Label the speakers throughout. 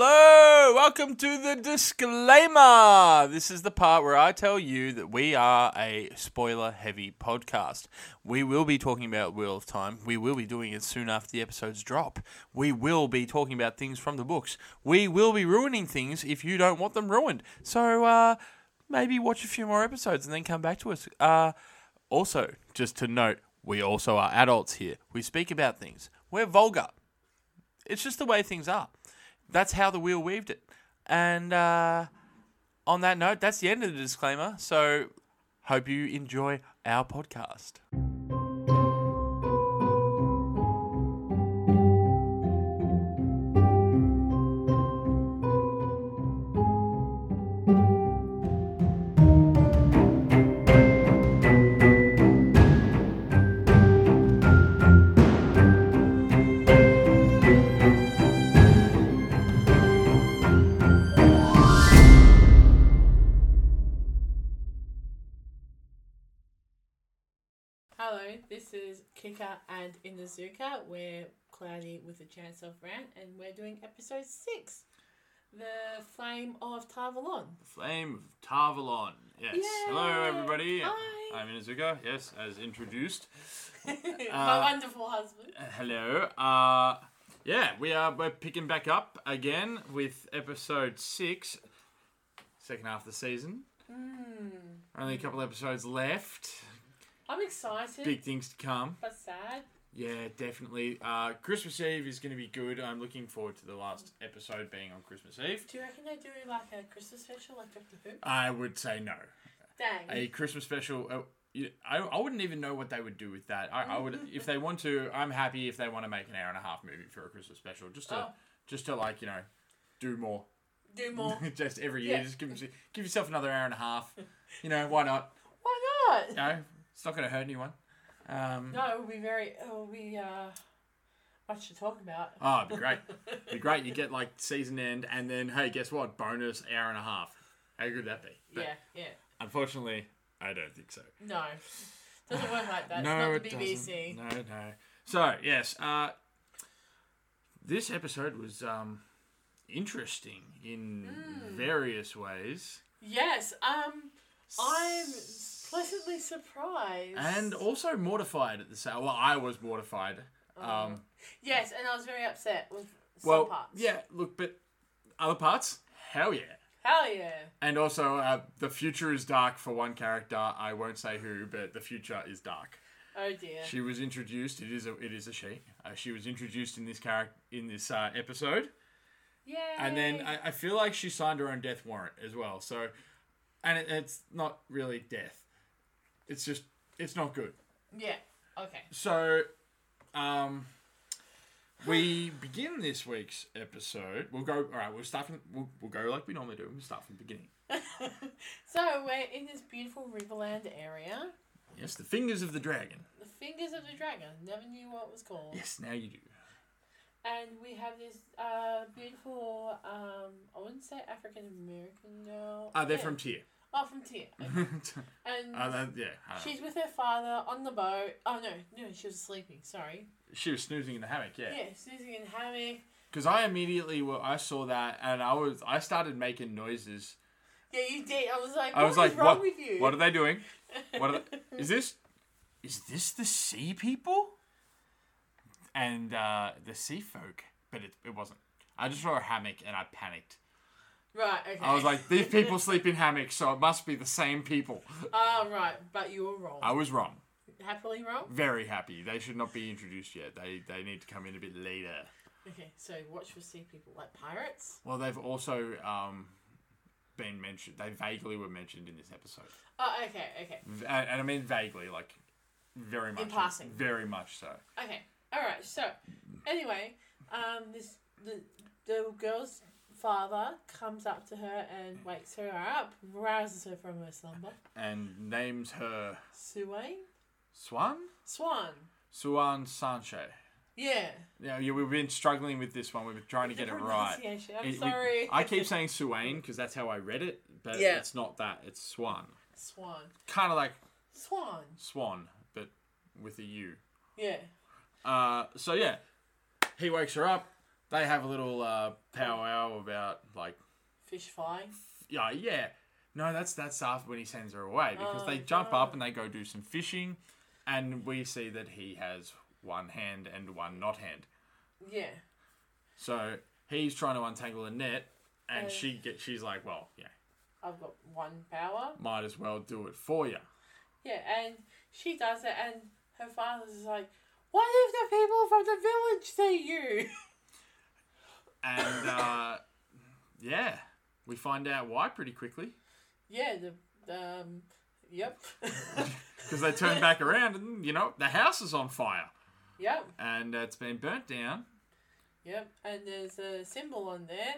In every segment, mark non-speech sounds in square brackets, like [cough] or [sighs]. Speaker 1: Hello, welcome to the disclaimer. This is the part where I tell you that we are a spoiler heavy podcast. We will be talking about Wheel of Time. We will be doing it soon after the episodes drop. We will be talking about things from the books. We will be ruining things if you don't want them ruined. So, uh, maybe watch a few more episodes and then come back to us. Uh, also, just to note, we also are adults here. We speak about things. We're vulgar it's just the way things are. That's how the wheel weaved it. And uh, on that note, that's the end of the disclaimer. So, hope you enjoy our podcast.
Speaker 2: Hello, this is Kika and in the Zuka. We're cloudy with a chance of rain, and we're doing episode six, the flame of Tarvalon. [laughs]
Speaker 1: Flame of Tarvalon. Yes. Hello,
Speaker 2: Yay.
Speaker 1: everybody.
Speaker 2: Hi.
Speaker 1: I'm Inazuka. Yes, as introduced. Uh,
Speaker 2: My wonderful husband.
Speaker 1: Hello. Uh, yeah, we are we're picking back up again with episode six, second half of the season. Only a couple episodes left.
Speaker 2: I'm excited,
Speaker 1: Big things to come.
Speaker 2: but sad.
Speaker 1: Yeah, definitely. Uh, Christmas Eve is going to be good. I'm looking forward to the last episode being on Christmas Eve.
Speaker 2: Do you reckon they do like a Christmas special, like Doctor Who?
Speaker 1: I would say no.
Speaker 2: Dang.
Speaker 1: A Christmas special. Uh, you- I, I wouldn't even know what they would do with that. I, I would if they want to. I'm happy if they want to make an hour and a half movie for a Christmas special, just to
Speaker 2: Oh.
Speaker 1: just to like you know do more.
Speaker 2: do more.
Speaker 1: [laughs] just every year,
Speaker 2: Yeah.
Speaker 1: just give, yourse- give yourself another hour and a half. You know why not?
Speaker 2: Why not?
Speaker 1: No, it's not going to hurt anyone. Um,
Speaker 2: No, it'll be very. It'll be uh, much to talk about.
Speaker 1: Oh, it'd be great. It'd be great. You get like season end, and then hey, guess what? Bonus hour and a half. How good would that be? But
Speaker 2: [laughs] yeah, yeah.
Speaker 1: Unfortunately, I don't think so.
Speaker 2: No, doesn't work like that. it's not the
Speaker 1: doesn't.
Speaker 2: BBC.
Speaker 1: No, no. So yes, uh, this episode was um, interesting in
Speaker 2: Hmm.
Speaker 1: various ways,
Speaker 2: Yes. Um, I'm pleasantly surprised.
Speaker 1: and also mortified at the same. Well, I was mortified.
Speaker 2: Oh,
Speaker 1: Um,
Speaker 2: yes, and I was very upset with some
Speaker 1: well,
Speaker 2: parts.
Speaker 1: yeah. Look, but other parts, hell yeah.
Speaker 2: Hell yeah.
Speaker 1: And also, uh, the future is dark for one character. I won't say who, but the future is dark.
Speaker 2: Oh dear.
Speaker 1: She was introduced. It is a it is a she. Uh, she was introduced in this character in this uh, episode,
Speaker 2: Yay.
Speaker 1: and then I, I feel like she signed her own death warrant as well. So, and it, it's not really death. It's just it's not good.
Speaker 2: yeah. Okay. [laughs]
Speaker 1: So, um, we begin this week's episode. We'll go. All right. We'll start from. We'll, we'll go like we normally do. We'll start from the beginning.
Speaker 2: So we're in this beautiful Riverland area.
Speaker 1: Yes, the fingers of the dragon.
Speaker 2: The Fingers of the Dragon. Never knew what it was called.
Speaker 1: Yes, now you do.
Speaker 2: And we have this uh, beautiful, um, I wouldn't say African American girl.
Speaker 1: Ah, they're
Speaker 2: Yeah.
Speaker 1: from [laughs] Tier.
Speaker 2: Oh, from Tia. Okay. And
Speaker 1: Ah, that- yeah. ah.
Speaker 2: she's with her father on the boat. Oh no, no, she was sleeping. Sorry.
Speaker 1: she was snoozing in the hammock.
Speaker 2: Yeah, snoozing in hammock.
Speaker 1: Because I immediately well, I saw that and I was I started making noises.
Speaker 2: Yeah, you did. I was like,
Speaker 1: I was
Speaker 2: what is
Speaker 1: like,
Speaker 2: wrong
Speaker 1: what?
Speaker 2: with you?
Speaker 1: What are they doing? What
Speaker 2: [laughs]
Speaker 1: are they, is this? Is this the sea people? And uh, the sea folk, but it, it wasn't. I just saw a hammock and I panicked.
Speaker 2: right, okay.
Speaker 1: I was like, these
Speaker 2: [laughs]
Speaker 1: people sleep in hammocks, so it must be the same people.
Speaker 2: oh, right, but you were wrong.
Speaker 1: I was wrong.
Speaker 2: Happily wrong?
Speaker 1: Very happy. They should not be introduced yet. They they need to come in a bit later.
Speaker 2: Okay, so watch for sea people, like pirates.
Speaker 1: Well, they've also um, been mentioned. They vaguely were mentioned in this episode.
Speaker 2: Oh, okay, okay.
Speaker 1: V- and and I mean vaguely, like very much,
Speaker 2: passing.
Speaker 1: very much so.
Speaker 2: Okay, alright, so, anyway, um, this, the, the girl's father comes up to her and wakes her up, rouses her from her slumber.
Speaker 1: And names her
Speaker 2: Suwain?
Speaker 1: Swan,
Speaker 2: Swan.
Speaker 1: Suan Sanche.
Speaker 2: Yeah.
Speaker 1: Now, yeah, we've been struggling with this one. We've been trying to get it right.
Speaker 2: Pronunciation, I'm
Speaker 1: It- we-
Speaker 2: sorry.
Speaker 1: I keep saying Suane because that's how I read it, but
Speaker 2: Yeah.
Speaker 1: it's not that. It's Swan.
Speaker 2: Swan.
Speaker 1: Kind of like
Speaker 2: Swan.
Speaker 1: Swan, but with a U.
Speaker 2: Yeah.
Speaker 1: Uh, so yeah, he wakes her up. They have a little uh, powwow
Speaker 2: fish flying.
Speaker 1: Yeah, yeah. No, that's that's after when he sends her away because
Speaker 2: Oh,
Speaker 1: they jump
Speaker 2: God.
Speaker 1: up and they go do some fishing, and we see that he has one hand and one not hand.
Speaker 2: Yeah.
Speaker 1: So he's trying to untangle the net, and
Speaker 2: Oh.
Speaker 1: she get she's like, well, yeah,
Speaker 2: I've got one power.
Speaker 1: might as well do it for you.
Speaker 2: Yeah, and she does it, and her father's like, "What if the people from the village see you?" [laughs]
Speaker 1: And uh, [laughs] yeah, we find out why pretty quickly
Speaker 2: yeah, the, the um, yep, [laughs]
Speaker 1: because they turn back around and you know the house is on fire
Speaker 2: yep,
Speaker 1: and uh, it's been burnt down.
Speaker 2: yep. And there's a symbol on there,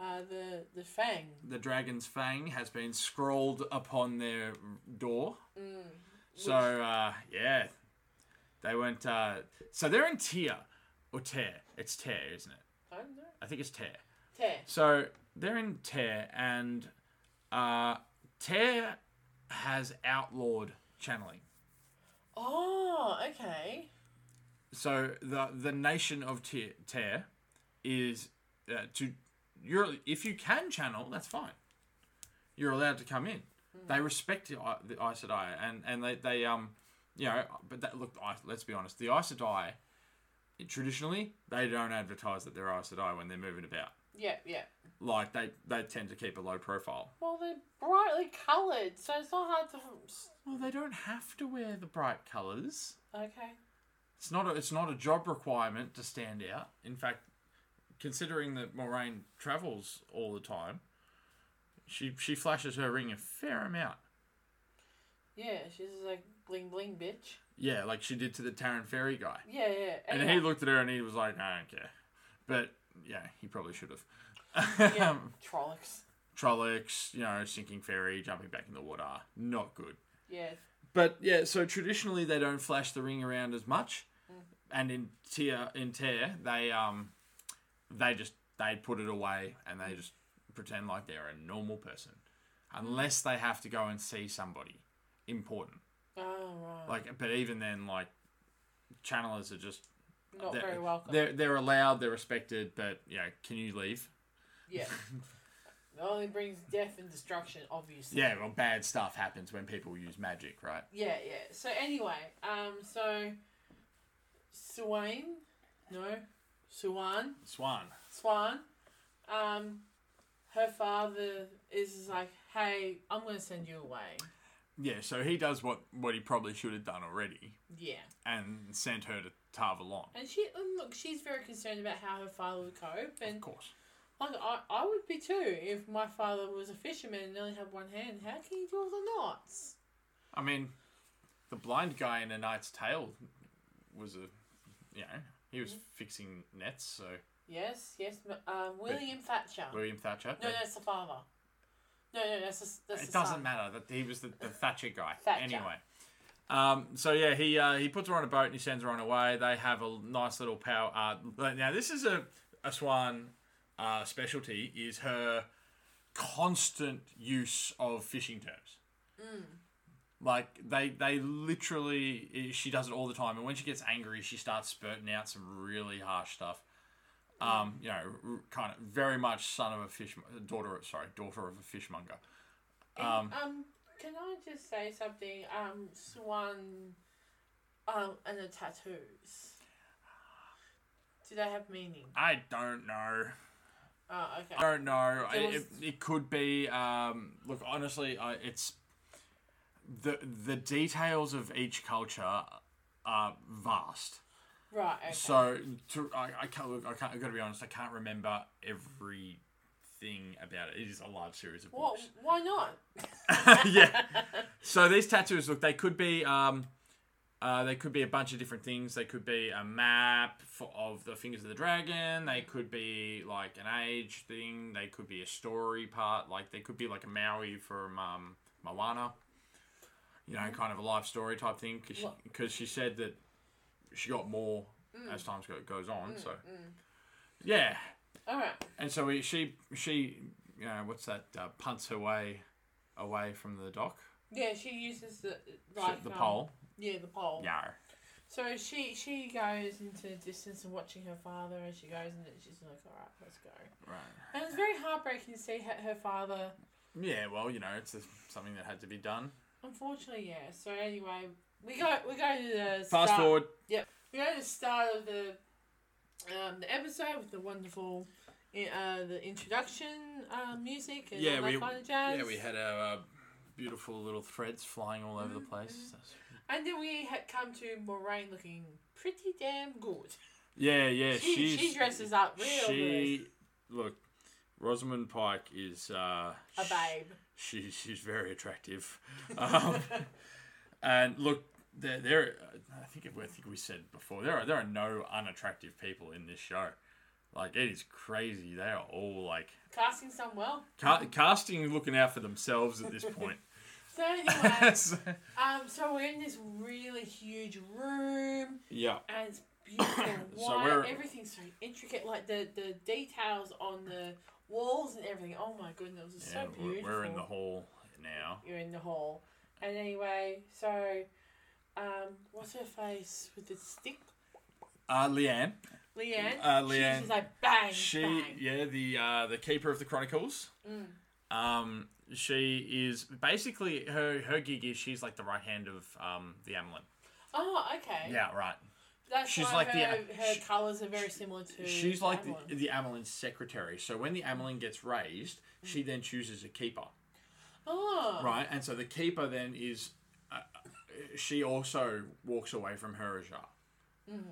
Speaker 2: uh, the the fang.
Speaker 1: The dragon's fang has been scrawled upon their door.
Speaker 2: Mm.
Speaker 1: So uh, yeah, they went. Uh, so they're in tear or tear. It's tear, isn't it?
Speaker 2: I don't know.
Speaker 1: I think it's tear.
Speaker 2: Tear.
Speaker 1: So they're in tear, and uh, tear has outlawed channeling.
Speaker 2: Oh, okay.
Speaker 1: So the the nation of tear, tear is uh, to you're if you can channel, that's fine. You're allowed to come in. They respect the, I- the Aes Sedai, and and they they um you know but that look I, let's be honest the Aes Sedai traditionally they don't advertise that they're Aes Sedai when they're moving about
Speaker 2: Yeah, yeah.
Speaker 1: like they they tend to keep a low profile
Speaker 2: Well, they're brightly coloured, so it's not hard to.
Speaker 1: Well, they don't have to wear the bright colours.
Speaker 2: Okay.
Speaker 1: It's not a, it's not a job requirement to stand out. In fact, considering that Moraine travels all the time, she she flashes her ring a fair amount.
Speaker 2: Yeah, she's like bling bling bitch.
Speaker 1: Yeah, like she did to the Tarran Ferry guy.
Speaker 2: Yeah, yeah.
Speaker 1: And
Speaker 2: anyway.
Speaker 1: he looked at her and he was like, I don't care. But yeah, he probably should have. [laughs]
Speaker 2: Yeah,
Speaker 1: um,
Speaker 2: Trollocs.
Speaker 1: Trollocs, you know, sinking ferry, jumping back in the water, not good.
Speaker 2: Yeah,
Speaker 1: But yeah, so traditionally they don't flash the ring around as much,
Speaker 2: Mm-hmm.
Speaker 1: and in tear in tear they um they just they put it away and they just pretend like they're a normal person, unless they have to go and see somebody important.
Speaker 2: Oh, right.
Speaker 1: Like, but even then, like channelers are just
Speaker 2: Not
Speaker 1: they're,
Speaker 2: very welcome.
Speaker 1: They're they're allowed, they're respected, but yeah, can you leave?
Speaker 2: [laughs] Yeah. It only brings death and destruction, obviously.
Speaker 1: Yeah, well, bad stuff happens when people use magic, right?
Speaker 2: Yeah, yeah. So anyway, um, so Swain, no, Swan,
Speaker 1: Swan.
Speaker 2: Swan, um, her father is like, hey, I'm gonna send you away.
Speaker 1: Yeah, so he does what what he probably should have done already.
Speaker 2: Yeah,
Speaker 1: and sent her to Tarvalon.
Speaker 2: and she and look, she's very concerned about how her father would cope,
Speaker 1: Of
Speaker 2: and
Speaker 1: course.
Speaker 2: like I, I would be too if my father was a fisherman and only had one hand. How can you do all the knots?
Speaker 1: I mean, the blind guy in A Knight's Tale was a, you know, he
Speaker 2: Mm-hmm.
Speaker 1: was fixing nets, so
Speaker 2: Yes, yes. m- Um, William Thatcher.
Speaker 1: William Thatcher.
Speaker 2: No,
Speaker 1: but
Speaker 2: that's the father. No, no, that's the, that's
Speaker 1: it
Speaker 2: the
Speaker 1: doesn't
Speaker 2: son.
Speaker 1: matter that he was the, the Thatcher guy.
Speaker 2: Thatcher.
Speaker 1: Anyway. Um, so yeah, he uh, he puts her on a boat and he sends her on her way. They have a nice little power. Uh, but now this is a a swan uh, specialty is her constant use of fishing terms.
Speaker 2: Mm.
Speaker 1: Like they they literally eh, she does it all the time, and when she gets angry, she starts spurting out some really harsh stuff.
Speaker 2: Mm.
Speaker 1: Um, you know, r- kind of very much son of a fish daughter. of- Sorry, daughter of a fishmonger.
Speaker 2: Um, can I just say something? Um, Swan, um, and the tattoos. Do they have meaning?
Speaker 1: I don't know.
Speaker 2: Oh, okay.
Speaker 1: I don't know. I
Speaker 2: There
Speaker 1: it,
Speaker 2: was-
Speaker 1: it could be. Um, look, honestly, I, it's the the details of each culture are vast.
Speaker 2: Right. Okay.
Speaker 1: So to, I, I can't look. I can't. I got to be honest. I can't remember everything about it. It is a large series of
Speaker 2: what?
Speaker 1: books.
Speaker 2: Why not?
Speaker 1: [laughs] yeah. So these tattoos, look, they could be. Um, uh, they could be a bunch of different things. They could be a map for, of the fingers of the dragon. They could be like an age thing. They could be a story part. Like they could be like a Maui from um, Moana. You know, kind of a life story type thing. Because she, said that she got more as time go, goes on. So, yeah.
Speaker 2: All right.
Speaker 1: And so we, she, she, you know, what's that? Uh, punts her way away from the dock.
Speaker 2: Yeah, she uses the
Speaker 1: Sh-
Speaker 2: like
Speaker 1: the
Speaker 2: um,
Speaker 1: pole.
Speaker 2: Yeah, the pole.
Speaker 1: No.
Speaker 2: So she she goes into the distance and watching her father as she goes, and then she's like, "All right, let's go."
Speaker 1: Right.
Speaker 2: And it's very heartbreaking to see her, her father.
Speaker 1: Yeah, well, you know, it's just something that had to be done.
Speaker 2: Unfortunately, yeah. So anyway, we go we go to the
Speaker 1: Fast
Speaker 2: start,
Speaker 1: forward.
Speaker 2: We go to the start of the um, the episode with the wonderful i- uh, the introduction uh, music and
Speaker 1: Yeah,
Speaker 2: all that
Speaker 1: we-
Speaker 2: kind of jazz.
Speaker 1: Yeah, we had our uh, beautiful little threads flying all
Speaker 2: Mm-hmm.
Speaker 1: over the place. That's-
Speaker 2: And then we had come to Moraine looking pretty damn good.
Speaker 1: Yeah, yeah,
Speaker 2: she,
Speaker 1: she's
Speaker 2: she dresses up real
Speaker 1: she look, Rosamund Pike is uh,
Speaker 2: good. A babe.
Speaker 1: She she's very attractive, um, and look, there there. I think I think we said before there are there are no unattractive people in this show. Like it is crazy. They are all like
Speaker 2: [laughs] Casting some well.
Speaker 1: ca- casting, and looking out for themselves at this
Speaker 2: [laughs]
Speaker 1: point.
Speaker 2: So anyway,
Speaker 1: [laughs] So-
Speaker 2: um, so we're in this really huge room,
Speaker 1: yeah, [coughs]
Speaker 2: and it's beautiful
Speaker 1: So
Speaker 2: white.
Speaker 1: we're-
Speaker 2: Everything's so intricate, like the the details on the walls and everything. Oh my goodness, it's
Speaker 1: yeah.
Speaker 2: so
Speaker 1: we're-
Speaker 2: beautiful.
Speaker 1: we're in the hall now.
Speaker 2: You're in the hall, and anyway, so um, what's her face with the stick?
Speaker 1: Uh, Leanne.
Speaker 2: Leanne.
Speaker 1: Uh,
Speaker 2: She-
Speaker 1: Leanne.
Speaker 2: She's like bang,
Speaker 1: She,
Speaker 2: bang.
Speaker 1: yeah, the uh, the keeper of the Chronicles.
Speaker 2: Mm.
Speaker 1: Um, she is basically her her gig is she's like the right hand of um the Amelin.
Speaker 2: Oh, okay.
Speaker 1: Yeah, right.
Speaker 2: That's
Speaker 1: She's
Speaker 2: why
Speaker 1: like the-
Speaker 2: her, her
Speaker 1: she-
Speaker 2: colours are very similar to.
Speaker 1: She's like
Speaker 2: that one.
Speaker 1: the, the Amelin's secretary. So when the Amelin gets raised, she then chooses a keeper,
Speaker 2: Oh.
Speaker 1: right? And so the keeper then is uh, she also walks away from her Ajar.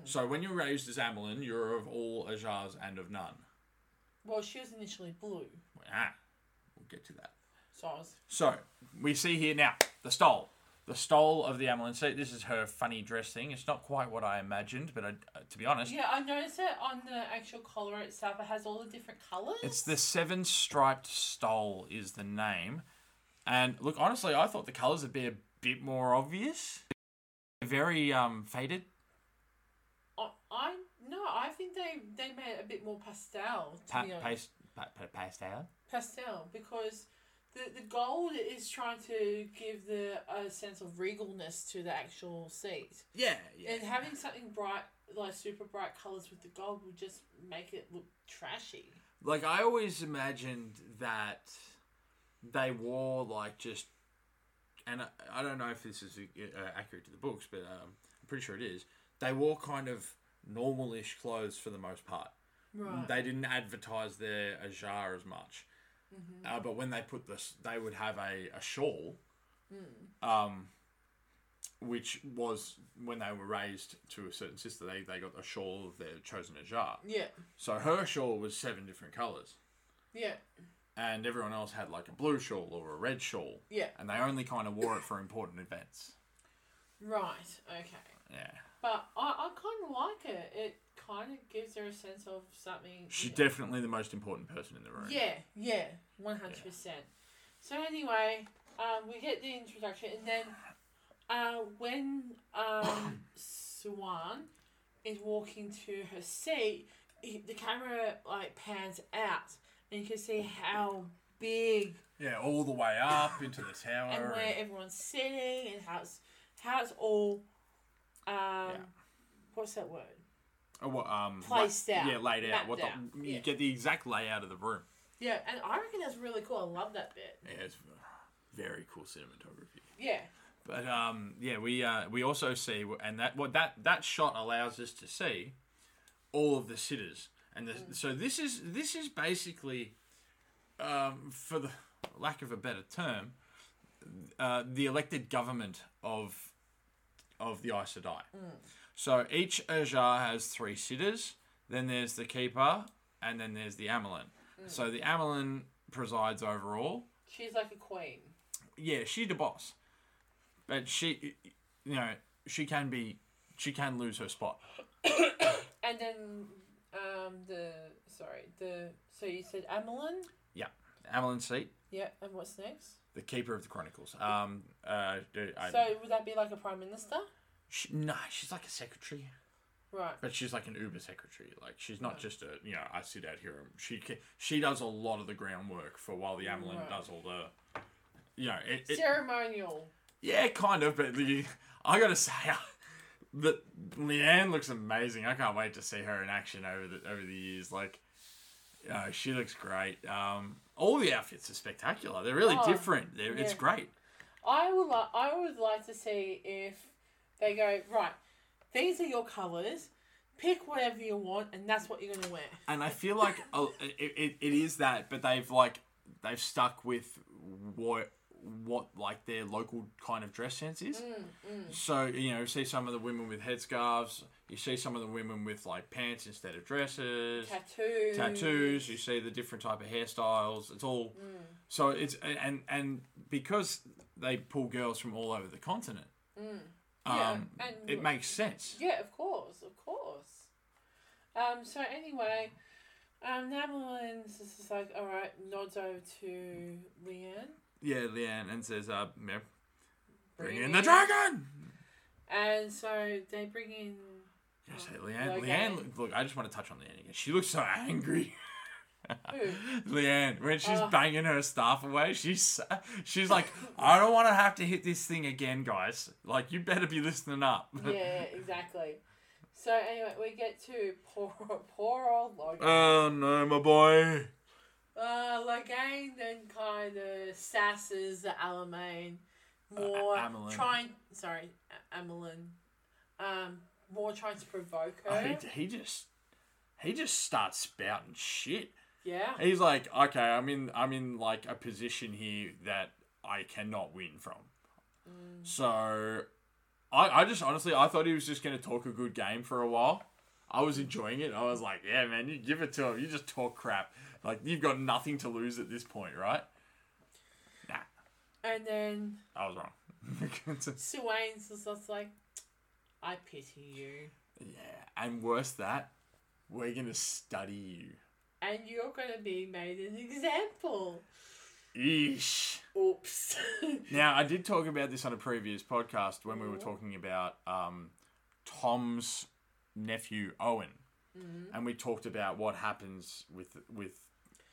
Speaker 1: So when you're raised as Amelin, you're of all Ajars and of none.
Speaker 2: Well, she was initially blue,
Speaker 1: Ah, we'll get to that.
Speaker 2: so I was.
Speaker 1: So we see here now the stole, the stole of the Amelin. So this is her funny dress thing. It's not quite what I imagined, but I, uh, to be honest,
Speaker 2: Yeah, I noticed it on the actual collar itself. It has all the different colours.
Speaker 1: it's the seven striped stole is the name. And look, honestly, I thought the colours would be a bit more obvious. Very um faded.
Speaker 2: I, I no, I think they they made it a bit more pastel. To
Speaker 1: Pa-
Speaker 2: be honest.
Speaker 1: paste, pa- pa- pastel.
Speaker 2: pastel because the the gold is trying to give the a sense of regalness to the actual seat,
Speaker 1: Yeah,
Speaker 2: and having something bright like super bright colours with the gold would just make it look trashy.
Speaker 1: Like I always imagined that they wore like just, and I, I don't know if this is uh, accurate to the books, but um, I'm pretty sure it is. They wore kind of normalish clothes for the most part.
Speaker 2: Right.
Speaker 1: They didn't advertise their ajar as much,
Speaker 2: Mm-hmm.
Speaker 1: uh, but when they put this, they would have a a shawl,
Speaker 2: Mm.
Speaker 1: um, which was when they were raised to a certain sister. They they got a shawl of their chosen ajar.
Speaker 2: yeah.
Speaker 1: So her shawl was seven different colours
Speaker 2: Yeah.
Speaker 1: and everyone else had like a blue shawl or a red shawl.
Speaker 2: Yeah.
Speaker 1: And they only kind of wore it for important events.
Speaker 2: Right. Okay.
Speaker 1: Yeah.
Speaker 2: But I, I kind of like it. It kind of gives her a sense of something.
Speaker 1: She's definitely the most important person in the room.
Speaker 2: Yeah, yeah, one hundred percent. So anyway, um, we get the introduction, and then uh, when um, Swan is walking to her seat, he- the camera like pans out, and you can see how big
Speaker 1: Yeah, all the way up into the
Speaker 2: and
Speaker 1: tower.
Speaker 2: where everyone's sitting, and how it's how it's all. Um,
Speaker 1: Yeah.
Speaker 2: What's that word?
Speaker 1: Oh, what, um,
Speaker 2: Placed
Speaker 1: la-
Speaker 2: out,
Speaker 1: Yeah, laid out.
Speaker 2: mapped
Speaker 1: What the,
Speaker 2: out.
Speaker 1: You
Speaker 2: Yeah.
Speaker 1: get the exact layout of the room.
Speaker 2: Yeah, and I reckon that's really cool. I love that bit.
Speaker 1: Yeah, it's very cool cinematography.
Speaker 2: Yeah.
Speaker 1: But um, yeah, we uh, we also see, and that what that that shot allows us to see all of the sitters, and the, so this is this is basically, um, for the lack of a better term, uh, the elected government of of the Aes Sedai. So each Urjar has three sitters. Then there's the keeper, and then there's the Amelin. So the Amelin presides over all
Speaker 2: She's like a queen.
Speaker 1: yeah, she's the boss, but she, you know, she can be, she can lose her spot.
Speaker 2: And then um the sorry the so you said Amelin.
Speaker 1: Yeah, Amelin seat,
Speaker 2: Yeah, and what's next?
Speaker 1: the keeper of the chronicles. Um, uh, d- I,
Speaker 2: So would that be like a prime minister?
Speaker 1: she, no, she's like a secretary,
Speaker 2: Right.
Speaker 1: but she's like an Uber secretary. Like she's not just a, you know, I sit out here. and She ca- she does a lot of the groundwork for while the Amelin
Speaker 2: Right.
Speaker 1: does all the, you know, it, it,
Speaker 2: Ceremonial.
Speaker 1: yeah, kind of. But the, I gotta say, [laughs] the Leanne looks amazing. I can't wait to see her in action over the over the years. Like, uh, she looks great. Um, all the outfits are spectacular. They're really
Speaker 2: Oh,
Speaker 1: different. They're, It's
Speaker 2: yeah.
Speaker 1: great.
Speaker 2: I would like. I would like to see if they go right. These are your colors. Pick whatever you want, and that's what you're gonna wear.
Speaker 1: And I feel like uh, it, it, it is that, but they've like they've stuck with what what like their local kind of dress sense is.
Speaker 2: Mm,
Speaker 1: So you know, you see some of the women with headscarves. You see some of the women with like pants instead of dresses.
Speaker 2: Tattoos.
Speaker 1: tattoos you see the different type of hairstyles it's all so it's and and because they pull girls from all over the continent
Speaker 2: Yeah,
Speaker 1: um,
Speaker 2: and-
Speaker 1: it makes sense
Speaker 2: Mm. Yeah, of course, of course. Um. So anyway, um, Namelin's is just like, all right, nods over to Leanne.
Speaker 1: yeah leanne and says uh yeah, bring,
Speaker 2: Bring
Speaker 1: in
Speaker 2: it
Speaker 1: the
Speaker 2: in.
Speaker 1: dragon
Speaker 2: And so they bring in.
Speaker 1: Did I say leanne
Speaker 2: Okay.
Speaker 1: leanne look, look i just want to touch on leanne again she looks so angry [laughs]
Speaker 2: Who?
Speaker 1: Leanne, when she's
Speaker 2: Oh.
Speaker 1: banging her staff away, she's she's like, I don't want to have to hit this thing again, guys. Like, you better be listening up.
Speaker 2: yeah, exactly. So anyway, we get to poor, [laughs] poor old Logan.
Speaker 1: [laughs] oh no, my boy.
Speaker 2: Uh, Logan then kind of sasses the Alamein more,
Speaker 1: A- Amelin.
Speaker 2: trying. Sorry, A- Amelin. Um, more trying to provoke
Speaker 1: Oh,
Speaker 2: her.
Speaker 1: he, he just he just starts spouting shit.
Speaker 2: yeah.
Speaker 1: He's like, okay, I'm in I'm in like a position here that I cannot win from. So I, I just honestly I thought he was just gonna talk a good game for a while. I was enjoying it. I was like, yeah, man, you give it to him. You just talk crap. Like you've got nothing to lose at this point, right? Nah,
Speaker 2: And then
Speaker 1: I was wrong. [laughs]
Speaker 2: Suane's is just like, I pity you,
Speaker 1: yeah, and worse that we're gonna study
Speaker 2: and you're gonna be made an example.
Speaker 1: you. Eesh.
Speaker 2: Oops. [laughs]
Speaker 1: Now, I did talk about this on a previous podcast when we were talking about um, Tom's nephew Owen, and we talked about what happens with with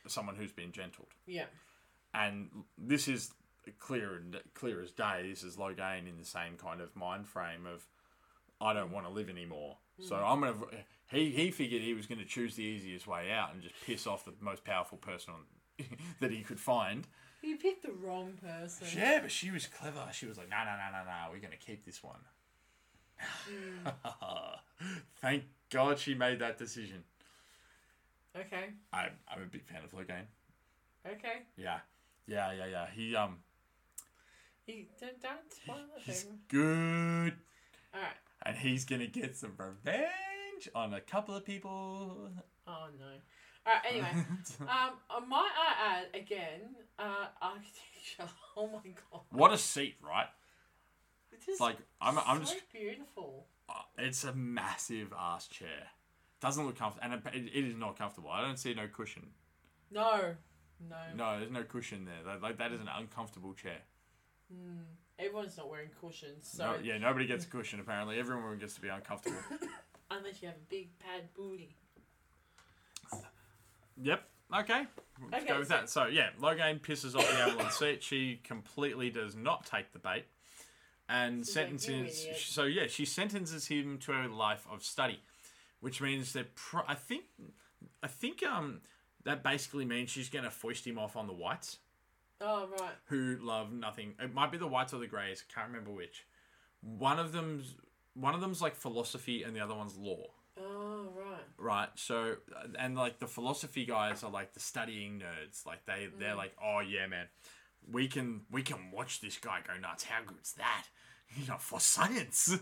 Speaker 1: someone who's been gentled.
Speaker 2: yeah.
Speaker 1: And this is clear and clear as day. This is Logan in the same kind of mind frame of I don't want to live anymore, so I'm gonna. He he figured he was gonna choose the easiest way out and just piss off the most powerful person on, [laughs] that he could find.
Speaker 2: You picked the wrong person.
Speaker 1: Yeah, but she was clever. She was like, no, no, no, no, no, we're going to keep this one. [laughs] Thank God she made that decision.
Speaker 2: Okay.
Speaker 1: I'm, I'm a big fan of Logan.
Speaker 2: Okay.
Speaker 1: Yeah. Yeah, yeah, yeah. He, um,
Speaker 2: You don't, don't spoil the
Speaker 1: he's
Speaker 2: thing.
Speaker 1: good.
Speaker 2: All right.
Speaker 1: And he's going to get some revenge on a couple of people.
Speaker 2: Oh no. All right. Anyway, um, uh, might I add again, uh, architecture. [laughs] Oh my god.
Speaker 1: [laughs] what a seat, right?
Speaker 2: It is
Speaker 1: Like, I'm, I'm
Speaker 2: so
Speaker 1: just,
Speaker 2: beautiful.
Speaker 1: uh, it's a massive ass chair. Doesn't look comfortable. And it, it is not comfortable. I don't see no cushion.
Speaker 2: No, no,
Speaker 1: No, there's no cushion there. That- Like, that is an uncomfortable chair.
Speaker 2: Everyone's not wearing cushions, so
Speaker 1: No, yeah, nobody gets a cushion apparently. Everyone gets to be uncomfortable.
Speaker 2: unless you have a big pad booty.
Speaker 1: yep. Okay. Let's
Speaker 2: Okay,
Speaker 1: go with
Speaker 2: so-
Speaker 1: that. So yeah, Logan pisses off the Avalon seat. She completely does not take the bait, and
Speaker 2: She's like, "You
Speaker 1: sentences.
Speaker 2: idiot."
Speaker 1: so yeah, she sentences him to a life of study, which means that pro- I think, I think um that basically means she's gonna foist him off on the whites
Speaker 2: Oh right.
Speaker 1: who love nothing. It might be the whites or the greys. Can't remember which. One of them's one of them's like philosophy, and the other one's law.
Speaker 2: Oh right.
Speaker 1: Right. So, uh, and like the philosophy guys are like the studying nerds. Like they, they're
Speaker 2: Mm.
Speaker 1: like, oh yeah, man, we can we can watch this guy go nuts. How good's that? [laughs] You know, for science.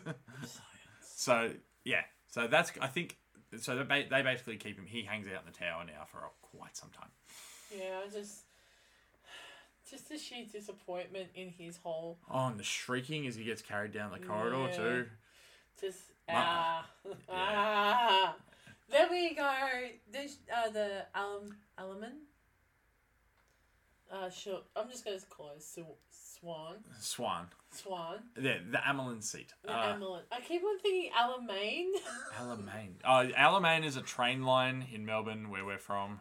Speaker 1: [laughs] so yeah. So that's I think. So they ba- they basically keep him. He hangs out in the tower now for uh, quite some time.
Speaker 2: Yeah, I just, [sighs] just the sheer disappointment in his whole.
Speaker 1: Oh, and the shrieking as he gets carried down the corridor
Speaker 2: Yeah.
Speaker 1: too.
Speaker 2: Just
Speaker 1: Ma-
Speaker 2: ah, ah. Then we go. This uh, the alum alumon. Uh, sure. I'm just gonna call it Su- Swan.
Speaker 1: Swan.
Speaker 2: Swan.
Speaker 1: Yeah, the Amelin seat.
Speaker 2: The
Speaker 1: Uh,
Speaker 2: Amelin. I keep on thinking Alamein.
Speaker 1: Alamein. Oh, Alamein is a train line in Melbourne where we're from.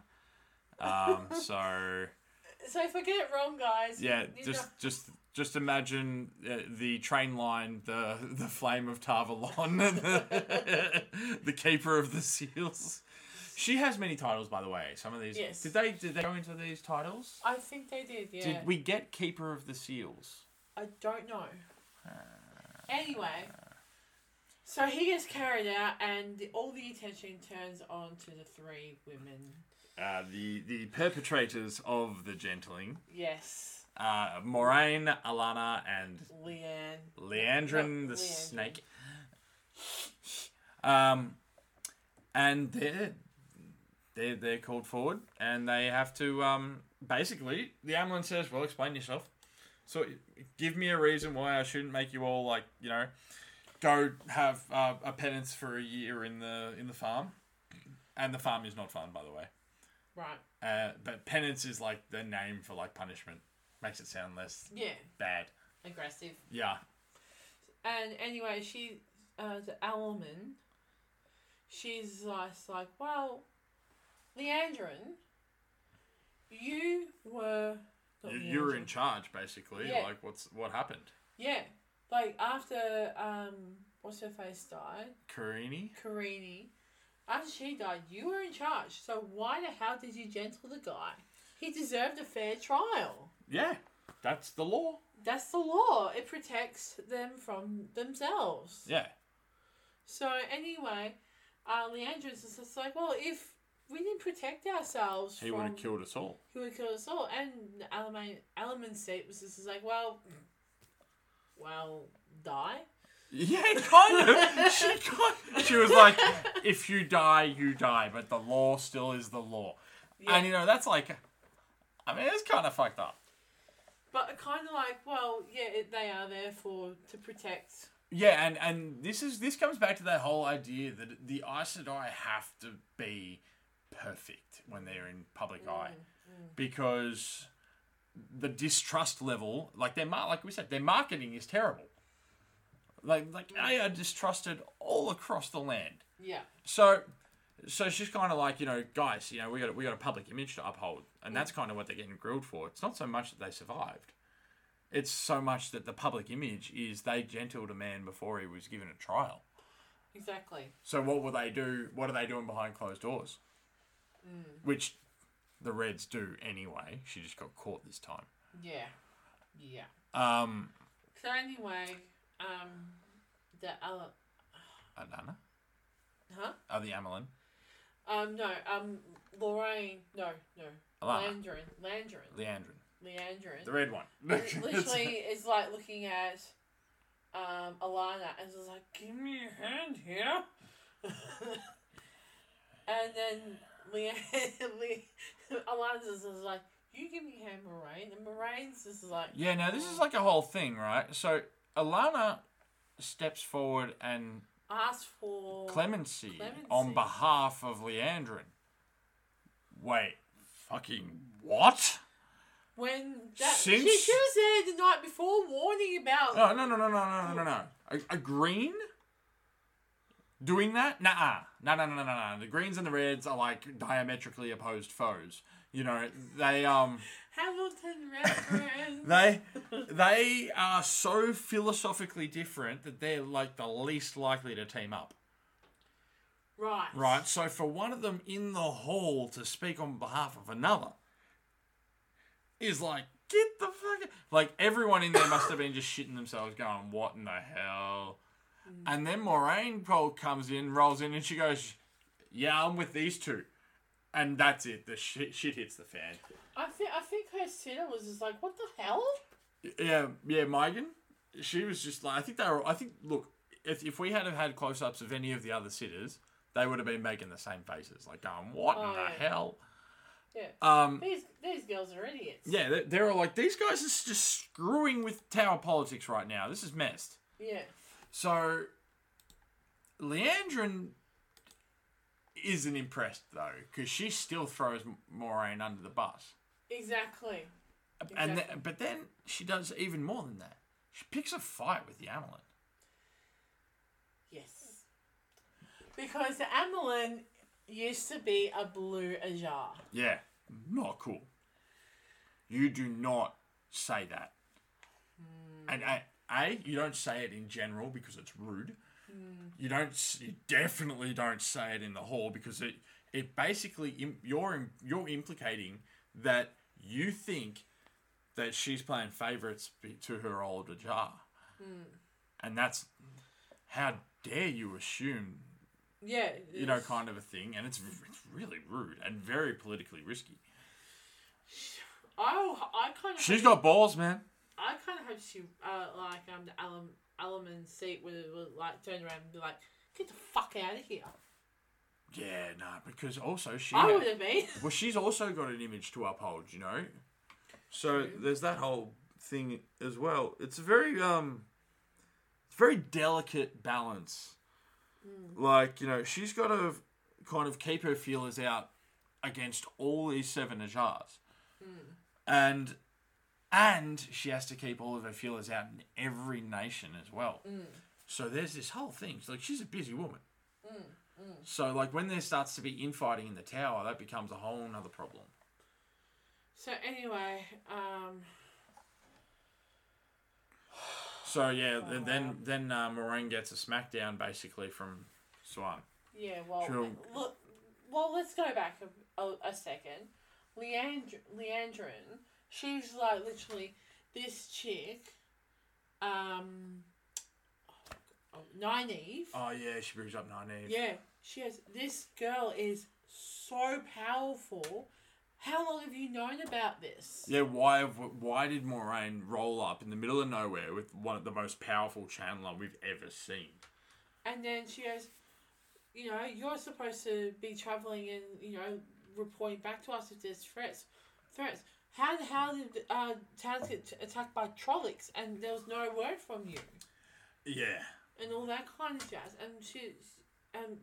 Speaker 1: Um, so
Speaker 2: [laughs] [laughs] so if I get it wrong, guys.
Speaker 1: yeah,
Speaker 2: you
Speaker 1: just
Speaker 2: know-
Speaker 1: just Just imagine uh, the train line, the the flame of Tarvalon, [laughs] the, the keeper of the seals. She has many titles, by the way. Some of these.
Speaker 2: Yes.
Speaker 1: Did they did they go into these titles?
Speaker 2: I think they did, yeah.
Speaker 1: Did we get keeper of the seals?
Speaker 2: I don't know. Anyway, so he gets carried out, and the, all the attention turns on to the three women.
Speaker 1: Uh, the the perpetrators of the gentling,
Speaker 2: Yes,
Speaker 1: uh, Moraine, Alana, and
Speaker 2: Leanne.
Speaker 1: Leandrin
Speaker 2: No,
Speaker 1: the
Speaker 2: Leandrin.
Speaker 1: snake. Um, and they're they're they're called forward, and they have to um basically the ambulance says, "Well, explain yourself. So give me a reason why I shouldn't make you all like you know." Go have uh, a penance for a year in the in the farm, and the farm is not fun, by the way.
Speaker 2: Right.
Speaker 1: Uh, but penance is like the name for like punishment. Makes it sound less
Speaker 2: Yeah.
Speaker 1: bad.
Speaker 2: Aggressive.
Speaker 1: Yeah.
Speaker 2: And anyway, she, uh, the Alman, she's just like, well, Leandrin, you were. not
Speaker 1: You, you were
Speaker 2: Leandrin.
Speaker 1: in charge, basically.
Speaker 2: Yeah.
Speaker 1: Like, what's what happened?
Speaker 2: Yeah. Like after um what's her face died?
Speaker 1: Karini?
Speaker 2: Karini. After she died, you were in charge. So why the hell did you gentle the guy? He deserved a fair trial.
Speaker 1: Yeah, that's the law.
Speaker 2: That's the law. It protects them from themselves.
Speaker 1: Yeah.
Speaker 2: So anyway, uh Leandrin's is just like, well, if we didn't protect ourselves
Speaker 1: He
Speaker 2: from
Speaker 1: would have killed us all.
Speaker 2: he would have killed us all. And Alaman Alaman's state was just like, well well, die.
Speaker 1: [laughs] [laughs] Yeah, kind of. she, kind she was like, if you die, you die, but the law still is the law.
Speaker 2: Yeah.
Speaker 1: And, you know, that's like, I mean, it's kind of fucked up.
Speaker 2: But kind of like, well, yeah, it, they are there for to protect.
Speaker 1: Yeah, and and this is this comes back to that whole idea that the Aes Sedai have to be perfect when they're in public eye, because the distrust level, like their mar- like we said, their marketing is terrible. Like like they are distrusted all across the land.
Speaker 2: Yeah,
Speaker 1: So, so she's kind of like, you know, guys, you know, we got we got a public image to uphold, and that's kind of what they're getting grilled for. It's not so much that they survived; it's so much that the public image is they gentled a man before he was given a trial.
Speaker 2: exactly.
Speaker 1: So, what will they do? What are they doing behind closed doors? Which the Reds do anyway. She just got caught this time.
Speaker 2: Yeah, yeah.
Speaker 1: Um,
Speaker 2: So anyway, um, the Al-
Speaker 1: Adana,
Speaker 2: huh?
Speaker 1: oh, the Amelin,
Speaker 2: Um, no, um, Lorraine. No, no.
Speaker 1: Alana.
Speaker 2: Landrin. Landrin.
Speaker 1: Leandrin,
Speaker 2: Leandrin.
Speaker 1: the red one. [laughs]
Speaker 2: literally is like looking at um, Alana and is like, "Give me your hand here," [laughs] and then [laughs] Leanne, Le- Alana's is just like, "You give me your hand, Moraine," and Moraine's just like,
Speaker 1: Yeah, now this is like a whole thing, right? So Alana steps forward and
Speaker 2: "Ask for
Speaker 1: clemency,
Speaker 2: Clemency.
Speaker 1: on behalf of Leandrin. Wait, fucking what?
Speaker 2: when that she,
Speaker 1: Since- Oh.
Speaker 2: she was there the night before, warning about
Speaker 1: No, no, no, no, no, no, no, no, no. A, a green doing that? Nah, no, no, no, no, no, no. The greens and the reds are like diametrically opposed foes. You know, they um. [laughs]
Speaker 2: Hamilton reference."
Speaker 1: They they are so philosophically different that they're like the least likely to team up.
Speaker 2: right,
Speaker 1: Right, so for one of them in the hall to speak on behalf of another is like, get the fuck like everyone in there must have been just shitting themselves, going, What in the hell? And then Moraine Cole comes in, rolls in, and she goes, Yeah, I'm with these two. And that's it. The shit, shit hits the fan.
Speaker 2: I think I think her sitter was just like, "What the hell?"
Speaker 1: Yeah, yeah, Megan. She was just like I think they were. I think look, if, if we had have had close ups of any of the other sitters, they would have been making the same faces, like going, "What
Speaker 2: Oh,
Speaker 1: in the
Speaker 2: yeah.
Speaker 1: hell?"
Speaker 2: Yeah.
Speaker 1: Um,
Speaker 2: These these girls are idiots.
Speaker 1: yeah, they, they were like, "These guys are just screwing with tower politics right now. This is messed."
Speaker 2: Yeah.
Speaker 1: So, Leandrin isn't impressed though, because she still throws M- Moraine under the bus.
Speaker 2: Exactly.
Speaker 1: And
Speaker 2: Exactly.
Speaker 1: th- but then she does even more than that. She picks a fight with the Amelin.
Speaker 2: Yes. Because the Amelin used to be a blue ajar.
Speaker 1: Yeah, not cool. You do not say that. And a, a, you don't say it in general because it's rude. You don't. s- You definitely don't say it in the hall because it. It basically im- you're im- you're implicating that you think that she's playing favourites be- to her older jar, and that's how dare you assume
Speaker 2: Yeah.
Speaker 1: you know kind of a thing, and it's r- it's really rude and very politically risky.
Speaker 2: Oh, I kind of.
Speaker 1: She's got balls, man.
Speaker 2: I kind of hope she uh, like um the alum alum seat would, would like turn around and be like, "Get the fuck out of here."
Speaker 1: Yeah, no, because also she
Speaker 2: I would have been. [laughs]
Speaker 1: Well, she's also got an image to uphold, you know. So there's that whole thing as well. It's a very um, it's very delicate balance.
Speaker 2: Mm.
Speaker 1: Like you know, she's got to kind of keep her feelers out against all these seven ajars,
Speaker 2: Mm.
Speaker 1: and and she has to keep all of her feelers out in every nation as well.
Speaker 2: Mm.
Speaker 1: So there's this whole thing. It's like she's a busy woman. So like when there starts to be infighting in the tower, that becomes a whole nother problem.
Speaker 2: So anyway, um,
Speaker 1: So yeah, th- then then uh, Moraine gets a smackdown basically from Swan.
Speaker 2: yeah. Well,
Speaker 1: Sure.
Speaker 2: look. Well, let's go back a, a, a second. Leandr- Leandrin, she's like literally this chick, um, oh, naive.
Speaker 1: Oh yeah, she brings up Nynaeve.
Speaker 2: Yeah, she has. This girl is so powerful. How long have you known about this?
Speaker 1: Yeah, why have- why did Moraine roll up in the middle of nowhere with one of the most powerful channeler we've ever seen?
Speaker 2: And then she goes, you know, you're supposed to be traveling and you know reporting back to us if there's threats. Threats. How how did uh, towns get t- attacked by trollocs and there was no word from you
Speaker 1: Yeah,
Speaker 2: and all that kind of jazz? And she, um,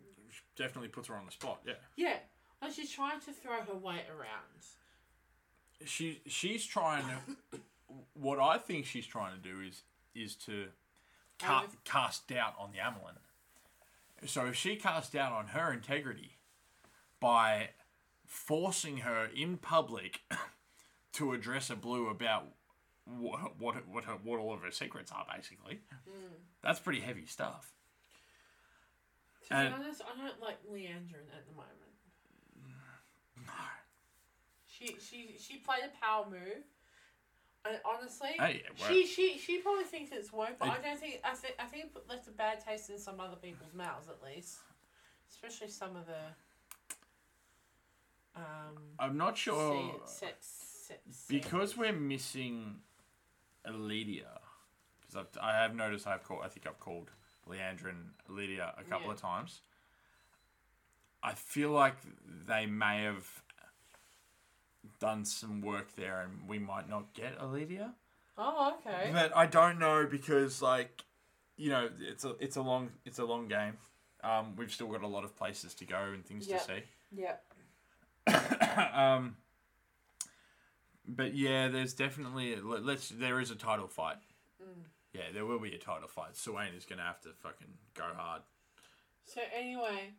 Speaker 1: definitely puts her on the spot. Yeah,
Speaker 2: yeah, like she's trying to throw her weight around.
Speaker 1: she she's trying to. what I think she's trying to do is is to ca-
Speaker 2: Amalyn.
Speaker 1: cast doubt on the Amelin. So if she casts doubt on her integrity by forcing her in public [coughs] to address a blue about what what what, her, what all of her secrets are, basically, that's pretty heavy stuff.
Speaker 2: To
Speaker 1: And-
Speaker 2: be honest, I don't like Leandrin at the moment. She she she played a power move, and honestly,
Speaker 1: Hey, it
Speaker 2: she
Speaker 1: worked.
Speaker 2: she she probably thinks it's worked, but I
Speaker 1: It-
Speaker 2: don't think I think I think it put- left a bad taste in some other people's mouths at least, especially some of the. Um,
Speaker 1: I'm not sure
Speaker 2: se- se- se-
Speaker 1: because we're missing Lydia. Because I have noticed I've called. I think I've called Leandrin Lydia a couple
Speaker 2: Yeah.
Speaker 1: of times. I feel like they may have done some work there, and we might not get Lydia.
Speaker 2: Oh okay.
Speaker 1: But I don't know because, like, you know, it's a it's a long it's a long game. Um, we've still got a lot of places to go and things
Speaker 2: Yeah.
Speaker 1: to see.
Speaker 2: Yeah.
Speaker 1: [coughs] um, but yeah, there's definitely let- let's there is a title fight. Yeah, there will be a title fight. Swain is gonna have to fucking go hard.
Speaker 2: So anyway,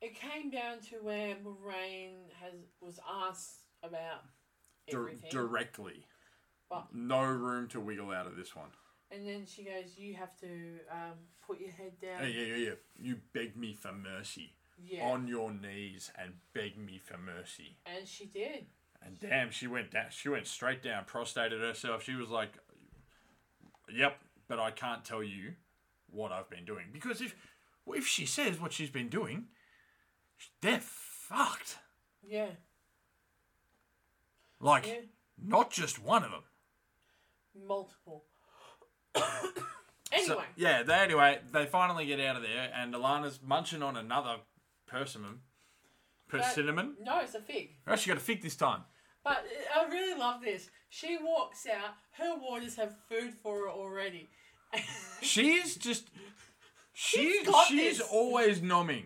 Speaker 2: it came down to where Moraine has was asked about
Speaker 1: Dir-
Speaker 2: everything,
Speaker 1: directly.
Speaker 2: What?
Speaker 1: No room to wiggle out of this one.
Speaker 2: and then she goes, "You have to um, put your head down."
Speaker 1: Yeah, yeah, yeah, yeah. You beg me for mercy
Speaker 2: Yeah.
Speaker 1: on your knees and beg me for mercy.
Speaker 2: and she did.
Speaker 1: And damn, she went down. She went straight down, prostrated herself. She was like, "Yep, but I can't tell you what I've been doing because if if she says what she's been doing, they're fucked.
Speaker 2: Yeah.
Speaker 1: Like,
Speaker 2: Yeah.
Speaker 1: not just one of them. [coughs]
Speaker 2: Multiple.
Speaker 1: So-
Speaker 2: anyway,
Speaker 1: yeah. They anyway, they finally get out of there, and Alana's munching on another persimmon. Persimmon.
Speaker 2: no, it's a fig.
Speaker 1: Oh, she got a fig this time.
Speaker 2: But I really love this. She walks out. Her warders have food for her already. [laughs]
Speaker 1: She's just. She,
Speaker 2: She's got
Speaker 1: she's
Speaker 2: this.
Speaker 1: always nomming.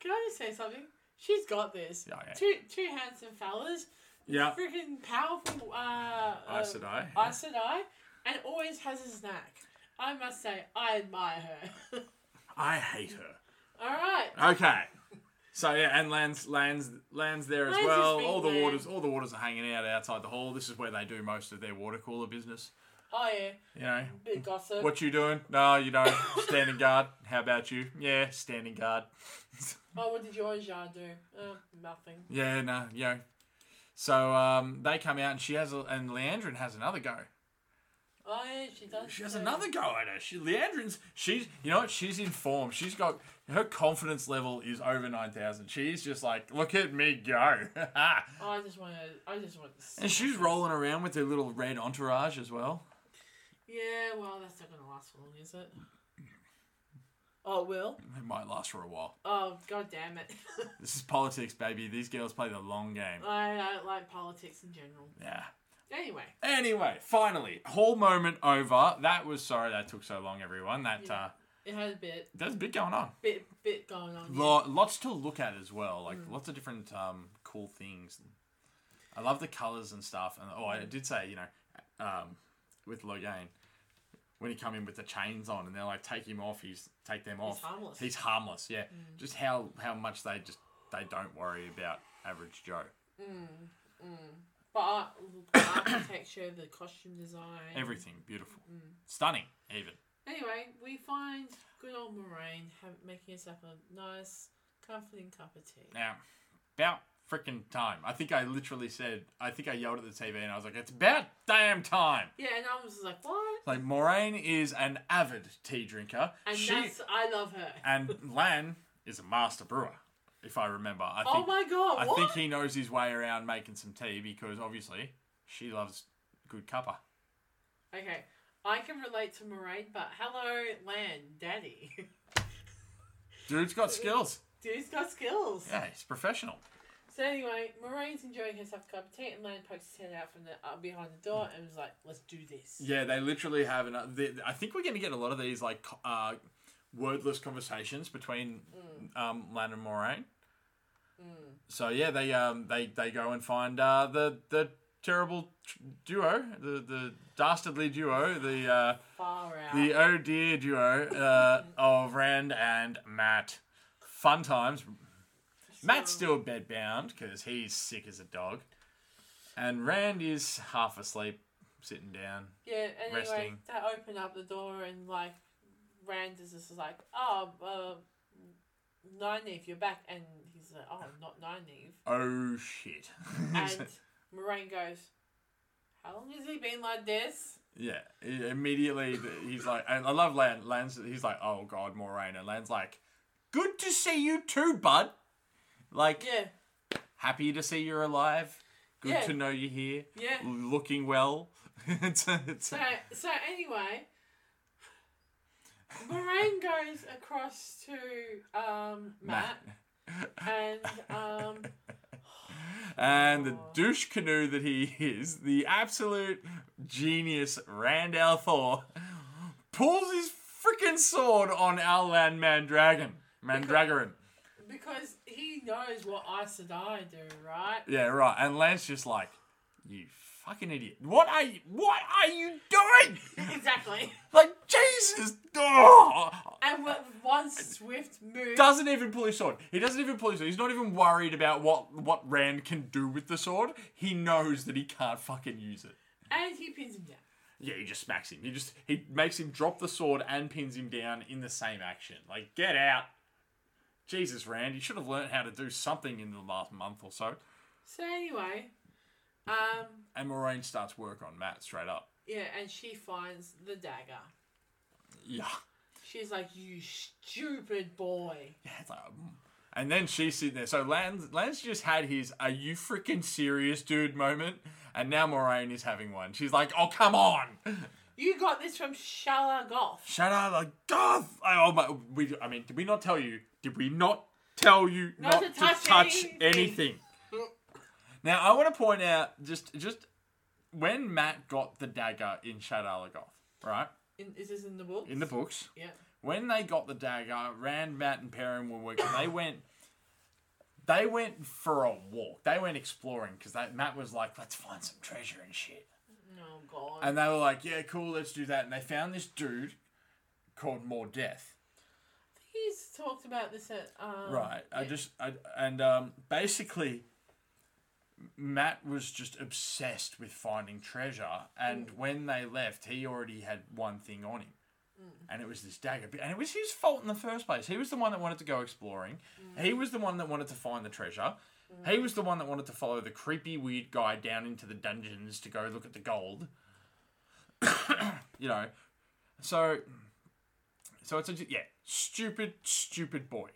Speaker 2: Can I just say something? She's got this.
Speaker 1: Yeah, yeah.
Speaker 2: Two two handsome fellas.
Speaker 1: Yeah.
Speaker 2: freaking powerful uh,
Speaker 1: Aes
Speaker 2: uh,
Speaker 1: Sedai.
Speaker 2: Aes Sedai, and always has his knack. I must say, I admire her. [laughs]
Speaker 1: I hate her.
Speaker 2: All right,
Speaker 1: Okay. So yeah, and lands lands lands there as
Speaker 2: Lands has
Speaker 1: well.
Speaker 2: been
Speaker 1: All the
Speaker 2: there.
Speaker 1: waters all the waters are hanging out outside the hall. This is where they do most of their water cooler business.
Speaker 2: Oh yeah,
Speaker 1: You know,
Speaker 2: bit of gossip.
Speaker 1: what you doing? No, you
Speaker 2: [laughs]
Speaker 1: don't. standing guard. How about you? Yeah, standing guard.
Speaker 2: Oh, what did your Jean do? Uh, nothing.
Speaker 1: Yeah, no, you know. So um, they come out and she has a, and Leandrin has another go.
Speaker 2: Oh yeah, she does.
Speaker 1: She has
Speaker 2: too.
Speaker 1: another go at her. She Leandrin's she's you know what? She's in form. She's got her confidence level is over nine thousand. She's just like, look at me go. [laughs]
Speaker 2: Oh, I just want to. I just want to.
Speaker 1: and she's rolling around with her little red entourage as well.
Speaker 2: Yeah, well, that's not gonna last long, is it? Oh, it will.
Speaker 1: It might last for a while.
Speaker 2: Oh, god damn it! [laughs]
Speaker 1: This is politics, baby. These girls play the long game.
Speaker 2: I don't like politics in general.
Speaker 1: Yeah.
Speaker 2: Anyway,
Speaker 1: Anyway, finally, whole moment over. That was sorry that took so long, everyone. That
Speaker 2: Yeah.
Speaker 1: uh,
Speaker 2: it had a bit,
Speaker 1: there's a bit going on.
Speaker 2: bit, bit going on. yeah.
Speaker 1: Lo- lots to look at as well. Like lots of different um, cool things. I love the colors and stuff. And oh, I did say you know, um, with Logan, when he come in with the chains on and they're like take him off, he's take them off.
Speaker 2: harmless.
Speaker 1: He's harmless. Yeah. Just how how much they just they don't worry about average Joe.
Speaker 2: But uh, the architecture, the costume design.
Speaker 1: Everything beautiful, stunning even.
Speaker 2: Anyway, we find good old Moraine have, making us up a nice, comforting cup of tea.
Speaker 1: Now, about freaking time. I think I literally said. I think I yelled at the TV and I was like, "It's about damn time."
Speaker 2: Yeah, and I was just like, what?
Speaker 1: Like Moraine is an avid tea drinker.
Speaker 2: And
Speaker 1: she
Speaker 2: that's I love her.
Speaker 1: and Lan is a master brewer, if I remember. I
Speaker 2: oh
Speaker 1: think
Speaker 2: my god!
Speaker 1: I
Speaker 2: what?
Speaker 1: think he knows his way around making some tea because obviously she loves good cuppa.
Speaker 2: Okay, I can relate to Moraine, but hello, Lan, Daddy. [laughs]
Speaker 1: Dude's got skills.
Speaker 2: Dude's got skills.
Speaker 1: Yeah, he's professional.
Speaker 2: So anyway, Moraine's enjoying herself a cup of tea, and Lan pokes his head out from the uh, behind the door and was like, "Let's do this."
Speaker 1: Yeah, they literally have an. They, I think we're going to get a lot of these like co- uh, wordless conversations between um, Lan and Moraine. So yeah, they um they, they go and find uh, the the terrible tr- duo, the the dastardly duo, the uh,
Speaker 2: Far out.
Speaker 1: the oh dear duo uh, of Rand and Matt. Fun times. Matt's still bedbound because he's sick as a dog, and Rand is half asleep, sitting down.
Speaker 2: yeah. Anyway,
Speaker 1: resting.
Speaker 2: they open up the door and like, Rand is just like, "Oh, uh, Nynaeve, you're back," and he's like, "Oh,
Speaker 1: [laughs]
Speaker 2: not Nynaeve."
Speaker 1: Oh shit! [laughs]
Speaker 2: And Moraine goes, "How long has he been like this?"
Speaker 1: yeah, i- immediately th- he's like, and I love Lan. Lan's he's like, oh god, Moraine, and Lan's like, good to see you too, bud. Like,
Speaker 2: Yeah.
Speaker 1: happy to see you're alive. Good
Speaker 2: Yeah.
Speaker 1: to know you're here.
Speaker 2: Yeah.
Speaker 1: looking well. [laughs] it's, it's,
Speaker 2: So, so anyway, Moraine goes across to um, Matt, and um,
Speaker 1: And the douche canoe that he is, the absolute genius Randall Thor, pulls his freaking sword on Alan Mandragon. Mandragoran.
Speaker 2: because he knows what Aes Sedai do, right?
Speaker 1: Yeah, right. And Lance just like, you fucking idiot. What are you, what are you doing? [laughs]
Speaker 2: Exactly.
Speaker 1: Like, Jesus. Oh.
Speaker 2: And with one swift move,
Speaker 1: Doesn't even pull his sword. He doesn't even pull his sword. He's not even worried about what, what Rand can do with the sword. He knows that he can't fucking use it.
Speaker 2: and he pins him down.
Speaker 1: Yeah, he just smacks him. He just he makes him drop the sword and pins him down in the same action. Like, get out. Jesus, Rand, you should have learned how to do something in the last month or so.
Speaker 2: So anyway, um,
Speaker 1: And Moraine starts work on Matt straight up.
Speaker 2: yeah, and she finds the dagger.
Speaker 1: Yeah.
Speaker 2: She's like, "You stupid boy."
Speaker 1: Yeah, it's like, mm. and then she's sitting there. So Lance, Lance just had his "Are you freaking serious, dude?" moment, and now Moraine is having one. She's like, "Oh, come on!"
Speaker 2: You got this from Shalagoth.
Speaker 1: Shut up, like, God! Oh my, we. I mean, did we not tell you? Did we not tell you
Speaker 2: Not
Speaker 1: not,
Speaker 2: to
Speaker 1: to
Speaker 2: touch
Speaker 1: touch,
Speaker 2: anything.
Speaker 1: anything? now, I want to point out just, just when Matt got the dagger in Shadalagoth, right
Speaker 2: In, is this in the book?
Speaker 1: in the books,
Speaker 2: Yeah.
Speaker 1: when they got the dagger, Rand, Matt, and Perrin were working. They went. They went for a walk. They went exploring because Matt was like, "Let's find some treasure and shit."
Speaker 2: Oh God.
Speaker 1: And they were like, "Yeah, cool, let's do that." And they found this dude called More Death.
Speaker 2: he's talked about this at um,
Speaker 1: Right. I
Speaker 2: yeah.
Speaker 1: just I and um basically Matt was just obsessed with finding treasure and
Speaker 2: Mm.
Speaker 1: when they left he already had one thing on him.
Speaker 2: Mm.
Speaker 1: And it was this dagger. But- And it was his fault in the first place. He was the one that wanted to go exploring.
Speaker 2: Mm.
Speaker 1: He was the one that wanted to find the treasure. He was the one that wanted to follow the creepy weird guy down into the dungeons to go look at the gold. [coughs] you know. So so it's a yeah, stupid stupid boy.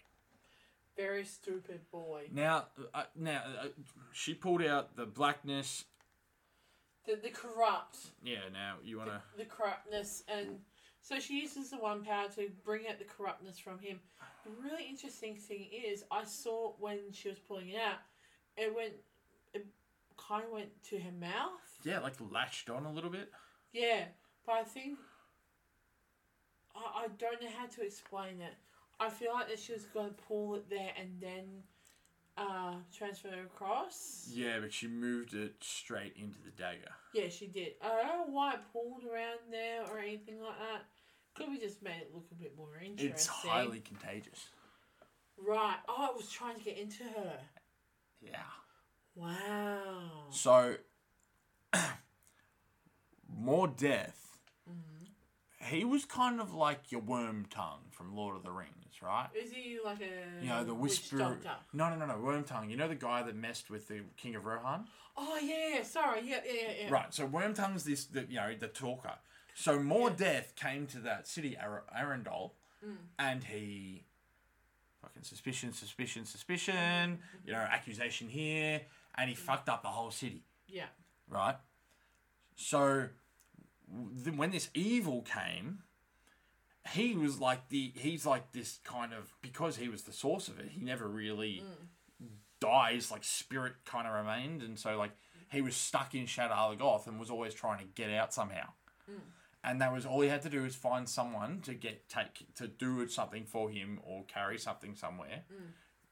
Speaker 2: very stupid boy.
Speaker 1: Now, uh, now uh, she pulled out the blackness.
Speaker 2: The the corrupt,
Speaker 1: Yeah. Now you wanna.
Speaker 2: the corruptness, and so she uses the one power to bring out the corruptness from him. The really interesting thing is, I saw when she was pulling it out, it went, it kind of went to her mouth.
Speaker 1: Yeah, like latched on a little bit.
Speaker 2: Yeah, but I think I, I don't know how to explain it. I feel like that she was going to pull it there and then uh, transfer it across.
Speaker 1: Yeah, but she moved it straight into the dagger.
Speaker 2: Yeah, she did. I don't know why it pulled around there or anything like that. Could we just made it look a bit more interesting?
Speaker 1: It's highly contagious.
Speaker 2: right. Oh, it was trying to get into her.
Speaker 1: Yeah.
Speaker 2: Wow.
Speaker 1: So, [clears throat] more death.
Speaker 2: Mm-hmm.
Speaker 1: He was kind of like your worm tongue from Lord of the Rings, right?
Speaker 2: Is he like a
Speaker 1: You know the
Speaker 2: witch
Speaker 1: whisperer.
Speaker 2: Mm-hmm. doctor?
Speaker 1: No, no, no, no. Worm tongue. You know the guy that messed with the King of Rohan.
Speaker 2: Oh yeah, yeah, sorry, yeah, yeah, yeah, yeah.
Speaker 1: Right. So Wormtongue's this, the, you know, the talker. So more death came to that city, Ar- Arendelle,
Speaker 2: Mm.
Speaker 1: and he fucking suspicion, suspicion, suspicion. You know, accusation here, and
Speaker 2: Mm.
Speaker 1: he fucked up the whole city.
Speaker 2: Yeah.
Speaker 1: Right. So w- th- when this evil came. He was like the he's like this kind of because he was the source of it. He never really dies, like spirit kind of remained, and so like he was stuck in Shadow Halagoth and was always trying to get out somehow. And that was all he had to do was find someone to get take to do something for him or carry something somewhere,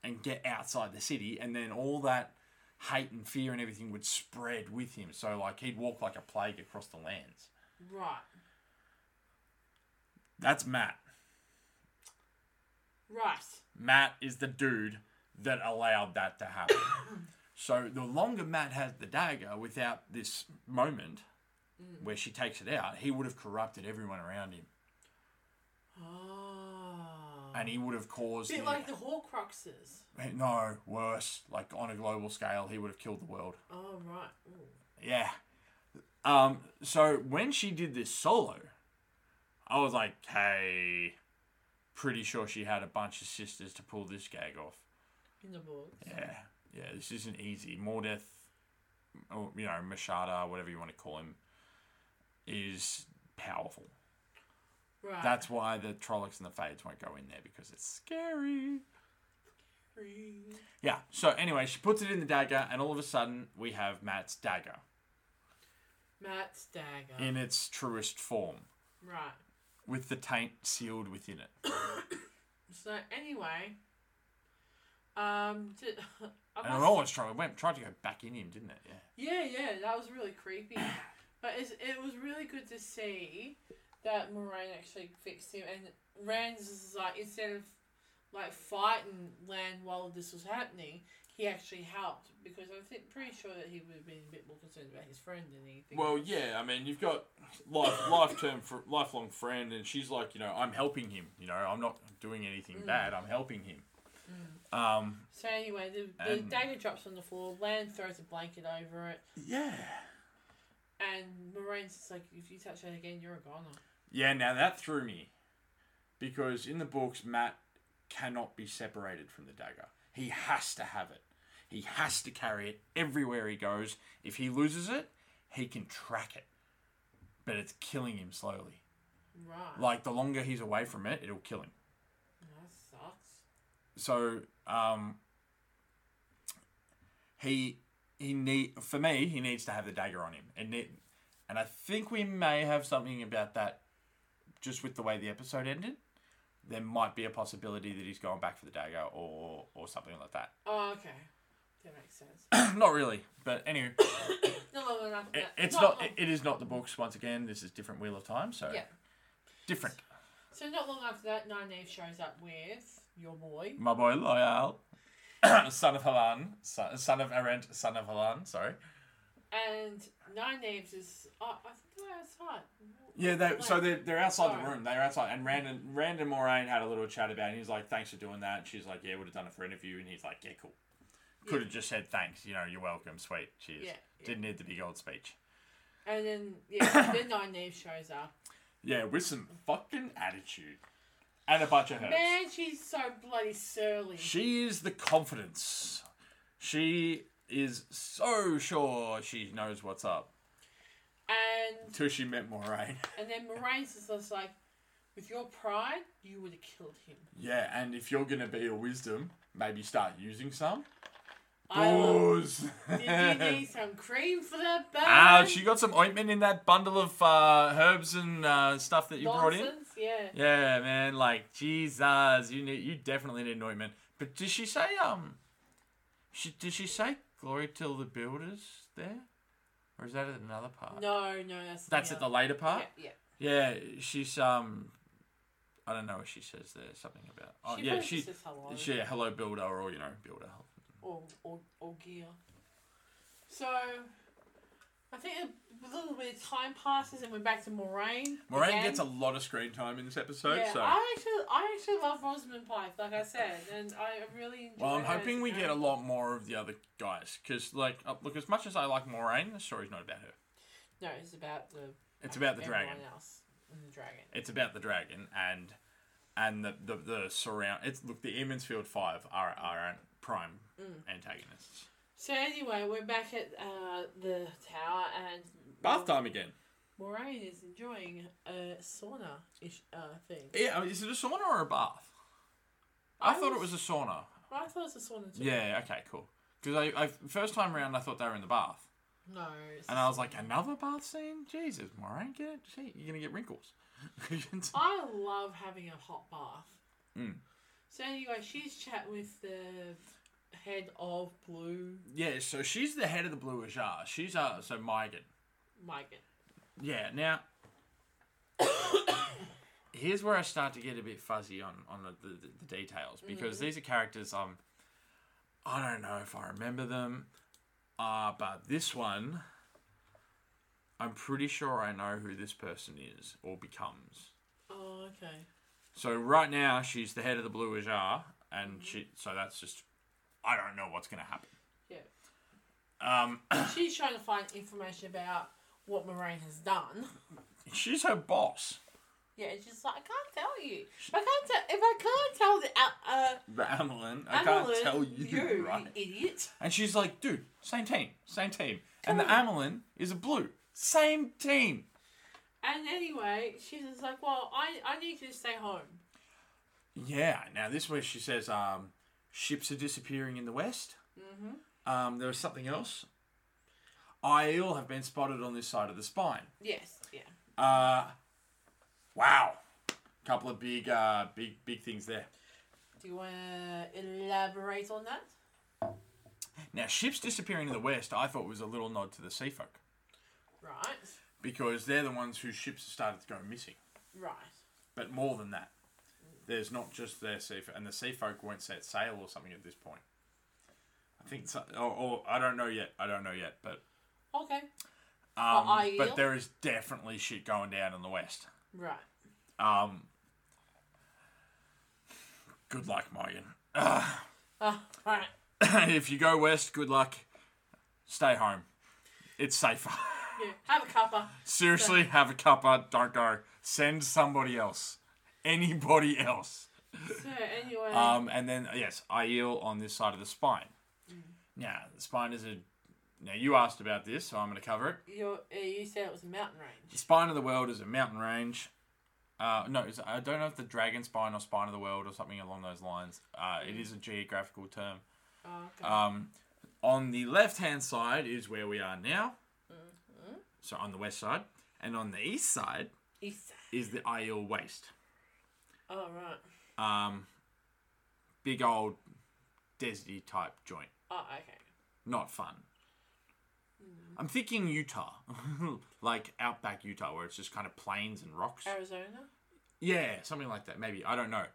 Speaker 1: and get outside the city, and then all that hate and fear and everything would spread with him. So like he'd walk like a plague across the lands.
Speaker 2: Right.
Speaker 1: That's Matt.
Speaker 2: Right.
Speaker 1: Matt is the dude that allowed that to happen. so the longer Matt has the dagger without this moment where she takes it out, he would have corrupted everyone around him.
Speaker 2: Oh.
Speaker 1: And he would have caused.
Speaker 2: bit
Speaker 1: the-
Speaker 2: like the Horcruxes.
Speaker 1: no, worse. Like on a global scale, he would have killed the world.
Speaker 2: Oh, right. Ooh.
Speaker 1: Yeah. Um, so when she did this solo, I was like, hey, pretty sure she had a bunch of sisters to pull this gag off.
Speaker 2: In the books.
Speaker 1: Yeah, yeah, this isn't easy. Mordeth, or you know, Mashada, whatever you want to call him, is powerful.
Speaker 2: Right.
Speaker 1: That's why the Trollocs and the Fades won't go in there because it's scary.
Speaker 2: Free.
Speaker 1: Yeah, so anyway, she puts it in the dagger, and all of a sudden, we have Matt's dagger
Speaker 2: Matt Stagger.
Speaker 1: in its truest form
Speaker 2: right.
Speaker 1: with the taint sealed within it.
Speaker 2: So, anyway. Um, did, [laughs] I
Speaker 1: And it
Speaker 2: must-
Speaker 1: always tried, it went, tried to go back in him, didn't it? Yeah.
Speaker 2: yeah, yeah, that was really creepy. but it's, it was really good to see that Moraine actually fixed him. And Rand's is like, instead of like fighting Land while this was happening, he actually helped because I'm thi- pretty sure that he would have been a bit more concerned about his friend than anything.
Speaker 1: Well, yeah, I mean, you've got life, lifetime, fr- lifelong friend, and she's like, you know, I'm helping him. You know, I'm not doing anything
Speaker 2: Mm.
Speaker 1: bad. I'm helping him. Um,
Speaker 2: So anyway, the, the
Speaker 1: And-
Speaker 2: dagger drops on the floor. Lan throws a blanket over it,
Speaker 1: yeah,
Speaker 2: and Moraine's just like, "If you touch that again, you're a goner."
Speaker 1: yeah. Now that threw me because in the books, Matt cannot be separated from the dagger. He has to have it. He has to carry it everywhere he goes. If he loses it, he can track it, but it's killing him slowly.
Speaker 2: Right.
Speaker 1: Like the longer he's away from it, it'll kill him.
Speaker 2: that sucks.
Speaker 1: so um, he he need for me he needs to have the dagger on him and it, and I think we may have something about that just with the way the episode ended there might be a possibility that he's going back for the dagger or or something like that [coughs]
Speaker 2: Oh, okay. That makes sense.
Speaker 1: not really but anyway [coughs]
Speaker 2: Not long enough.
Speaker 1: it,
Speaker 2: that-
Speaker 1: it's
Speaker 2: not [laughs]
Speaker 1: not
Speaker 2: long-
Speaker 1: it, it is not the books once again this is different wheel of time so
Speaker 2: yeah.
Speaker 1: different
Speaker 2: So not long after that, Nynaeve shows up with your boy.
Speaker 1: My boy Loyal, [coughs] son of Halan, son, son of Erend, son of Halan, sorry.
Speaker 2: And Nynaeve's is, oh, I think they're outside.
Speaker 1: Yeah, they, so
Speaker 2: Wait.
Speaker 1: they're, they're outside the
Speaker 2: Sorry.
Speaker 1: room. They're outside. And Rand and, Rand and Moraine had a little chat about it. And he's like, thanks for doing that. And she's like, yeah, would have done it for interview. And he's like, yeah, cool. Could have just said thanks. You know, you're welcome. Sweet. Cheers.
Speaker 2: Yeah, yeah.
Speaker 1: Didn't need the big old speech.
Speaker 2: And then,
Speaker 1: [coughs]
Speaker 2: yeah, then Nynaeve shows up.
Speaker 1: Yeah, with some fucking attitude. And a bunch of herbs.
Speaker 2: Man, she's so bloody surly.
Speaker 1: She is the confidence. She is so sure she knows what's up.
Speaker 2: And
Speaker 1: Till she met Moraine. [laughs]
Speaker 2: and then Moraine's is just like, with your pride, you would have killed him.
Speaker 1: Yeah, and if you're gonna be a wisdom, maybe start using some.
Speaker 2: I will-
Speaker 1: Booze.
Speaker 2: Did
Speaker 1: [laughs]
Speaker 2: you need some cream for that bag?
Speaker 1: Ah, she got some ointment in that bundle of uh, herbs and uh, stuff that you brought in.
Speaker 2: Nonsense, Yeah.
Speaker 1: Yeah, man. Like Jesus, you need, you definitely need an ointment. But did she say um? She did she say glory till the builders there, or is that at another part?
Speaker 2: No, no, that's
Speaker 1: That's at the later
Speaker 2: yeah,
Speaker 1: part.
Speaker 2: yeah.
Speaker 1: Yeah, she's um, I don't know what she says there. Something about oh
Speaker 2: She
Speaker 1: yeah,
Speaker 2: probably
Speaker 1: she
Speaker 2: just says hello.
Speaker 1: she yeah, hello builder or you know builder.
Speaker 2: or, or, or gear. So, I think a little bit of time passes and we're back to Moraine.
Speaker 1: Moraine
Speaker 2: again.
Speaker 1: gets a lot of screen time in this episode,
Speaker 2: yeah,
Speaker 1: so
Speaker 2: I actually, I actually love Rosamund Pike, like I said, and I really enjoy.
Speaker 1: well, I'm
Speaker 2: her
Speaker 1: hoping we
Speaker 2: as a
Speaker 1: get a
Speaker 2: character.
Speaker 1: lot more of the other guys because like uh, look, as much as I like Moraine, the story's not about her.
Speaker 2: No, it's about the.
Speaker 1: It's about the
Speaker 2: everyone
Speaker 1: dragon.
Speaker 2: else and the dragon.
Speaker 1: It's about the dragon and and the the, the surround. It's look the Emmonsfield Five are are our prime antagonists.
Speaker 2: So anyway, we're back at uh, the tower and
Speaker 1: Bath time again.
Speaker 2: Moraine is enjoying a sauna ish uh, thing.
Speaker 1: Yeah, I mean, is it a sauna or a bath? I thought it was a sauna.
Speaker 2: I thought it was a sauna too.
Speaker 1: Yeah. Okay. Cool. Because I, I first time round I thought they were in the bath,
Speaker 2: No. It's
Speaker 1: and I was like, another bath scene. Jesus, Moraine, get it? Gee, you're gonna get wrinkles. [laughs]
Speaker 2: I love having a hot bath.
Speaker 1: Mm.
Speaker 2: So anyway, she's chat with the head of Blue
Speaker 1: yeah. So she's the head of the Blue Ajar. She's uh. So Megan.
Speaker 2: Megan.
Speaker 1: Yeah. Now. [coughs] Here's where I start to get a bit fuzzy on on the, the, the details because these are characters um I don't know if I remember them, uh, but this one I'm pretty sure I know who this person is or becomes.
Speaker 2: Oh, okay.
Speaker 1: So right now she's the head of the Blue Ajar, and she. So that's just, I don't know what's gonna happen.
Speaker 2: Yeah.
Speaker 1: Um,
Speaker 2: she's trying to find information about what Moraine has done.
Speaker 1: she's her boss.
Speaker 2: Yeah, and she's like, I can't tell you. I can't tell if I can't tell the uh, uh
Speaker 1: The Amelin,
Speaker 2: Amelin, you idiot.
Speaker 1: And she's like, dude, same team, same team. and the Amelin is a blue, same team.
Speaker 2: And anyway, she's just like, Well, I I need you to stay home.
Speaker 1: Yeah. Now this way she says, um, ships are disappearing in the west. Mm-hmm. Um, there was something else. Aiel have been spotted on this side of the spine.
Speaker 2: Yes, yeah.
Speaker 1: Uh, wow. Couple of big, uh, big, big things there.
Speaker 2: Do you wanna elaborate on that?
Speaker 1: Now, ships disappearing in the west, I thought was a little nod to the sea folk
Speaker 2: Right.
Speaker 1: because they're the ones whose ships started to go missing.
Speaker 2: Right.
Speaker 1: But more than that, there's not just their sea folk, and the sea folk won't set sail or something at this point. I think, so, or, or I don't know yet. I don't know yet, but
Speaker 2: Okay.
Speaker 1: um,
Speaker 2: Aiel?
Speaker 1: but there is definitely shit going down in the west.
Speaker 2: Right.
Speaker 1: Um, good luck, Morgan. [laughs]
Speaker 2: Uh, right.
Speaker 1: if you go west, good luck. Stay home. It's safer. [laughs]
Speaker 2: Yeah, have a cuppa.
Speaker 1: Seriously, have a cuppa. Don't go. Send somebody else. Anybody else.
Speaker 2: So anyway,
Speaker 1: Um, and then yes, Aiel on this side of the spine. Now the spine is a. Now you asked about this, so I'm going to cover it.
Speaker 2: you you said it was a mountain
Speaker 1: The
Speaker 2: range.
Speaker 1: spine of the world is a mountain range. Uh, no, it's, I don't know if the dragon spine or spine of the world or something along those lines. Uh, it is a geographical term.
Speaker 2: Oh, okay.
Speaker 1: Um, on the left hand side is where we are now. So on the west side. And on the east side
Speaker 2: East.
Speaker 1: is the Aiel Waste.
Speaker 2: Oh right.
Speaker 1: Um, big old deserty type joint.
Speaker 2: Oh okay.
Speaker 1: Not fun. I'm thinking [laughs]
Speaker 2: Oh.
Speaker 1: Utah. like outback Utah where it's just kind of plains and rocks.
Speaker 2: Arizona.
Speaker 1: Yeah, something like that. Maybe I don't know.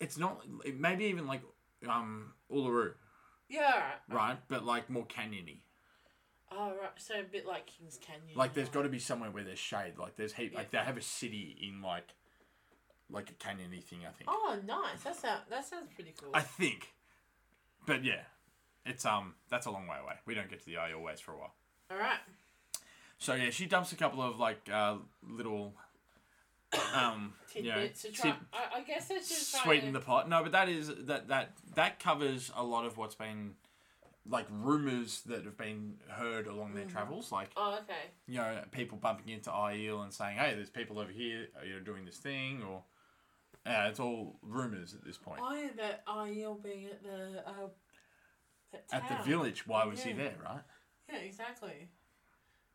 Speaker 1: It's not it- maybe even like um Uluru,
Speaker 2: Yeah, alright.
Speaker 1: right? But like more canyony.
Speaker 2: Oh, right. So a bit like Kings Canyon.
Speaker 1: Like there's
Speaker 2: and
Speaker 1: got to be somewhere where there's shade. Like there's heat. Like they
Speaker 2: Yeah.
Speaker 1: have a city in like like a canyony thing. I think.
Speaker 2: all that. Oh, nice. That sounds that sounds pretty cool.
Speaker 1: I think. But yeah, it's um that's a long way away. We don't get to the eye always for a while.
Speaker 2: All right.
Speaker 1: So yeah, she dumps a couple of like uh, little um you know,
Speaker 2: Tidbits to try.
Speaker 1: tid-
Speaker 2: I, I guess that's just trying
Speaker 1: sweeten
Speaker 2: to-
Speaker 1: the pot. No, but that is that that that covers a lot of what's been like rumors that have been heard along their travels. Like
Speaker 2: Oh, okay.
Speaker 1: you know, people bumping into Aiel and saying, "Hey, there's people over here, uh, you know, doing this thing," or yeah, it's all rumors at this point.
Speaker 2: I that Aiel being oh, at the uh, that
Speaker 1: At the
Speaker 2: town.
Speaker 1: village, why was he
Speaker 2: Yeah.
Speaker 1: there, right?
Speaker 2: Yeah, exactly.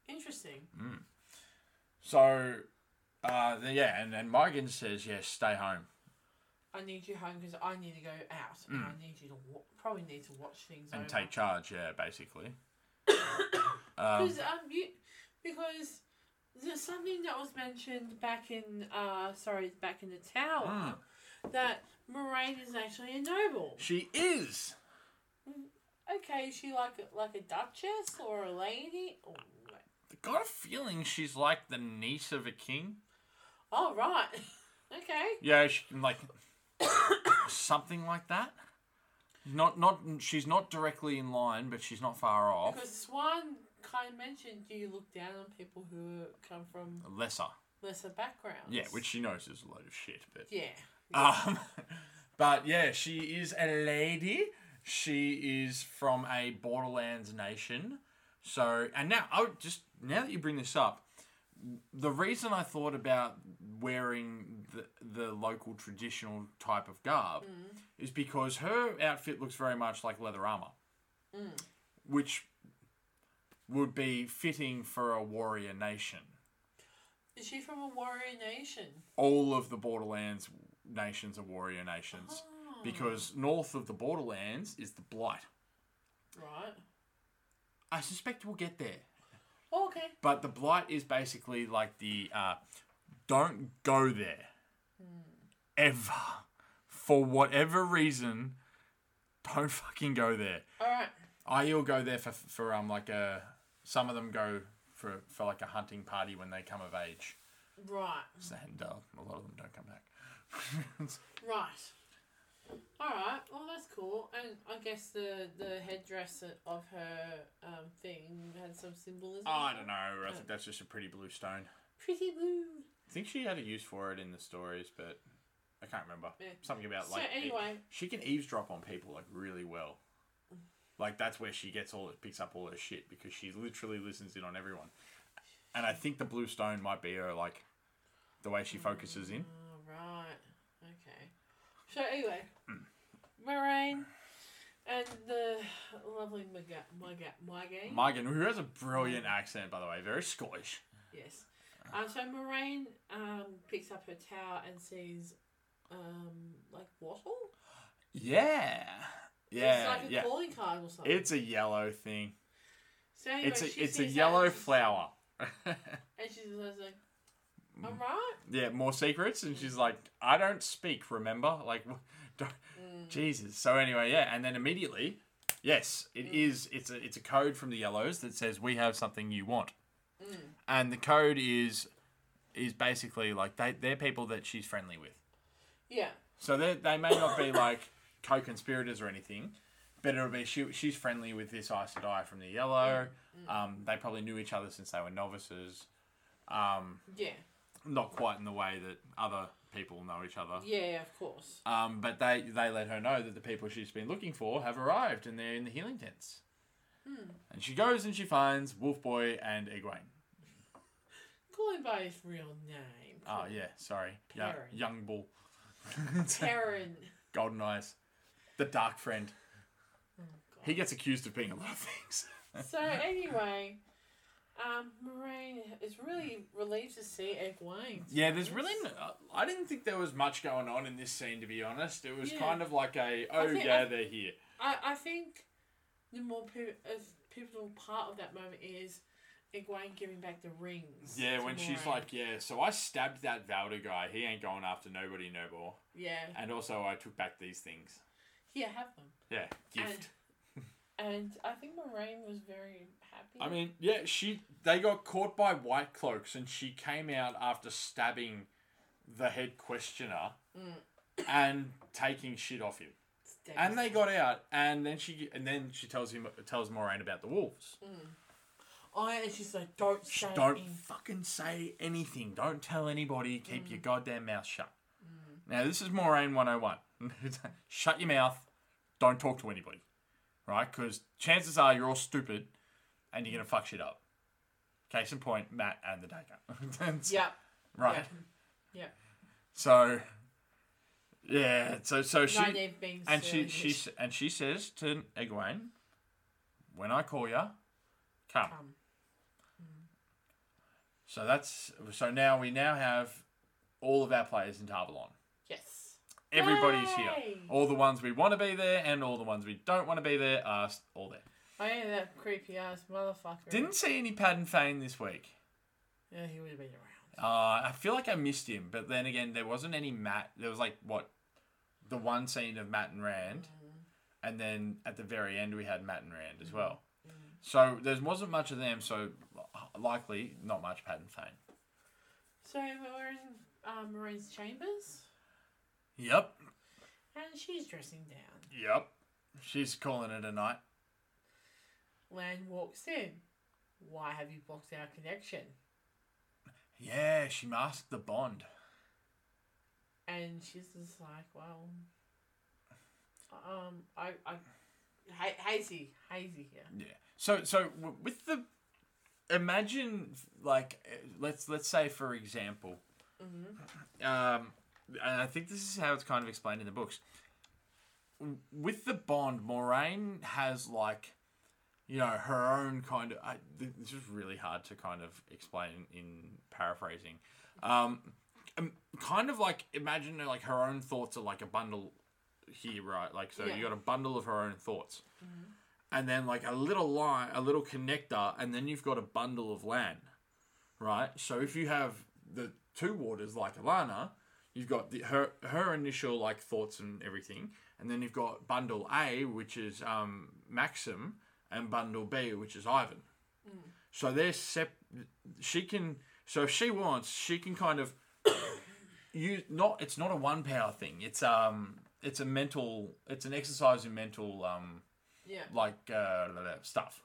Speaker 2: Interesting.
Speaker 1: So, uh, then, yeah, and, and Morgan says, yes, stay home.
Speaker 2: I need you home because I need to go out and I need you to wa- probably need to watch things
Speaker 1: Mm. And
Speaker 2: over.
Speaker 1: take charge, yeah, basically. um,
Speaker 2: because um, you, because there's something that was mentioned back in uh sorry back in the tower
Speaker 1: Mm.
Speaker 2: that Moraine is actually a noble.
Speaker 1: she is.
Speaker 2: Okay, is she like a- like a duchess or a lady? Oh, right.
Speaker 1: Got a feeling she's like the niece of a king.
Speaker 2: Oh, right. [laughs] okay.
Speaker 1: Yeah, she can, like, [coughs] something like that. Not, not, she's not directly in line, but she's not far off.
Speaker 2: Because Swan kind of mentioned, do you look down on people who come from
Speaker 1: Lesser.
Speaker 2: lesser backgrounds?
Speaker 1: Yeah, which she knows is a load of shit, but.
Speaker 2: Yeah.
Speaker 1: Um, [laughs] but yeah, she is a lady. She is from a Borderlands nation. So, and now I would just now that you bring this up, the reason I thought about wearing the the local traditional type of garb is because her outfit looks very much like leather armor, which would be fitting for a warrior nation.
Speaker 2: Is she from a warrior nation?
Speaker 1: All of the Borderlands nations are warrior nations because north of the borderlands is the blight.
Speaker 2: Right.
Speaker 1: I suspect we'll get there,
Speaker 2: Oh, okay.
Speaker 1: but the blight is basically like the uh, don't go there ever for whatever reason. Don't fucking go there.
Speaker 2: All right.
Speaker 1: I'll go there for for um like a some of them go for for like a hunting party when they come of age,
Speaker 2: Right.
Speaker 1: and uh, a lot of them don't come [laughs] back.
Speaker 2: Right. All right. Well, that's cool. And I guess the the headdress of her um, thing had some symbolism.
Speaker 1: Oh, I don't know. I think that's just a pretty blue stone.
Speaker 2: Pretty blue.
Speaker 1: I think she had a use for it in the stories, but I can't remember.
Speaker 2: Yeah.
Speaker 1: Something about
Speaker 2: So
Speaker 1: like e-
Speaker 2: anyway.
Speaker 1: she can eavesdrop on people like really well. Like that's where she gets all picks up all her shit because she literally listens in on everyone. And I think the blue stone might be her like the way she focuses in.
Speaker 2: All right. Okay. So anyway,
Speaker 1: Hmm.
Speaker 2: Moraine and the lovely Maga Maga Maga.
Speaker 1: Megan, who has a
Speaker 2: Mm.
Speaker 1: brilliant accent by the way, very Scottish.
Speaker 2: Yes. Um, so Moraine um, picks up her tower and sees um, like wattle.
Speaker 1: Yeah. Yeah.
Speaker 2: It's like a
Speaker 1: yeah.
Speaker 2: calling card or something.
Speaker 1: It's a yellow thing.
Speaker 2: so anyway,
Speaker 1: It's
Speaker 2: she
Speaker 1: a it's a
Speaker 2: sees that
Speaker 1: yellow
Speaker 2: and she's-
Speaker 1: flower. [laughs]
Speaker 2: And she's like, all right.
Speaker 1: yeah, more secrets, and she's like, "I don't speak, remember?" Like, [laughs] wh- don't, Jesus. So anyway, yeah, and then immediately, yes, it is. It's a it's a code from the Yellows that says we have something you want, and the code is is basically like they they're people that she's friendly with.
Speaker 2: Yeah.
Speaker 1: So they they may not be like co-conspirators or anything, but it'll be she she's friendly with this Aes Sedai from the Yellow. Um, they probably knew each other since they were novices. Um,
Speaker 2: Yeah.
Speaker 1: not quite in the way that other people know each other.
Speaker 2: Yeah, of course.
Speaker 1: Um, but they they let her know that the people she's been looking for have arrived and they're in the healing tents.
Speaker 2: Hmm.
Speaker 1: And she goes and she finds Wolf Boy and Egwene.
Speaker 2: Call him by his real name.
Speaker 1: Oh yeah, sorry, yeah,
Speaker 2: Perrin.
Speaker 1: Young
Speaker 2: [laughs]
Speaker 1: Bull, [laughs]
Speaker 2: Karen.
Speaker 1: Golden Eyes, the Dark Friend.
Speaker 2: Oh, God.
Speaker 1: He gets accused of being a lot of things.
Speaker 2: [laughs] so anyway, um, Moraine is really relieved to see Egwene. to
Speaker 1: Yeah,
Speaker 2: be
Speaker 1: there's
Speaker 2: honest.
Speaker 1: really. No, I didn't think there was much going on in this scene, to be honest. It was
Speaker 2: Yeah.
Speaker 1: kind of like a oh
Speaker 2: think
Speaker 1: yeah,
Speaker 2: I-
Speaker 1: they're here.
Speaker 2: I I think the more pi- as pivotal part of that moment is Egwene giving back the rings.
Speaker 1: Yeah,
Speaker 2: to
Speaker 1: when she's
Speaker 2: Moiraine.
Speaker 1: like, yeah, so I stabbed that Valda guy. He ain't going after nobody no more.
Speaker 2: yeah,
Speaker 1: And also, I took back these things.
Speaker 2: yeah, have them.
Speaker 1: Yeah, gift.
Speaker 2: And I think Moraine was very happy.
Speaker 1: I mean, yeah, she they got caught by white cloaks, and she came out after stabbing the head questioner and taking shit off him.
Speaker 2: It's dead.
Speaker 1: And they got out, and then she and then she tells him tells Moraine about the wolves.
Speaker 2: Oh, yeah, and she's like, don't
Speaker 1: Shh,
Speaker 2: say
Speaker 1: Don't
Speaker 2: anything.
Speaker 1: fucking say anything. Don't tell anybody. Keep
Speaker 2: Mm.
Speaker 1: your goddamn mouth shut. Now, this is Moraine 101. [laughs] shut your mouth. Don't talk to anybody. Right? Because chances are you're all stupid and you're going to fuck shit up. Case in point, Matt and the [laughs] Daker.
Speaker 2: Yeah,
Speaker 1: Right?
Speaker 2: yeah. yeah.
Speaker 1: So, yeah. So, so she.
Speaker 2: Nynaeve being
Speaker 1: And
Speaker 2: silly
Speaker 1: she, she
Speaker 2: bitch.
Speaker 1: s- and she says to Egwene, "When I call ya, come."
Speaker 2: Come.
Speaker 1: So that's so now we now have all of our players in Tarvalon.
Speaker 2: yes.
Speaker 1: Everybody's here.
Speaker 2: Yay!
Speaker 1: All the ones we want to be there and all the ones we don't want to be there are s- all there.
Speaker 2: I am Oh, that creepy ass motherfucker.
Speaker 1: Didn't see any Padden Fane this week.
Speaker 2: Yeah, he would have been around.
Speaker 1: Uh, I feel like I missed him, but then again, there wasn't any Matt. There was like what the one scene of Matt and Rand, and then at the very end we had Matt and Rand as well. So there wasn't much of them. So uh, likely not much Padden Fane.
Speaker 2: So we're in um, Moraine's chambers,
Speaker 1: Yep.
Speaker 2: and she's dressing down.
Speaker 1: Yep. She's calling it a night.
Speaker 2: Lan walks in. Why have you blocked our connection?
Speaker 1: Yeah, she masked the Bond.
Speaker 2: And she's just like, well, um, I, I, ha- hazy, hazy here.
Speaker 1: Yeah. So so w- with the imagine like eh, let's let's say for example, um, and I think this is how it's kind of explained in the books. W- With the Bond, Moraine has like, you know, her own kind of. I, th- this is really hard to kind of explain in paraphrasing. Um, um, kind of like imagine like her own thoughts are like a bundle here, right? Like so,
Speaker 2: Yeah.
Speaker 1: you got a bundle of her own thoughts, and then like a little line, a little connector, and then you've got a bundle of land, right? So if you have the two waters like Alana, you've got the, her her initial like thoughts and everything, and then you've got bundle A, which is um, Maxim, and bundle B, which is Ivan. So they're sep- She can. So if she wants, she can kind of [coughs] you not it's not a one power thing it's um it's a mental it's an exercise in mental um
Speaker 2: Yeah.
Speaker 1: like uh blah, blah, stuff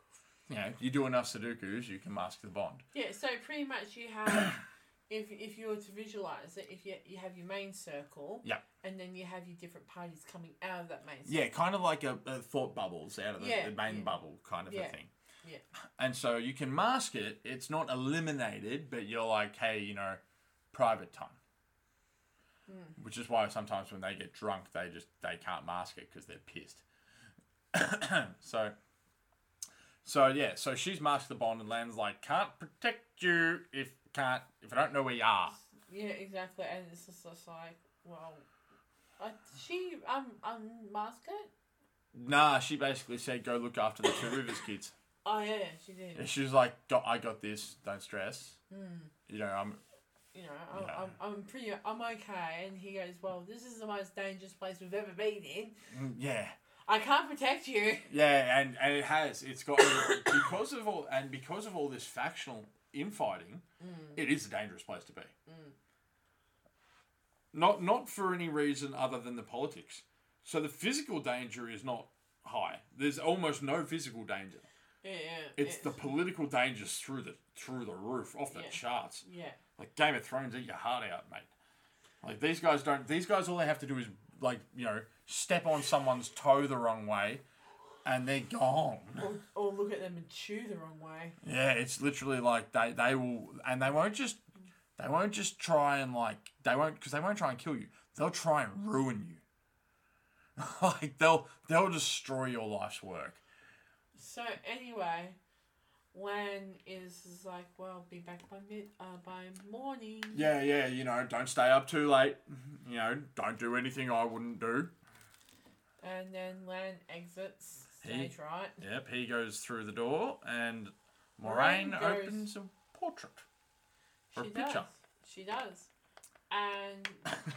Speaker 1: you know you do enough sudokus you can mask the bond
Speaker 2: Yeah, so pretty much you have, [coughs] if, if you were to visualize it, if you, you have your main circle,
Speaker 1: Yeah.
Speaker 2: and then you have your different parties coming out of that main circle.
Speaker 1: yeah kind of like a, a thought bubbles out of the,
Speaker 2: Yeah,
Speaker 1: the main
Speaker 2: yeah.
Speaker 1: bubble kind of a
Speaker 2: Yeah,
Speaker 1: thing
Speaker 2: yeah.
Speaker 1: and so you can mask it it's not eliminated but you're like hey you know private time
Speaker 2: Hmm.
Speaker 1: which is why sometimes when they get drunk they just they can't mask it because they're pissed [coughs] so so yeah so she's masked the bond and lands like can't protect you if can't if i don't know where you are
Speaker 2: Yeah, exactly. And it's just, just like, well, uh, she um unmasked it.
Speaker 1: nah she basically said go look after the two rivers kids
Speaker 2: Oh yeah, she
Speaker 1: and
Speaker 2: did.
Speaker 1: she was like "Got- i got this don't stress
Speaker 2: Hmm.
Speaker 1: you know i'm
Speaker 2: You know, I'm,
Speaker 1: Yeah.
Speaker 2: I'm, I'm pretty, I'm okay. And he goes, well, this is the most dangerous place we've ever been in.
Speaker 1: mm, yeah
Speaker 2: I can't protect you. [laughs]
Speaker 1: Yeah, and, and it has. It's got because of all and because of all this factional infighting,
Speaker 2: Hmm.
Speaker 1: it is a dangerous place to be. Not not for any reason other than the politics. So the physical danger is not high. There's almost no physical danger.
Speaker 2: Yeah, yeah.
Speaker 1: It's the political dangers through the through the roof, off the
Speaker 2: Yeah.
Speaker 1: charts.
Speaker 2: yeah.
Speaker 1: Like Game of Thrones, eat your heart out, mate. Like these guys don't. These guys, all they have to do is like you know step on someone's toe the wrong way, and they're gone.
Speaker 2: Or, or look at them and chew the wrong way.
Speaker 1: Yeah, it's literally like they they will, and they won't just they won't just try and like they won't because they won't try and kill you. They'll try and ruin you. [laughs] like they'll they'll destroy your life's work.
Speaker 2: So anyway, Lan is just like, well, be back by mid, uh, by morning.
Speaker 1: Yeah, yeah, you know, don't stay up too late. You know, don't do anything I wouldn't do.
Speaker 2: And then Lan exits
Speaker 1: He-
Speaker 2: stage right.
Speaker 1: Yep, he goes through the door and Moraine
Speaker 2: Moraine goes-
Speaker 1: opens a portrait. Or a
Speaker 2: She
Speaker 1: picture.
Speaker 2: does. She does.
Speaker 1: [laughs]
Speaker 2: And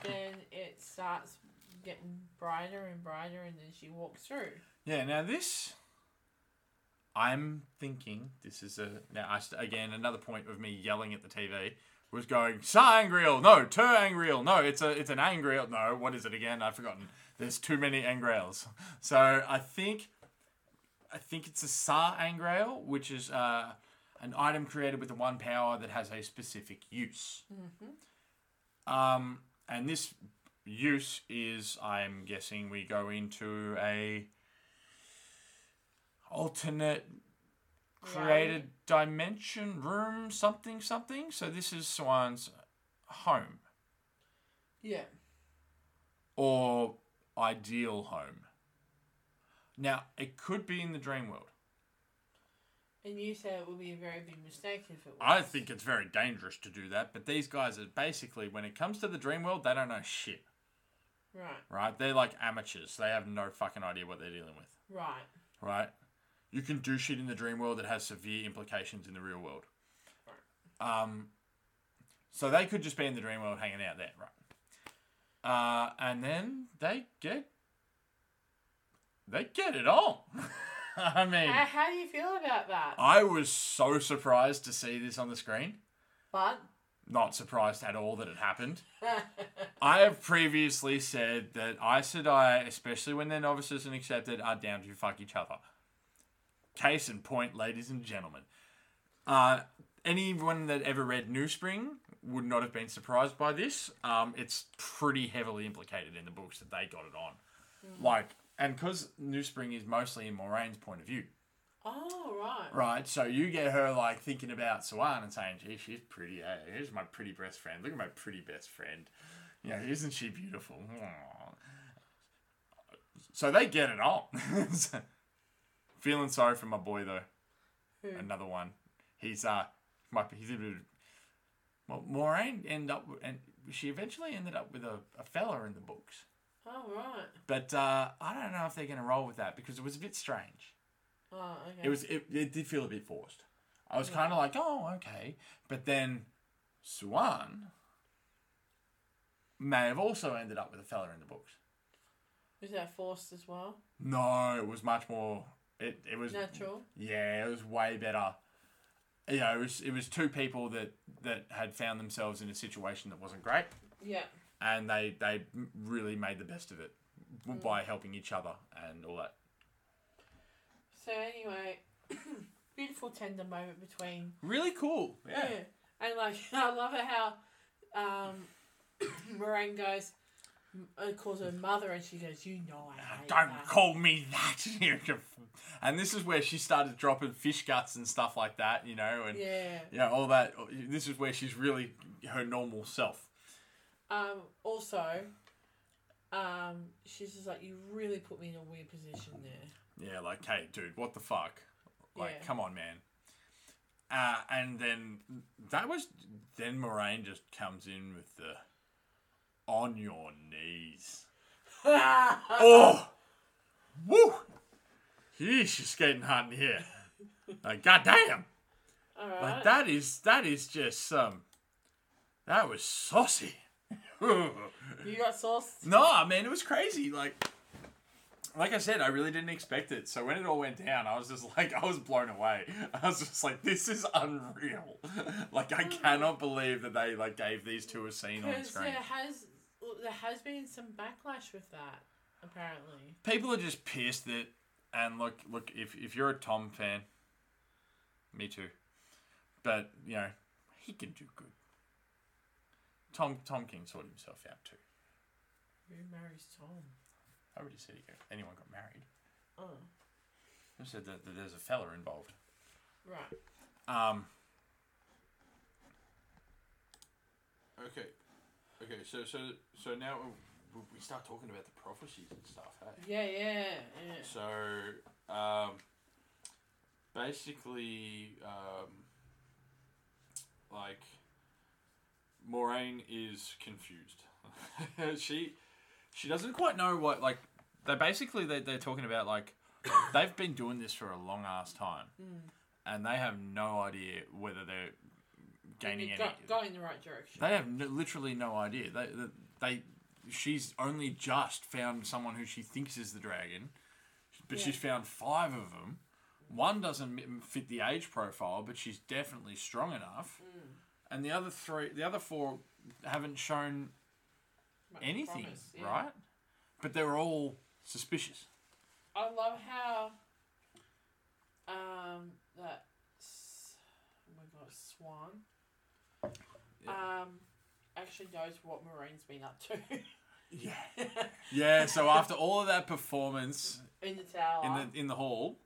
Speaker 2: then it starts getting brighter and brighter, and then she walks through.
Speaker 1: Yeah, now this, I'm thinking this is a now I, st- again another point of me yelling at the TV was going sangreal no ter angreal no it's a it's an angreal no what is it again I've forgotten there's too many angreals so I think I think it's a sa angreal which is uh, an item created with the one power that has a specific use um, and this use is I'm guessing we go into a alternate created dimension room something something so this is swan's home
Speaker 2: Yeah.
Speaker 1: or ideal home now it could be in the dream world
Speaker 2: And you said it would be a very big mistake if it was.
Speaker 1: i think it's very dangerous to do that but these guys are basically when it comes to the dream world they don't know shit
Speaker 2: Right,
Speaker 1: right they're like amateurs they have no fucking idea what they're dealing with
Speaker 2: right.
Speaker 1: right? You can do shit in the dream world that has severe implications in the real world. Um, so they could just be in the dream world hanging out there, right? Uh, and then they get they get it on. [laughs] I
Speaker 2: [laughs]
Speaker 1: mean,
Speaker 2: How, how do you feel about that?
Speaker 1: I was so surprised to see this on the screen.
Speaker 2: but.
Speaker 1: Not surprised at all that it happened. I have previously said that Aes Sedai, especially when they're novices and accepted, are down to fuck each other. Case in point, ladies and gentlemen. Uh, anyone that ever read New Spring would not have been surprised by this. Um, it's pretty heavily implicated in the books that they got it on. Like, and because New Spring is mostly in Moraine's point of view,
Speaker 2: [laughs] oh, right.
Speaker 1: Right, so you get her like thinking about Swan and saying, gee, she's pretty. eh? Here's my pretty best friend. Look at my pretty best friend. You know, isn't she beautiful? Aw. So they get it on. [laughs] So- Feeling sorry for my boy though.
Speaker 2: Who?
Speaker 1: Another one. He's uh, my he's a bit. Well, Moraine ended up and she eventually ended up with a, a fella in the books,
Speaker 2: Oh, right.
Speaker 1: but uh, I don't know if they're gonna roll with that because it was a bit strange.
Speaker 2: Oh, okay.
Speaker 1: It was it, it did feel a bit forced. I was kind of like, oh, okay. But then Swan may have also ended up with a fella in the books.
Speaker 2: Was that forced as well?
Speaker 1: No, it was much more it, it was
Speaker 2: Natural.
Speaker 1: Yeah, it was way better. You know, it was it was two people that that had found themselves in a situation that wasn't great
Speaker 2: Yeah.
Speaker 1: and they they really made the best of it by helping each other and all that.
Speaker 2: So, anyway, [coughs] beautiful tender moment between.
Speaker 1: Really cool.
Speaker 2: And, like, [laughs] I love it how um, [coughs] Moraine goes, uh, calls her mother, and she goes, You know I hate
Speaker 1: Don't
Speaker 2: that."
Speaker 1: call me that. [laughs] and this is where she started dropping fish guts and stuff like that, you know, and yeah,
Speaker 2: Yeah.
Speaker 1: all that. This is where she's really her normal self.
Speaker 2: Um, also, um, she's just like, You really put me in a weird position there.
Speaker 1: Yeah, like, hey, dude, what the fuck? Like,
Speaker 2: [laughs] Yeah.
Speaker 1: come on, man. Uh, and then that was then Moraine just comes in with the on your knees. oh, woo! Yeesh, she's getting hot in here. Like, goddamn.
Speaker 2: Alright.
Speaker 1: But that is that is just some. That was saucy. [laughs] no,
Speaker 2: You
Speaker 1: [laughs]
Speaker 2: got sauce?
Speaker 1: man, it was crazy. Like, like I said, I really didn't expect it. So when it all went down, I was just [laughs] like, I was blown away. I was just like, this is unreal. [laughs] like, I cannot believe that they like gave these two a scene on
Speaker 2: Because there
Speaker 1: screen.
Speaker 2: has there has been some backlash with that, apparently.
Speaker 1: People are just pissed that. And look, look, if if you're a Tom fan, me too. But you know, he can do good. Tom Tom King sorted himself out too.
Speaker 2: Who marries Tom?
Speaker 1: I already said he got, anyone got married.
Speaker 2: Oh,
Speaker 1: I said that, that there's a fella involved.
Speaker 2: right.
Speaker 1: Um,
Speaker 3: Okay. Okay, so so so now we- we start talking about the prophecies and stuff, hey?
Speaker 2: Yeah, yeah, yeah.
Speaker 3: So um, basically, um, like Moraine is confused. she
Speaker 1: [laughs] she doesn't quite know what like. They basically they they're talking about like they've been doing this for a long ass time, and they have no idea whether they're gaining
Speaker 2: You're
Speaker 1: any.
Speaker 2: go, going in the right direction.
Speaker 1: They have no, literally no idea. They, they, they, she's only just found someone who she thinks is the dragon, but
Speaker 2: Yeah.
Speaker 1: she's found five of them. One doesn't m- fit the age profile, but she's definitely strong enough.
Speaker 2: Mm.
Speaker 1: And the other three, the other four, haven't shown
Speaker 2: Much
Speaker 1: anything,
Speaker 2: promise, yeah.
Speaker 1: right? But they're all suspicious.
Speaker 2: I love how um that s- oh my god Swan um actually knows what Marine's been up to [laughs]
Speaker 1: Yeah. yeah. So after all of that performance,
Speaker 2: in the tower.
Speaker 1: in the in the hall.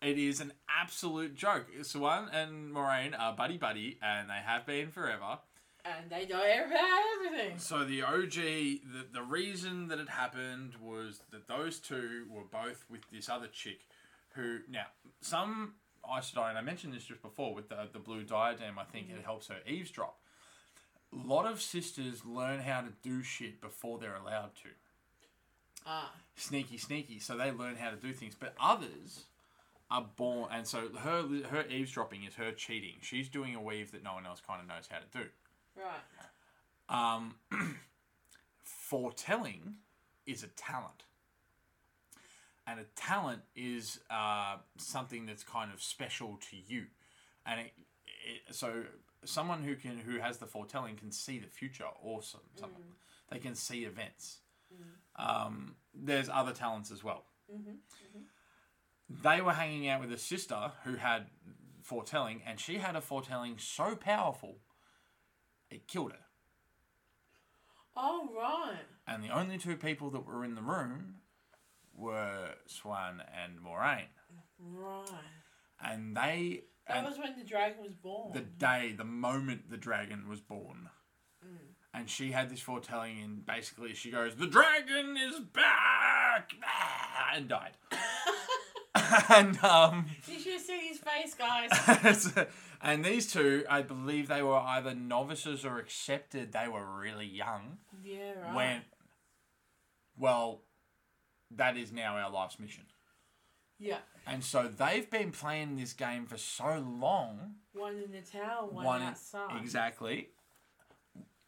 Speaker 1: It is an absolute joke. Swan and Moraine are buddy buddy, and they have been forever.
Speaker 2: and they know everything.
Speaker 1: So the OG, the, the reason that it happened was that those two were both with this other chick, who now some Aes Sedai, and I mentioned this just before with the the blue diadem. I think it helps her eavesdrop. A lot of sisters learn how to do shit before they're allowed to.
Speaker 2: Ah,
Speaker 1: sneaky, sneaky. So they learn how to do things, but others are born. And so her her eavesdropping is her cheating. She's doing a weave that no one else kind of knows how to do.
Speaker 2: right.
Speaker 1: Um, [clears throat] foretelling is a talent, and a talent is uh, something that's kind of special to you, and it, it, so someone who can who has the foretelling can see the future. Awesome, someone they can see events. Um, there's other talents as well.
Speaker 2: Mm-hmm.
Speaker 1: They were hanging out with a sister who had foretelling, and she had a foretelling so powerful it killed her.
Speaker 2: All Oh, right.
Speaker 1: And the only two people that were in the room were Swan and Moraine.
Speaker 2: Right.
Speaker 1: And they,
Speaker 2: That
Speaker 1: and
Speaker 2: was when the dragon was born.
Speaker 1: the day, the moment the dragon was born.
Speaker 2: Mm.
Speaker 1: And she had this foretelling, and basically she goes, The dragon is back! Ah," And
Speaker 2: [laughs]
Speaker 1: died. [laughs] and um,
Speaker 2: you should have seen his face,
Speaker 1: [laughs]
Speaker 2: guys.
Speaker 1: and these two, I believe they were either novices or accepted. They were really young.
Speaker 2: yeah, right.
Speaker 1: went, well, that is now our life's mission.
Speaker 2: yeah.
Speaker 1: And so they've been playing this game for so long.
Speaker 2: One in the tower, one, outside.
Speaker 1: Exactly.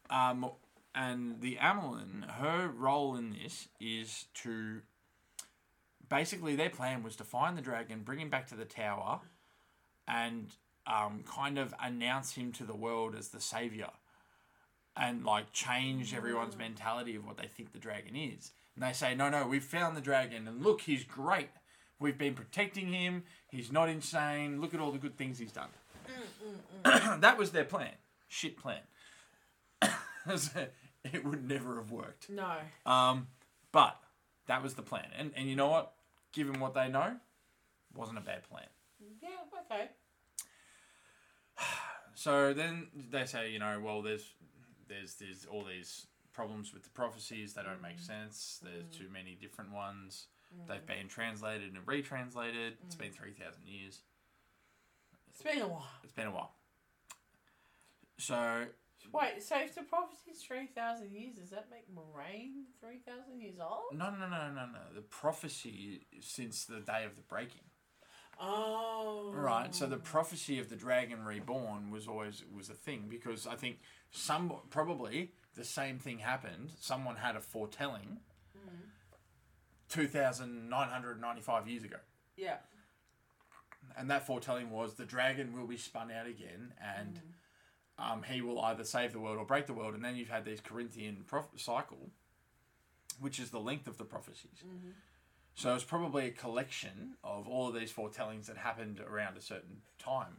Speaker 1: Um, and the Amelin, her role in this is to basically their plan was to find the dragon, bring him back to the tower, and um, kind of announce him to the world as the savior, and like change everyone's mentality of what they think the dragon is. And they say, no, no, we've found the dragon, and look, he's great. We've been protecting him. He's not insane. Look at all the good things he's done. [clears throat] that was their plan. Shit plan. [laughs] So, it would never have worked.
Speaker 2: No.
Speaker 1: Um, but that was the plan. And, and you know what? Given what they know, wasn't a bad plan.
Speaker 2: Yeah, okay.
Speaker 1: So then they say, you know, well, there's there's there's all these problems with the prophecies. They don't make sense. There's too many different ones. They've been translated and retranslated. It's been three thousand years.
Speaker 2: It's been a while.
Speaker 1: It's been a while. So
Speaker 2: Wait, so if the prophecy's 3,000 years, does that make Moraine 3,000 years old?
Speaker 1: no, no, no, no, no. The prophecy since the day of the breaking.
Speaker 2: Oh.
Speaker 1: Right. So the prophecy of the dragon reborn was always was a thing because I think some probably the same thing happened. Someone had a foretelling thousand nine hundred ninety five years ago,
Speaker 2: Yeah.
Speaker 1: and that foretelling was the dragon will be spun out again, and um, he will either save the world or break the world. And then you've had these Corinthian prof- cycle, which is the length of the prophecies. So it's probably a collection of all of these foretellings that happened around a certain time.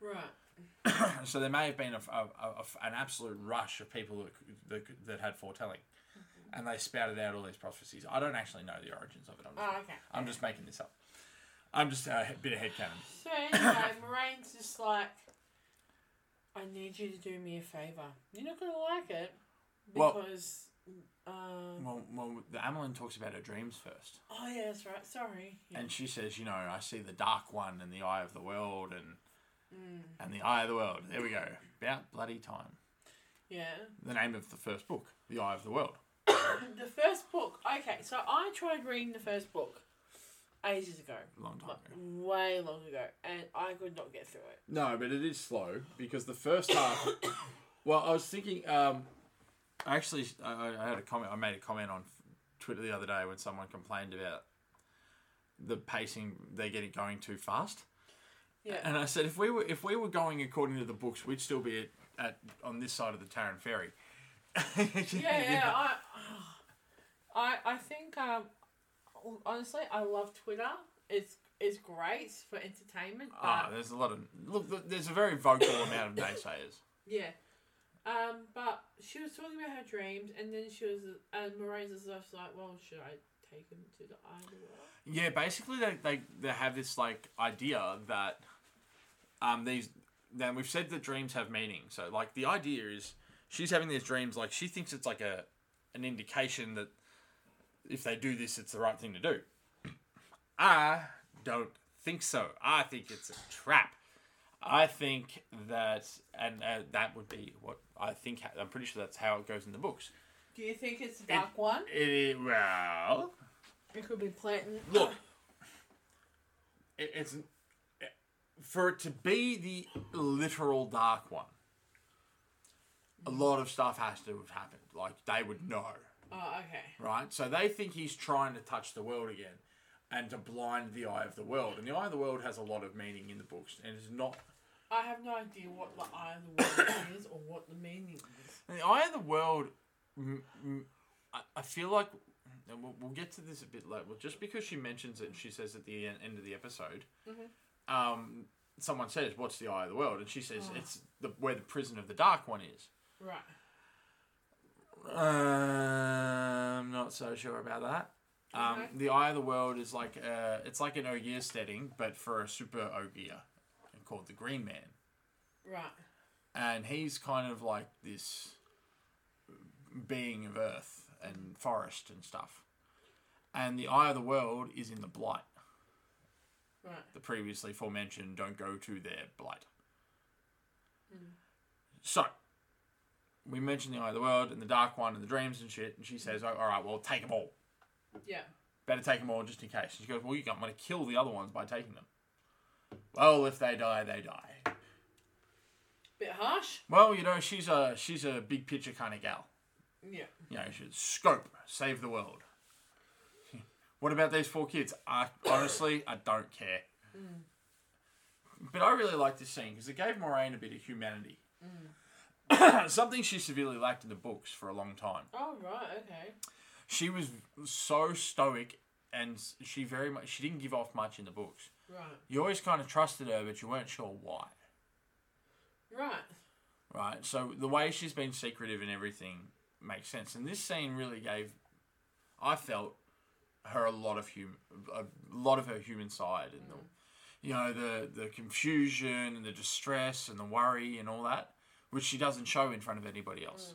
Speaker 2: Right.
Speaker 1: [clears throat] So there may have been a, a- a- a- an absolute rush of people that, c- that, c- that had foretelling,
Speaker 2: Mm-hmm.
Speaker 1: and they spouted out all these prophecies. I don't actually know the origins of it. I'm just,
Speaker 2: Oh, okay.
Speaker 1: I'm just making this up. I'm just uh, a bit of headcanon.
Speaker 2: So anyway,
Speaker 1: [coughs]
Speaker 2: Moraine's just like, I need you to do me a favour. You're not going to like it
Speaker 1: Well-
Speaker 2: because. um,
Speaker 1: Well, well, the Amelin talks about her dreams first,
Speaker 2: oh, yeah, that's right. Sorry. Yeah.
Speaker 1: and she says, you know, I see the dark one and the eye of the world, and
Speaker 2: Mm.
Speaker 1: and the eye of the world. There we go. About bloody time.
Speaker 2: yeah.
Speaker 1: The name of the first book, The Eye of the World.
Speaker 2: The first book. Okay, so I tried reading the first book. ages ago,
Speaker 1: Long time ago.
Speaker 2: Mu- way long ago, and I could not get through it.
Speaker 1: [laughs] No, but it is slow because the first half. well, I was thinking. Um, actually, I, I- I had a comment. I made a comment on Twitter the other day when someone complained about the pacing. They're getting going too fast,
Speaker 2: Yeah,
Speaker 1: and I said if we were if we were going according to the books, we'd still be at, at on this side of the Tarrant Ferry.
Speaker 2: yeah, yeah. I, I, I think um, honestly, I love Twitter. It's it's great for entertainment, but
Speaker 1: [laughs] Ah, there's a lot of look. th- There's a very vocal amount of naysayers.
Speaker 2: yeah. Um, but she was talking about her dreams, and then she was, and Moraine's just like, well, should I take him to the idol?
Speaker 1: Yeah, basically they, they, they have this like idea that um these then we've said that dreams have meaning. So like the idea is she's having these dreams like she thinks it's like a an indication that if they do this it's the right thing to do. I don't think so. I think it's a trap. I think that and uh, that would be what I think ha- I'm pretty sure that's how it goes in the books.
Speaker 2: Do you think it's the dark one?
Speaker 1: It, well,
Speaker 2: It could be Planton.
Speaker 1: look, it, it's for it to be the literal dark one. A lot of stuff has to have happened. Like they would know,
Speaker 2: Oh, okay.
Speaker 1: right? So they think he's trying to touch the world again, and to blind the eye of the world. And the eye of the world has a lot of meaning in the books, and it's not.
Speaker 2: I have no idea what the eye of the world [coughs] is or what the meaning is.
Speaker 1: And the eye of the world. mm, mm, I, I feel like. And we'll, we'll get to this a bit later. Well, just because she mentions it, and she says at the en- end of the episode, um, someone says, "What's the eye of the world?" And she says, "It's the where the prison of the dark one is."
Speaker 2: Right.
Speaker 1: Um, not so sure about that. Um,
Speaker 2: Okay.
Speaker 1: The eye of the world is like uh, it's like an Ogier setting, but for a super Ogier, called the Green Man,
Speaker 2: Right.
Speaker 1: and he's kind of like this being of earth and forest and stuff. And the eye of the world is in the blight,
Speaker 2: Right.
Speaker 1: the previously aforementioned don't go to their blight. So, we mentioned the eye of the world and the dark one and the dreams and shit, and she says, oh, all right, well, take them all.
Speaker 2: Yeah.
Speaker 1: Better take them all just in case. And she goes, well, you don't want to kill the other ones by taking them. Well, if they die, they die.
Speaker 2: Bit harsh.
Speaker 1: Well, you know, she's a she's a big picture kind of gal.
Speaker 2: Yeah.
Speaker 1: you know, should scope, save the world. [laughs] What about these four kids? I honestly, I don't care. But I really like this scene because it gave Moraine a bit of humanity. [coughs] Something she severely lacked in the books for a long time.
Speaker 2: Oh right. Okay.
Speaker 1: She was so stoic, and she very much she didn't give off much in the books.
Speaker 2: Right.
Speaker 1: You always kind of trusted her, but you weren't sure why.
Speaker 2: Right.
Speaker 1: Right. So the way she's been secretive and everything makes sense. And this scene really gave, I felt, her a lot of hum, a lot of her human side and
Speaker 2: Mm.
Speaker 1: the, you know, the the confusion and the distress and the worry and all that, which she doesn't show in front of anybody else.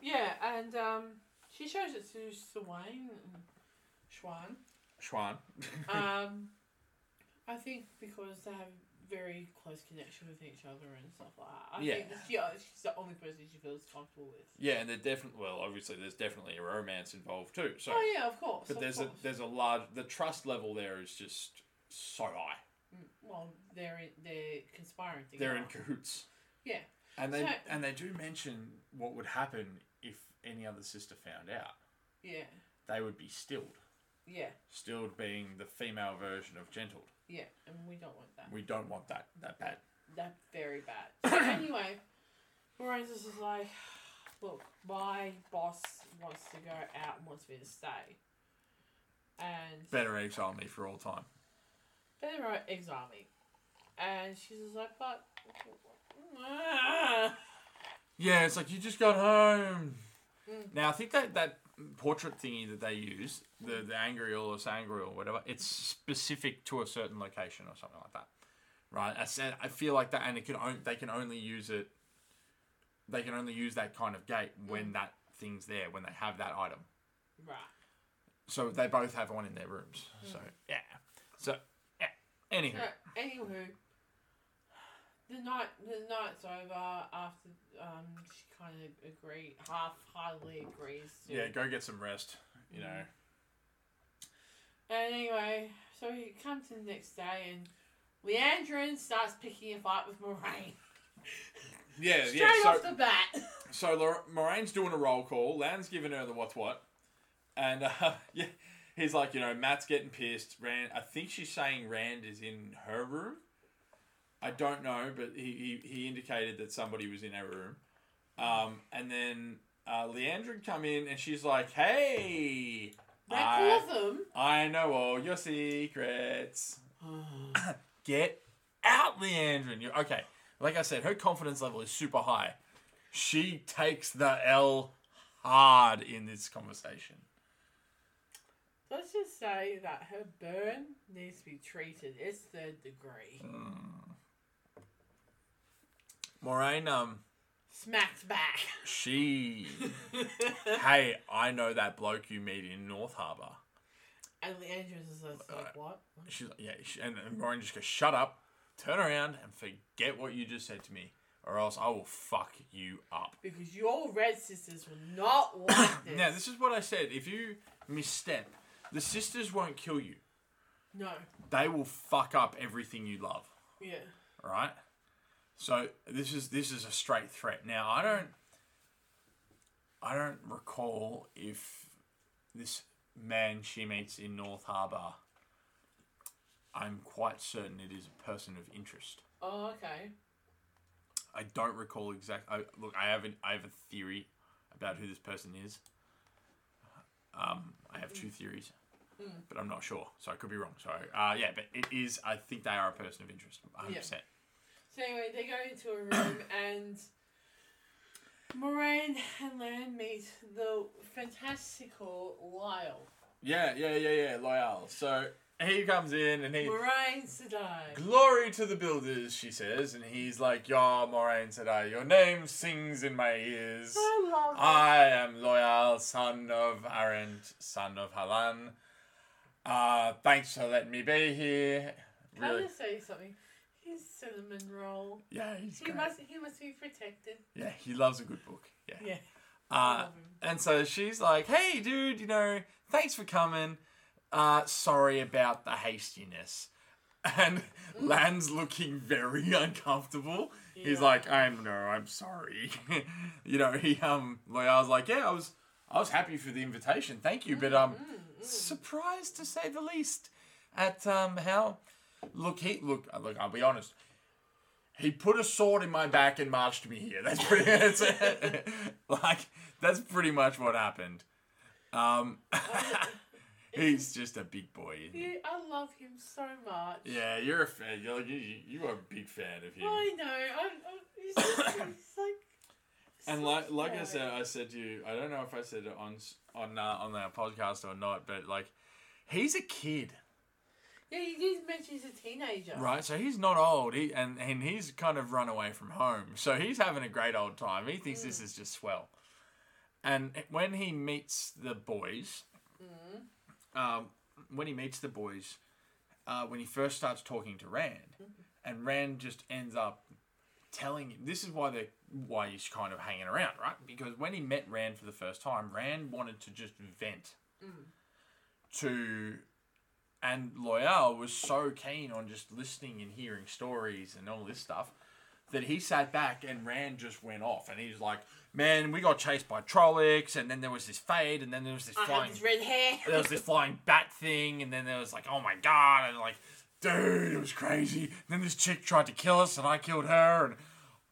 Speaker 2: Yeah. And um, she shows it to Swain and
Speaker 1: [laughs]
Speaker 2: Schwan.
Speaker 1: Schwan.
Speaker 2: Mm. Um, I think because they have very close connection with each other and stuff like that. I
Speaker 1: Yeah.
Speaker 2: think she, she's the only person she feels comfortable with.
Speaker 1: [laughs] yeah, and they're definitely well. Obviously, there's definitely a romance involved too. So,
Speaker 2: Oh yeah, of course.
Speaker 1: but
Speaker 2: of
Speaker 1: there's
Speaker 2: course.
Speaker 1: a there's a large the trust level there is just so high.
Speaker 2: Mm, well, they're in, they're conspiring together.
Speaker 1: They're in cahoots.
Speaker 2: Yeah.
Speaker 1: And they
Speaker 2: So-
Speaker 1: and they do mention what would happen if any other sister found out.
Speaker 2: Yeah.
Speaker 1: They would be stilled.
Speaker 2: Yeah.
Speaker 1: Stilled being the female version of gentled.
Speaker 2: Yeah. And we don't want that.
Speaker 1: We don't want that that bad.
Speaker 2: That's very bad. So anyway, Lorenz is just like, look, my boss wants to go out and wants me to stay. And
Speaker 1: Better exile me for all time.
Speaker 2: they wrote exile me. And she's just like, but. ah.
Speaker 1: Yeah, it's like you just got home.
Speaker 2: Mm.
Speaker 1: Now I think that that portrait thingy that they use, the the angriel or sangriel or whatever, it's specific to a certain location or something like that, right? I said I feel like that, and it can on, they can only use it. They can only use that kind of gate
Speaker 2: Mm.
Speaker 1: when that thing's there, when they have that item.
Speaker 2: Right.
Speaker 1: So they both have one in their rooms.
Speaker 2: Mm.
Speaker 1: So yeah. So yeah. Anywho,
Speaker 2: So, anywho, the night the night's over after um, she kind of agree half heartedly agrees to
Speaker 1: yeah, go get some rest. You know.
Speaker 2: And anyway, so he comes in the next day and Leandrin starts picking a fight with Moraine.
Speaker 1: Yeah,
Speaker 2: Straight
Speaker 1: yeah. So,
Speaker 2: off the bat. [laughs]
Speaker 1: so Lor- Moraine's doing a roll call. Lan's giving her the what's what, and [laughs] uh, yeah, he's like, you know, Matt's getting pissed. Rand, I think she's saying Rand is in her room. I don't know, but he he, he indicated that somebody was in her room. Um, and then uh, Leandrin come in, and she's like, hey,
Speaker 2: They
Speaker 1: I-
Speaker 2: call
Speaker 1: [sighs]
Speaker 2: them.
Speaker 1: I know all your secrets. Get out, Leandrin. You're okay. Like I said, her confidence level is super high. She takes the L hard in this conversation.
Speaker 2: Let's just say that her burn needs to be treated. It's third degree.
Speaker 1: Moraine, um,
Speaker 2: Smacked
Speaker 1: [laughs]
Speaker 2: back.
Speaker 1: she. hey, I know that bloke you meet in North Harbour.
Speaker 2: and Leandrin's is just like, what?
Speaker 1: She's like, yeah, she, and, and Moraine just goes, shut up, turn around, and forget what you just said to me, or else I will fuck you up.
Speaker 2: Because your red sisters will not
Speaker 1: [coughs]
Speaker 2: like this.
Speaker 1: Now, this is what I said. If you misstep, the sisters won't kill you.
Speaker 2: No.
Speaker 1: They will fuck up everything you love,
Speaker 2: Yeah.
Speaker 1: all right? So this is this is a straight threat. Now, I don't I don't recall if this man she meets in North Harbour I'm quite certain it is a person of interest.
Speaker 2: Oh, okay.
Speaker 1: I don't recall exact. I, look, I have an, I have a theory about who this person is. Um, I have two theories, but I'm not sure, so I could be wrong. So, uh, yeah, but it is. I think they are a person of interest, 100. percent
Speaker 2: So anyway, they go into a room [coughs] and Moraine and Lan meet the fantastical Lyle.
Speaker 1: Yeah, yeah, yeah, yeah. Loyal. So he comes in and he.
Speaker 2: Moraine Sedai.
Speaker 1: Glory to the builders, she says, and he's like, "Ya Moraine Sedai, your name sings in my ears."
Speaker 2: I love it.
Speaker 1: I am loyal, son of Arend, son of Halan. Uh, thanks for letting me be here.
Speaker 2: Can I
Speaker 1: Really?
Speaker 2: just say something? His cinnamon roll.
Speaker 1: Yeah, he's
Speaker 2: He
Speaker 1: great.
Speaker 2: must he must be protected.
Speaker 1: yeah, he loves a good book. Yeah.
Speaker 2: Yeah.
Speaker 1: Uh,
Speaker 2: love him.
Speaker 1: and so she's like, hey, dude, you know, thanks for coming. Uh, sorry about the hastiness. [laughs] And Lan's looking very [laughs] uncomfortable. He's
Speaker 2: Yeah.
Speaker 1: like, I'm no, I'm sorry. [laughs] you know, he um Loyal's like, yeah, I was I was happy for the invitation, thank you, but um
Speaker 2: Mm,
Speaker 1: surprised to say the least at um how look he look uh, look, I'll be honest. He put a sword in my back and marched me here. That's pretty [laughs] that's like that's pretty much what happened. Um [laughs] he's just a big boy. isn't he?
Speaker 2: Yeah, I love him so much.
Speaker 1: Yeah, you're a fan. You're, you you are a big fan of him.
Speaker 2: I know. I'm, I'm, he's, just,
Speaker 1: [coughs]
Speaker 2: he's like.
Speaker 1: And
Speaker 2: so
Speaker 1: like, like I
Speaker 2: cute.
Speaker 1: said, I said to you, I don't know if I said it on s- on uh, on our podcast or not, but like, he's a kid,
Speaker 2: Yeah, you did mention he's a teenager.
Speaker 1: right? So he's not old. He and and he's kind of run away from home, so he's having a great old time. He thinks this is just swell. And when he meets the boys, um, when he meets the boys, uh, when he first starts talking to Rand, and Rand just ends up telling him this is why they why he's kind of hanging around, right? Because when he met Rand for the first time, Rand wanted to just vent to, and Loyal was so keen on just listening and hearing stories and all this stuff. That he sat back and Rand just went off, and he was like, "Man, we got chased by Trollocs, and then there was this fade, and then there was this
Speaker 2: I have
Speaker 1: flying
Speaker 2: his red hair.
Speaker 1: there was this flying bat thing, and then there was like, oh my god, and like, dude, it was crazy. And then this chick tried to kill us, and I killed her, and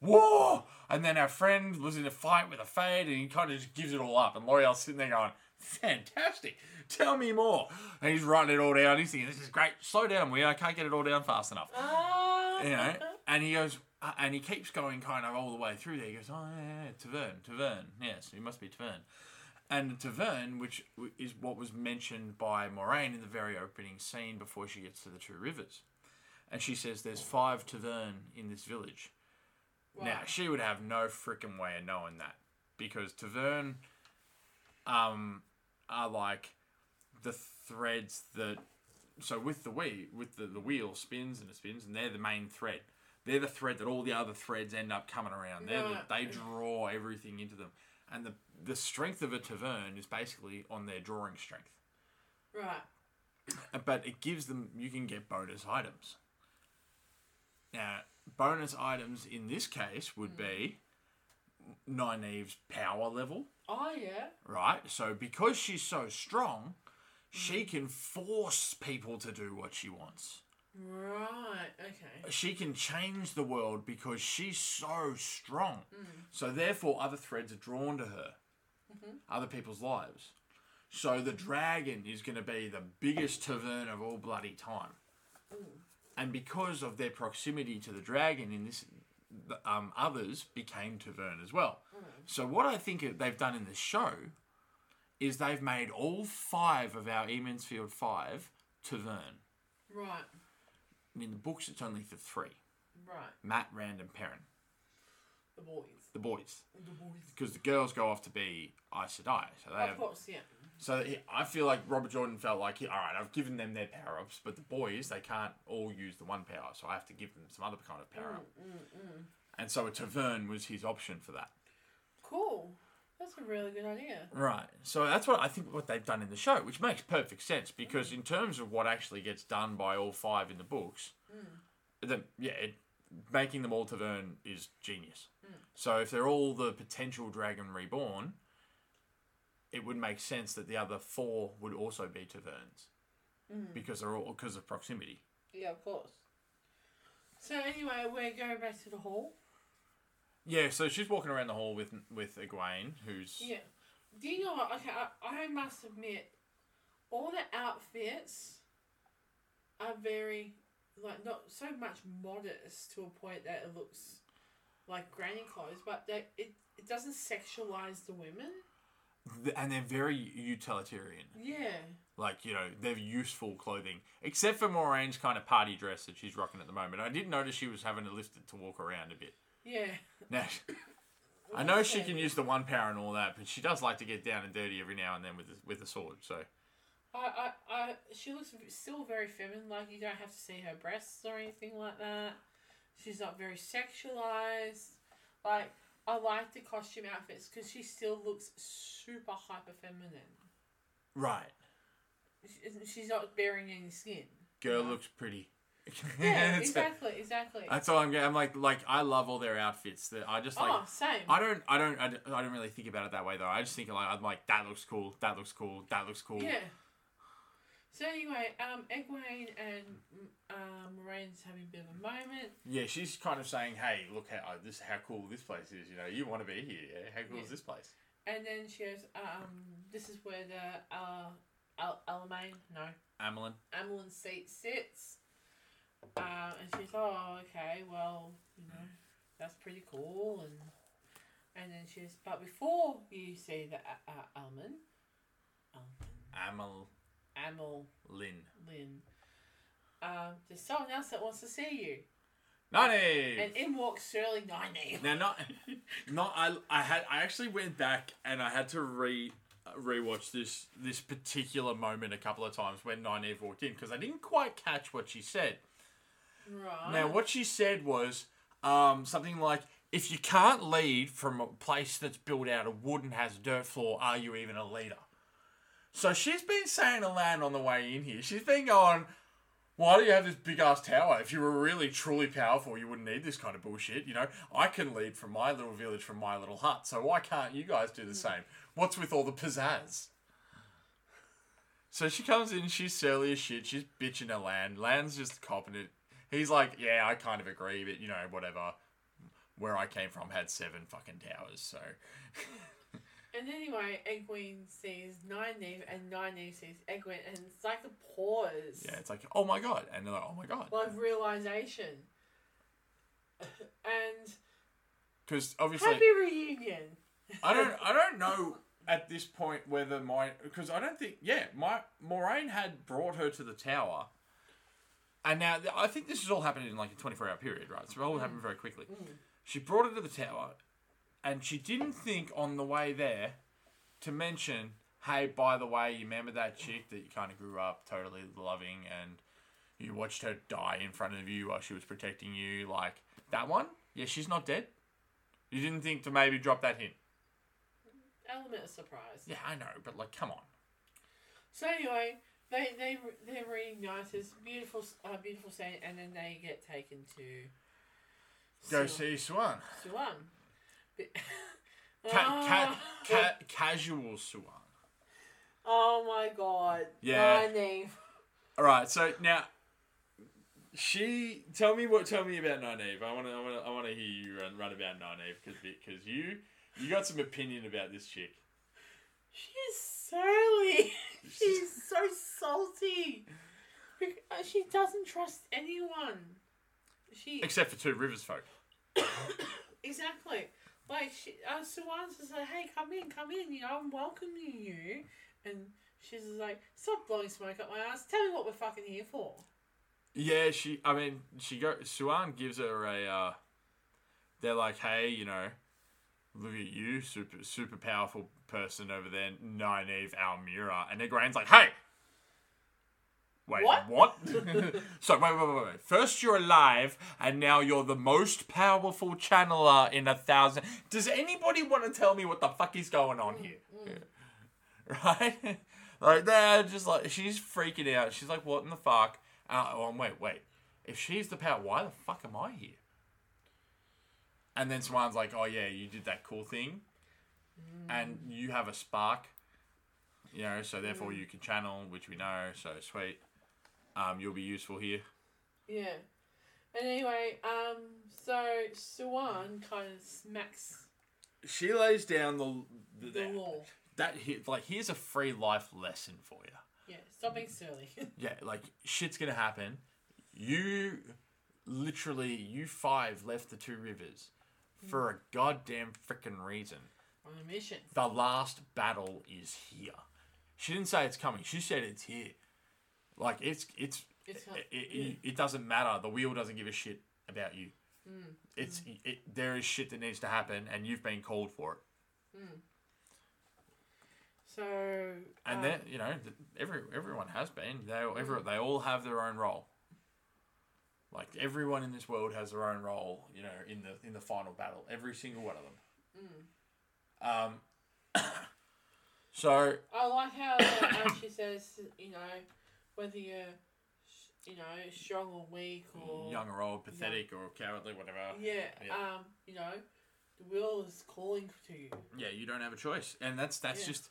Speaker 1: whoa! And then our friend was in a fight with a fade, and he kind of just gives it all up. And L'Oreal's sitting there going, fantastic, tell me more. And he's writing it all down. He's thinking, this is great. Slow down, we. I can't get it all down fast enough
Speaker 2: Ah.
Speaker 1: you know, and he goes, uh, and he keeps going kind of all the way through there. He goes, oh, yeah, yeah, Tavern, Tavern. Yes, it must be Tavern. And Tavern, which w- is what was mentioned by Moraine in the very opening scene before she gets to the Two Rivers. And she says, there's five Tavern in this village. Now,
Speaker 2: Right.
Speaker 1: she would have no freaking way of knowing that because Tavern um, are like the threads that so with the wheel, with the, the wheel spins and it spins, and they're the main thread. They're the thread that all the other threads end up coming around. They're the,
Speaker 2: Right.
Speaker 1: they draw everything into them, and the the strength of a tavern is basically on their drawing strength.
Speaker 2: Right.
Speaker 1: but it gives them you can get bonus items. Now, bonus items in this case would be Nynaeve's power level,
Speaker 2: Oh yeah.
Speaker 1: right? So because she's so strong, she can force people to do what she wants.
Speaker 2: Right. Okay.
Speaker 1: She can change the world because she's so strong. So therefore, other threads are drawn to her, other people's lives. So the dragon is going to be the biggest tavern of all bloody time, and because of their proximity to the dragon, in this, the, um, others became tavern as well. So what I think they've done in this show is they've made all five of our Emansfield five tavern.
Speaker 2: Right.
Speaker 1: And in the books, it's only the three.
Speaker 2: Right.
Speaker 1: Matt, Rand, and Perrin,
Speaker 2: The boys.
Speaker 1: the boys,
Speaker 2: The boys.
Speaker 1: because the girls go off to be Aes Sedai. So they
Speaker 2: Of
Speaker 1: have,
Speaker 2: course. Yeah.
Speaker 1: so he, I feel like Robert Jordan felt like, all right, I've given them their power ups, but the boys they can't all use the one power, so I have to give them some other kind of power up.
Speaker 2: Mm,
Speaker 1: And so a tavern was his option for that.
Speaker 2: Cool. That's a really good idea.
Speaker 1: Right. So that's what I think what they've done in the show, which makes perfect sense because in terms of what actually gets done by all five in the books, the, yeah, it, making them all Tavern is genius. So if they're all the potential Dragon Reborn, it would make sense that the other four would also be Taverns because they're all because of proximity.
Speaker 2: Yeah, of course. So anyway, we're going back to the hall.
Speaker 1: Yeah. So she's walking around the hall with with Egwene, who's
Speaker 2: Yeah. Do you know what? Okay, I, I must admit, all the outfits are very, like, not so much modest to a point that it looks like granny clothes, but they, it, it doesn't sexualize the women.
Speaker 1: and they're very utilitarian.
Speaker 2: Yeah.
Speaker 1: like you know they're useful clothing except for Moraine's kind of party dress that she's rocking at the moment. I did notice she was having it lifted to walk around a bit.
Speaker 2: Yeah.
Speaker 1: Now, [laughs] I know she can use the one power and all that, but she does like to get down and dirty every now and then with the, with a sword. So
Speaker 2: I, I, I, she looks v- still very feminine. Like, you don't have to see her breasts or anything like that. She's not very sexualized. Like, I like the costume outfits because she still looks super hyper feminine.
Speaker 1: right,
Speaker 2: She- she's not bearing any skin.
Speaker 1: [laughs] girl looks pretty. [laughs]
Speaker 2: Yeah,
Speaker 1: That's-
Speaker 2: exactly, exactly.
Speaker 1: That's all I'm getting. I'm like like I love all their outfits. That I just like.
Speaker 2: oh, same.
Speaker 1: I don't, I don't, I don't, I don't really think about it that way though. I just think like I'm like that looks cool, that looks cool, that looks cool.
Speaker 2: yeah. So anyway, um, Egwene and um, Moraine's having a bit of a moment.
Speaker 1: Yeah, she's kind of saying, "Hey, look how uh, this how cool this place is. You know, you want to be here. Yeah? How cool
Speaker 2: Yeah.
Speaker 1: is this place?"
Speaker 2: And then she goes, um, this is where the uh, Al- Alamein, no,
Speaker 1: Amelin.
Speaker 2: Amelin seat sits. Um, and she's, oh, okay, well, you know, that's pretty cool. And and then she goes, but before you see the uh, uh, Alamein, Alamein,
Speaker 1: Amelin.
Speaker 2: Amel, Lynn. Um, there's someone else that wants to see you.
Speaker 1: Nani.
Speaker 2: And in walks Sterling Niney.
Speaker 1: Now, not, not I. I had. I actually went back and I had to re rewatch this this particular moment a couple of times when Nynaeve walked in because I didn't quite catch what she said.
Speaker 2: Right.
Speaker 1: Now, what she said was um, something like, "If you can't lead from a place that's built out of wood and has a dirt floor, are you even a leader?" So she's been saying to Lan on the way in here, she's been going, "Why do you have this big ass tower? If you were really truly powerful, you wouldn't need this kind of bullshit. You know, I can lead from my little village, from my little hut. So why can't you guys do the same? What's with all the pizzazz?" So she comes in, she's surly as shit, she's bitching at Lan. Lan's just copping it. He's like, yeah, I kind of agree, but you know, whatever. Where I came from had seven fucking towers, so.
Speaker 2: And anyway, Egwene sees Nineve and Nineve sees Egwene and it's like a pause.
Speaker 1: Yeah, it's like, oh my god. And they're like, oh my god.
Speaker 2: Like realization. and
Speaker 1: Because obviously.
Speaker 2: happy reunion.
Speaker 1: I don't I don't know at this point whether my because I don't think yeah my Moraine had brought her to the tower, and now th- I think this is all happening in like a twenty four hour period, right? So it all happened very quickly. She brought her to the tower, and she didn't think on the way there to mention, hey, by the way, you remember that chick that you kind of grew up totally loving and you watched her die in front of you while she was protecting you, like that one? Yeah, she's not dead. You didn't think to maybe drop that hint.
Speaker 2: Element of surprise.
Speaker 1: Yeah, I know, but like, come on.
Speaker 2: So anyway, They they re- they reunite as beautiful s- uh, beautiful saint, and then they get taken to
Speaker 1: Go
Speaker 2: Su-
Speaker 1: see Swan.
Speaker 2: Suwon. [laughs] Bi-
Speaker 1: Ca- ca-
Speaker 2: Ah.
Speaker 1: ca- casual Swan.
Speaker 2: oh my god!
Speaker 1: Yeah.
Speaker 2: My name.
Speaker 1: All right. So now, she tell me what tell me about Nynaeve. I want to I want to I want to hear you run, run about Nynaeve because because you you got some opinion about this chick.
Speaker 2: She's surly. She's so salty. Bec- uh, She doesn't trust anyone. She
Speaker 1: Except for two rivers folk.
Speaker 2: exactly like she. Uh, Suwan's just like, hey, come in, come in. You know, I'm welcoming you. And she's just like, stop blowing smoke up my ass. Tell me what we're fucking here for.
Speaker 1: Yeah, she. I mean, she go. Suan gives her a. Uh, they're like, hey, you know, look at you, super super powerful person over there, Nynaeve Almira, and Negrain's like, hey. Wait,
Speaker 2: What?
Speaker 1: what? [laughs] so wait, wait, wait, wait. First you're alive, and now you're the most powerful channeler in a thousand. Does anybody want to tell me what the fuck is going on here? [laughs] right? like they're just like she's freaking out. She's like, "What in the fuck?" Uh, oh, and wait, wait. If she's the power, why the fuck am I here? And then Swan's like, "Oh yeah, you did that cool thing, and you have a spark, you know. So therefore, you can channel, which we know. So sweet. Um, you'll be useful here.
Speaker 2: Yeah. And anyway, um, so Suwan kind of smacks
Speaker 1: She lays down the the,
Speaker 2: the wall.
Speaker 1: that hit like here's a free life lesson for you.
Speaker 2: Yeah, stop being silly. [laughs]
Speaker 1: Yeah, like shit's gonna happen. You literally, you five left the two rivers for a goddamn freaking reason.
Speaker 2: On a mission.
Speaker 1: The last battle is here. She didn't say it's coming. She said it's here. Like it's it's
Speaker 2: It's
Speaker 1: it,
Speaker 2: hot.
Speaker 1: it, it, it doesn't matter. The wheel doesn't give a shit about you. It's it, there is shit that needs to happen, and you've been called for it.
Speaker 2: So.
Speaker 1: And
Speaker 2: um,
Speaker 1: then you know th- every everyone has been. They all- every, they all have their own role. Like everyone in this world has their own role. You know, in the in the final battle, every single one of them. Um.
Speaker 2: mm.
Speaker 1: [coughs] so
Speaker 2: I like how uh, [coughs] she says, you know, whether you're, sh- you know, strong or weak or.
Speaker 1: young or old, pathetic or cowardly, whatever.
Speaker 2: Yeah,
Speaker 1: Yeah.
Speaker 2: um, you know, the will is calling to you.
Speaker 1: Yeah, you don't have a choice, and that's that's
Speaker 2: Yeah.
Speaker 1: just.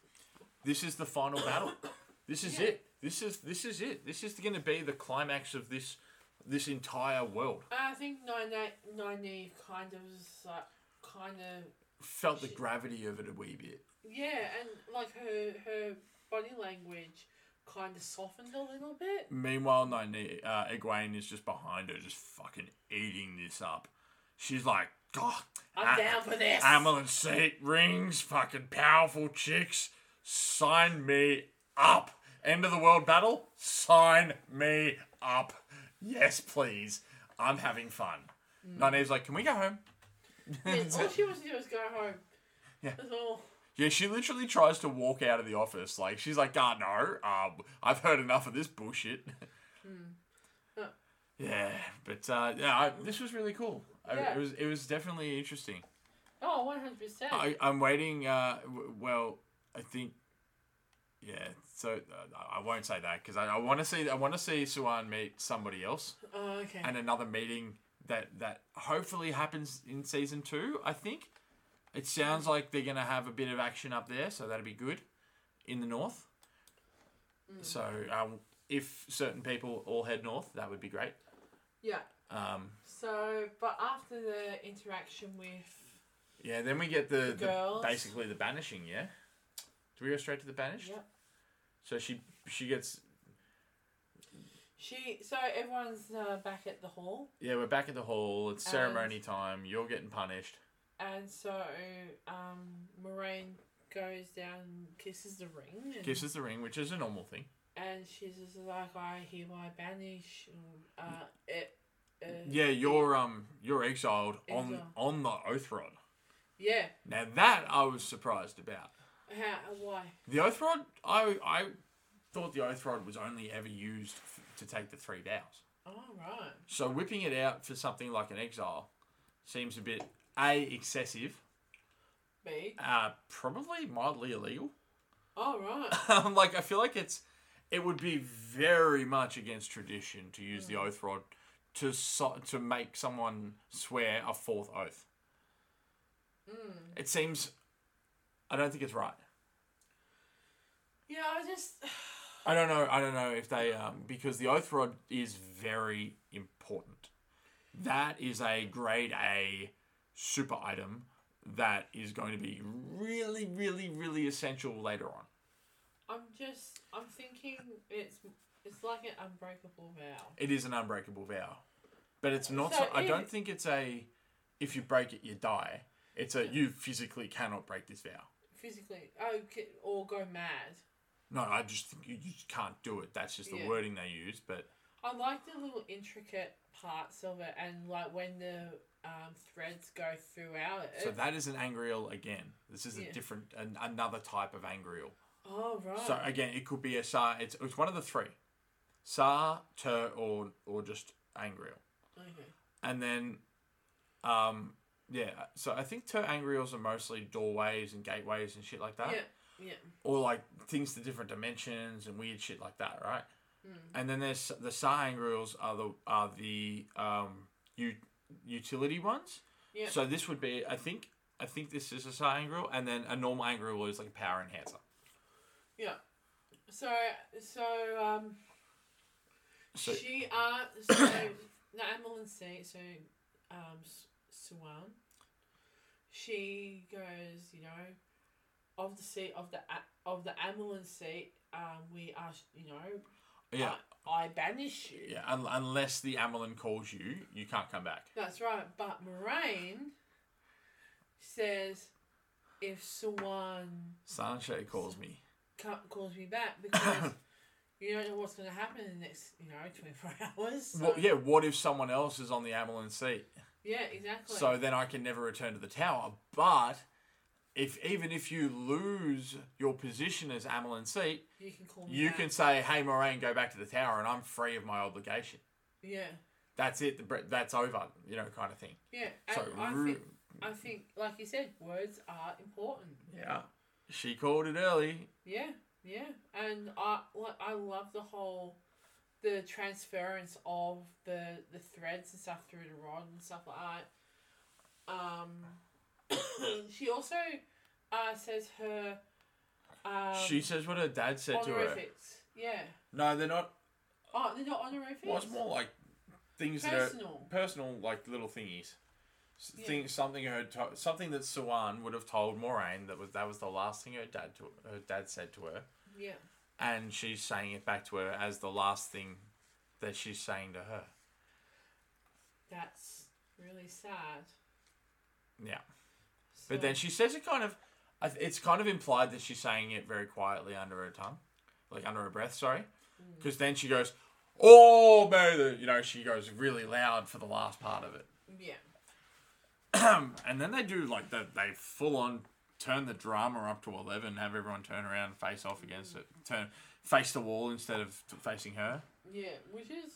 Speaker 1: This is the final battle.
Speaker 2: [coughs]
Speaker 1: This is
Speaker 2: Yeah.
Speaker 1: it. This is this is it. This is going to be the climax of this this entire world.
Speaker 2: I think Nine Nine kind of was like, kind of
Speaker 1: Felt the
Speaker 2: She-
Speaker 1: gravity of it a wee bit.
Speaker 2: Yeah, and like her her body language kind of softened a little
Speaker 1: [laughs]
Speaker 2: bit.
Speaker 1: Meanwhile, Nine uh, Egwene is just behind her, just fucking eating this up. She's like, God,
Speaker 2: I'm
Speaker 1: a-
Speaker 2: down for this.
Speaker 1: Amulet seat rings, fucking powerful chicks, sign me up. End of the world battle, sign me up. Yes, please. I'm having fun. Nynaeve's like, can we go home? [laughs]
Speaker 2: Yeah, all Mm. she wants to do is go home.
Speaker 1: Yeah.
Speaker 2: That's all.
Speaker 1: Yeah, she literally tries to walk out of the office. Like, she's like, ah, no, um, I've heard enough of this bullshit. [laughs]
Speaker 2: Yeah.
Speaker 1: Yeah, but uh, yeah, I, this was really cool. I,
Speaker 2: Yeah.
Speaker 1: it was it was definitely interesting.
Speaker 2: Oh, one hundred percent.
Speaker 1: I, I'm waiting. Uh, w- well, I think, yeah. So uh, I- I won't say that because I, I want to see I want to see Suan meet somebody else
Speaker 2: Oh, okay.
Speaker 1: and another meeting that that hopefully happens in season two. I think it sounds like they're gonna have a bit of action up there, so that'd be good in the north. So um, if certain people all head north, that would be great.
Speaker 2: yeah.
Speaker 1: Um,
Speaker 2: So, but after the interaction with
Speaker 1: yeah, then we get the, the
Speaker 2: Girls.
Speaker 1: basically the banishing. Yeah, do we go straight to the banished?
Speaker 2: Yep.
Speaker 1: So she she gets
Speaker 2: she, so everyone's uh, back at the hall,
Speaker 1: yeah. We're back at the hall. It's
Speaker 2: And-
Speaker 1: ceremony time. You're getting punished.
Speaker 2: and so um, Moraine goes down, and kisses the ring, and,
Speaker 1: Kisses the ring, which is a normal thing.
Speaker 2: and she's just like, "I hereby banish." Uh, it, uh,
Speaker 1: Yeah, you're um you're exiled on
Speaker 2: Exile.
Speaker 1: on the oath rod.
Speaker 2: Yeah.
Speaker 1: Now that I was surprised about.
Speaker 2: How, why?
Speaker 1: The oath rod, I I thought the oath rod was only ever used f- to take the three vows.
Speaker 2: All right.
Speaker 1: So whipping it out for something like an exile seems a bit a excessive,
Speaker 2: B.
Speaker 1: uh, probably mildly illegal. [laughs]
Speaker 2: All right.
Speaker 1: um, like I feel like it's it would be very much against tradition to use the oath rod to so, to make someone swear a fourth oath. It seems. I don't think it's right.
Speaker 2: Yeah, I just.
Speaker 1: I don't know. I don't know if they um, because the oath rod is very important. That is a grade A super item that is going to be really, really, really essential later on.
Speaker 2: I'm just. I'm thinking it's it's like an unbreakable vow.
Speaker 1: It is an unbreakable vow, but it's not. So,
Speaker 2: So
Speaker 1: I don't
Speaker 2: it-
Speaker 1: think it's a. If you break it, you die. It's a you physically cannot break this vow.
Speaker 2: Physically, oh, c- or go mad.
Speaker 1: No, I just think you, you just can't do it. That's just the
Speaker 2: Yeah.
Speaker 1: wording they use. But
Speaker 2: I like the little intricate parts of it, and like when the um, threads go throughout it.
Speaker 1: so that is an angriel again. This is a
Speaker 2: Yeah.
Speaker 1: different, an, another type of angriel.
Speaker 2: oh right.
Speaker 1: So again, it could be a sa. It's it's one of the three, sa, ter, or or just angriel.
Speaker 2: okay.
Speaker 1: And then, um, yeah. So I think ter angriels are mostly doorways and gateways and shit like that.
Speaker 2: Yeah. Yeah.
Speaker 1: or like things to different dimensions and weird shit like that, right?
Speaker 2: Hmm.
Speaker 1: And then there's the Sahang rules are the are the um, u- utility ones.
Speaker 2: Yeah.
Speaker 1: So this would be, I think, I think this is a Sahang rule, and then a normal angry rule is like a power enhancer.
Speaker 2: Yeah. So so um
Speaker 1: So
Speaker 2: she uh [coughs] so the ambulance say so um S- Suwan she goes you know of the seat of the a- of the ambulance seat um we are you know
Speaker 1: yeah,
Speaker 2: I, I banish you
Speaker 1: yeah. Un- unless the Amelin calls you, you can't come back.
Speaker 2: that's right but Moraine says if Suwan
Speaker 1: Sanche calls me.
Speaker 2: ca- calls me
Speaker 1: [coughs]
Speaker 2: back because you don't know what's going to happen in the next, you know, 24 [laughs] hours. So.
Speaker 1: Well, yeah. What if someone else is on the Amelin seat?
Speaker 2: Yeah, exactly.
Speaker 1: So then I can never return to the tower. But if even if you lose your position as Amelin seat,
Speaker 2: you can call me
Speaker 1: you
Speaker 2: back.
Speaker 1: can say, "Hey, Moraine, go back to the tower," and I'm free of my obligation.
Speaker 2: Yeah,
Speaker 1: That's it. The bre- That's over. You know, kind of thing.
Speaker 2: yeah. And
Speaker 1: So,
Speaker 2: I,
Speaker 1: ru-
Speaker 2: think, I think, like you said, words are important.
Speaker 1: yeah, she called it early.
Speaker 2: Yeah, yeah. And I, like, I love the whole, the transference of the, the threads and stuff through the rod and stuff like that. Um, [coughs] she also uh, says her... Um,
Speaker 1: she says what her dad said to her.
Speaker 2: honorifics. Yeah.
Speaker 1: No, they're not.
Speaker 2: Oh, they're not honorifics.
Speaker 1: Well, it's more like things that
Speaker 2: Personal.
Speaker 1: are personal, like little thingies. S-
Speaker 2: Yeah.
Speaker 1: Thing, something her to- something that Suan would have told Moraine that was that was the last thing her dad to, her dad said to her,
Speaker 2: Yeah.
Speaker 1: and she's saying it back to her as the last thing that she's saying to her.
Speaker 2: That's really sad.
Speaker 1: Yeah.
Speaker 2: So,
Speaker 1: But then she says it kind of, I th- it's kind of implied that she's saying it very quietly under her tongue, like under her breath, sorry.
Speaker 2: Mm.
Speaker 1: Because then she goes, oh, may the, you know, she goes really loud for the last part of it.
Speaker 2: Yeah.
Speaker 1: and then they do like, the, they full on turn the drama up to 11, have everyone turn around and face off against it, turn, face the wall instead of t- facing her.
Speaker 2: Yeah. Which is,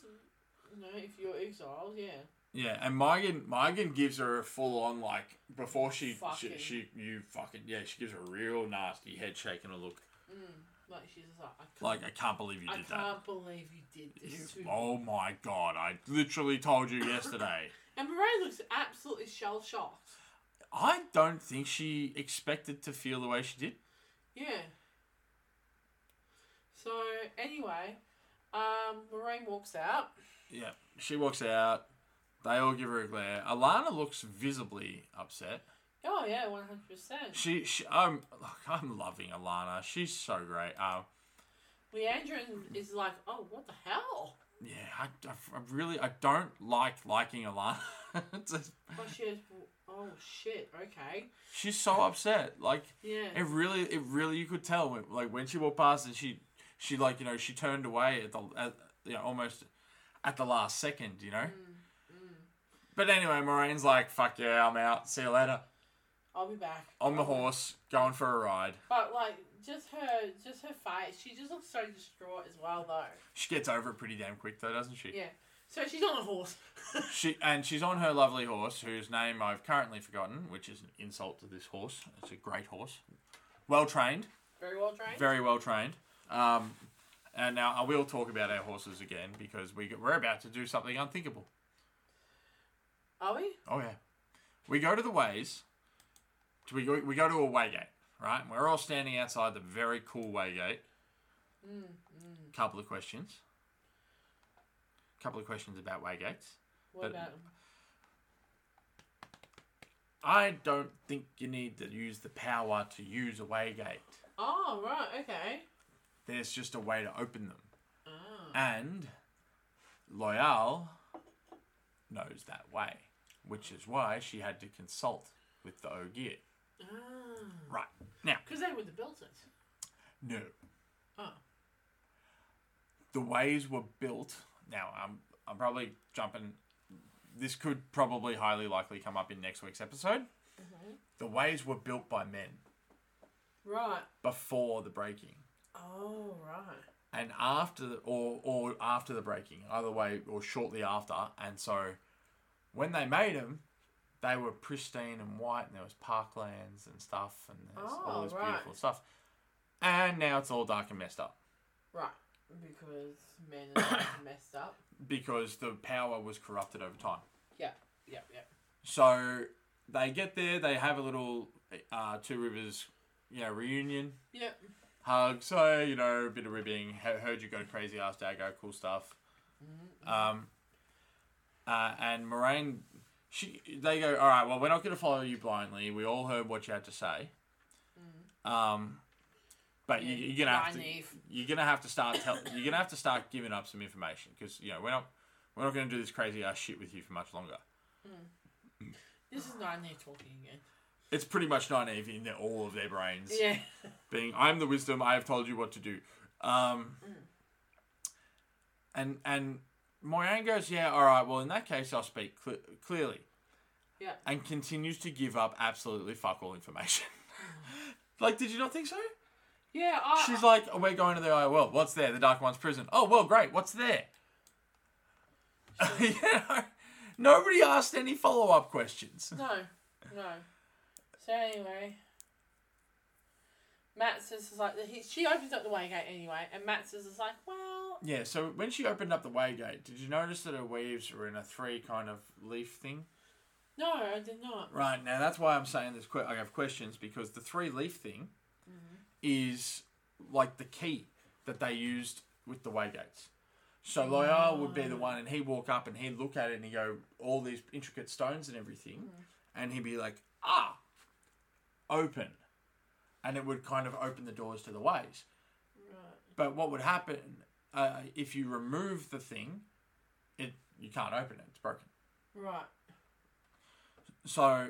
Speaker 2: you know, if you're exiled, yeah.
Speaker 1: Yeah, and Megan Megan gives her a full on like before she she,
Speaker 2: Fucking.
Speaker 1: she you fucking yeah she gives her a real nasty head shake and a look
Speaker 2: Like she's just like, I can't,
Speaker 1: like I can't believe you
Speaker 2: I
Speaker 1: did that.
Speaker 2: can't believe you did this to me.
Speaker 1: Oh my god, I literally told you
Speaker 2: [coughs]
Speaker 1: yesterday.
Speaker 2: And Moraine looks absolutely shell shocked.
Speaker 1: I don't think she expected to feel the way she did.
Speaker 2: Yeah. So anyway, um, Moraine walks out.
Speaker 1: Yeah. She walks out. They all give her a glare. Alana looks visibly upset.
Speaker 2: Oh yeah, one hundred percent.
Speaker 1: She, she I'm, look, I'm loving Alana. She's so great. Um,
Speaker 2: Leandrin is like, oh, what the hell?
Speaker 1: yeah, I, I- I really, I don't like liking Alana. [laughs] It's just-
Speaker 2: Oh, she goes, oh shit, okay,
Speaker 1: she's so upset. Like,
Speaker 2: yeah.
Speaker 1: It really, it really, you could tell when, like when she walked past and she, she like you know she turned away at the, at, you know, almost, at the last second, you know.
Speaker 2: Mm.
Speaker 1: But anyway, Moraine's like, "Fuck yeah, I'm out. See you later."
Speaker 2: I'll be back.
Speaker 1: On the
Speaker 2: I'll be-
Speaker 1: horse, going for a ride.
Speaker 2: But like just her just her face, she just looks so distraught as well though.
Speaker 1: She gets over it pretty damn quick though, doesn't she?
Speaker 2: Yeah. So she's on a horse. [laughs]
Speaker 1: She and she's on her lovely horse, whose name I've currently forgotten, which is an insult to this horse. It's a great horse, well trained.
Speaker 2: Very well trained.
Speaker 1: very well trained. Um, And now I will talk about our horses again because we we're about to do something unthinkable.
Speaker 2: Are we?
Speaker 1: Oh yeah, we go to the ways. To we go we go to a way gate, right? We're all standing outside the very cool way gate.
Speaker 2: Mm,
Speaker 1: Couple of questions. Couple of questions about way gates.
Speaker 2: What
Speaker 1: But-
Speaker 2: about 'em?
Speaker 1: I don't think you need to use the power to use a way gate.
Speaker 2: Oh right, okay.
Speaker 1: There's just a way to open them.
Speaker 2: Ah.
Speaker 1: And Loyal knows that way, which is why she had to consult with the Ogier.
Speaker 2: Because
Speaker 1: Right. Now,
Speaker 2: ah. they would have built it.
Speaker 1: no.
Speaker 2: Oh.
Speaker 1: The ways were built. Now, I'm, I'm probably jumping. This could probably highly likely come up in next week's episode. The ways were built by men
Speaker 2: Right.
Speaker 1: before the breaking.
Speaker 2: Oh right.
Speaker 1: and after the, or or after the breaking, either way, or shortly after. And so, when they made them, they were pristine and white, and there was parklands and stuff, and there's all
Speaker 2: Oh,
Speaker 1: this
Speaker 2: right.
Speaker 1: beautiful stuff. And now it's all dark and messed up
Speaker 2: Right. Because men are [coughs] messed up.
Speaker 1: because the power was corrupted over time.
Speaker 2: Yeah. Yeah. Yeah.
Speaker 1: So they get there, they have a little uh, Two Rivers, you know, reunion.
Speaker 2: Yeah.
Speaker 1: hug. So you know, a bit of ribbing. He- Heard you go crazy ass Dago, cool stuff. Um, uh, and Moraine, she they go. All right, well, we're not going to follow you blindly. We all heard what you had to say. Um, but you,
Speaker 2: Yeah,
Speaker 1: you're gonna have
Speaker 2: blind
Speaker 1: to
Speaker 2: leaf.
Speaker 1: you're gonna have to start tell, you're gonna have to start giving up some information because you know we're not we're not going to do this crazy ass shit with you for much longer.
Speaker 2: This is not me talking again.
Speaker 1: It's pretty much naive in their, all of their brains.
Speaker 2: Yeah.
Speaker 1: being I'm the wisdom, I have told you what to do. Um, and and Moyang goes, yeah, all right. Well, in that case, I'll speak cle clearly,
Speaker 2: Yeah.
Speaker 1: and continues to give up absolutely fuck all information. [laughs] like, did you not think so?
Speaker 2: Yeah. I,
Speaker 1: She's like, oh, we're going to the oh, well, what's there? The Dark One's prison. Oh well, great. What's there? [laughs] you know, nobody asked any follow up questions.
Speaker 2: No, no. So anyway, Matt says it's like he, she opens up the way gate anyway, and Matt says it's like, well,
Speaker 1: Yeah, so when she opened up the way gate, did you notice that her weaves were in a three kind of leaf thing?
Speaker 2: no, I did not.
Speaker 1: Right now, that's why I'm saying this. Que- I have questions because the three leaf thing is like the key that they used with the way gates. So Loyal would be the one, and he'd walk up and he'd look at it and he'd go, all these intricate stones and everything, and he'd be like, ah, open. And it would kind of open the doors to the ways.
Speaker 2: Right.
Speaker 1: But what would happen uh, if you remove the thing, it you can't open it, it's broken.
Speaker 2: Right.
Speaker 1: So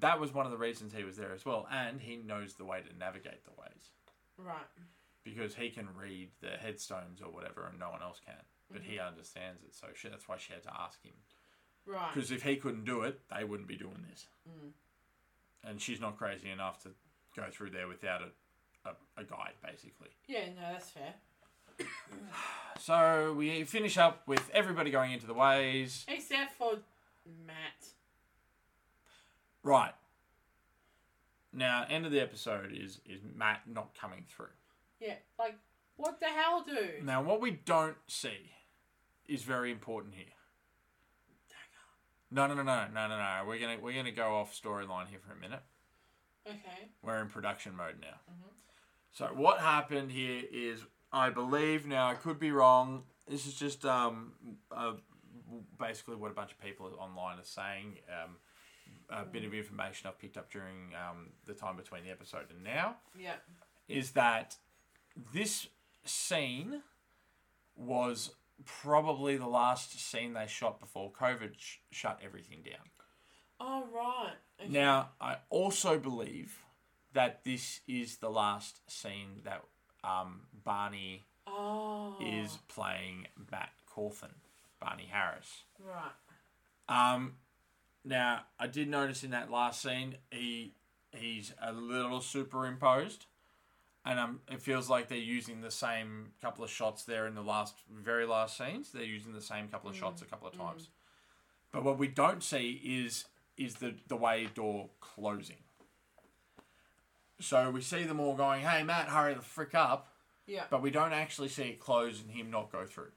Speaker 1: that was one of the reasons he was there as well, and he knows the way to navigate the ways
Speaker 2: Right.
Speaker 1: because he can read the headstones or whatever, and no one else can. But he understands it, so she, that's why she had to ask him.
Speaker 2: Right.
Speaker 1: Because if he couldn't do it, they wouldn't be doing this. And she's not crazy enough to go through there without a, a, a guide, basically.
Speaker 2: Yeah. No, that's fair.
Speaker 1: So we finish up with everybody going into the ways.
Speaker 2: Except for Matt.
Speaker 1: Right. Now, end of the episode is is Matt not coming through.
Speaker 2: Yeah. Like, what the hell, dude?
Speaker 1: Now, what we don't see is very important here. No, no, no, no, no, no, no. We're gonna we're gonna go off storyline here for a minute.
Speaker 2: Okay.
Speaker 1: We're in production mode now. So what happened here is, I believe now I could be wrong. This is just um, uh, basically what a bunch of people online are saying. Um, a bit of information I've picked up during um, the time between the episode and now
Speaker 2: Yeah.
Speaker 1: is that this scene was probably the last scene they shot before COVID sh- shut everything down.
Speaker 2: Oh right. Okay.
Speaker 1: Now, I also believe that this is the last scene that um, Barney
Speaker 2: oh.
Speaker 1: is playing Matt Cawthon, Barney Harris.
Speaker 2: Right.
Speaker 1: Um, now, I did notice in that last scene, he he's a little superimposed, and um, it feels like they're using the same couple of shots there in the last, very last scenes. They're using the same couple of shots a couple of times. But what we don't see is is the the way door closing. So we see them all going, "Hey, Matt, hurry the frick up!"
Speaker 2: Yeah.
Speaker 1: but we don't actually see it close and him not go through.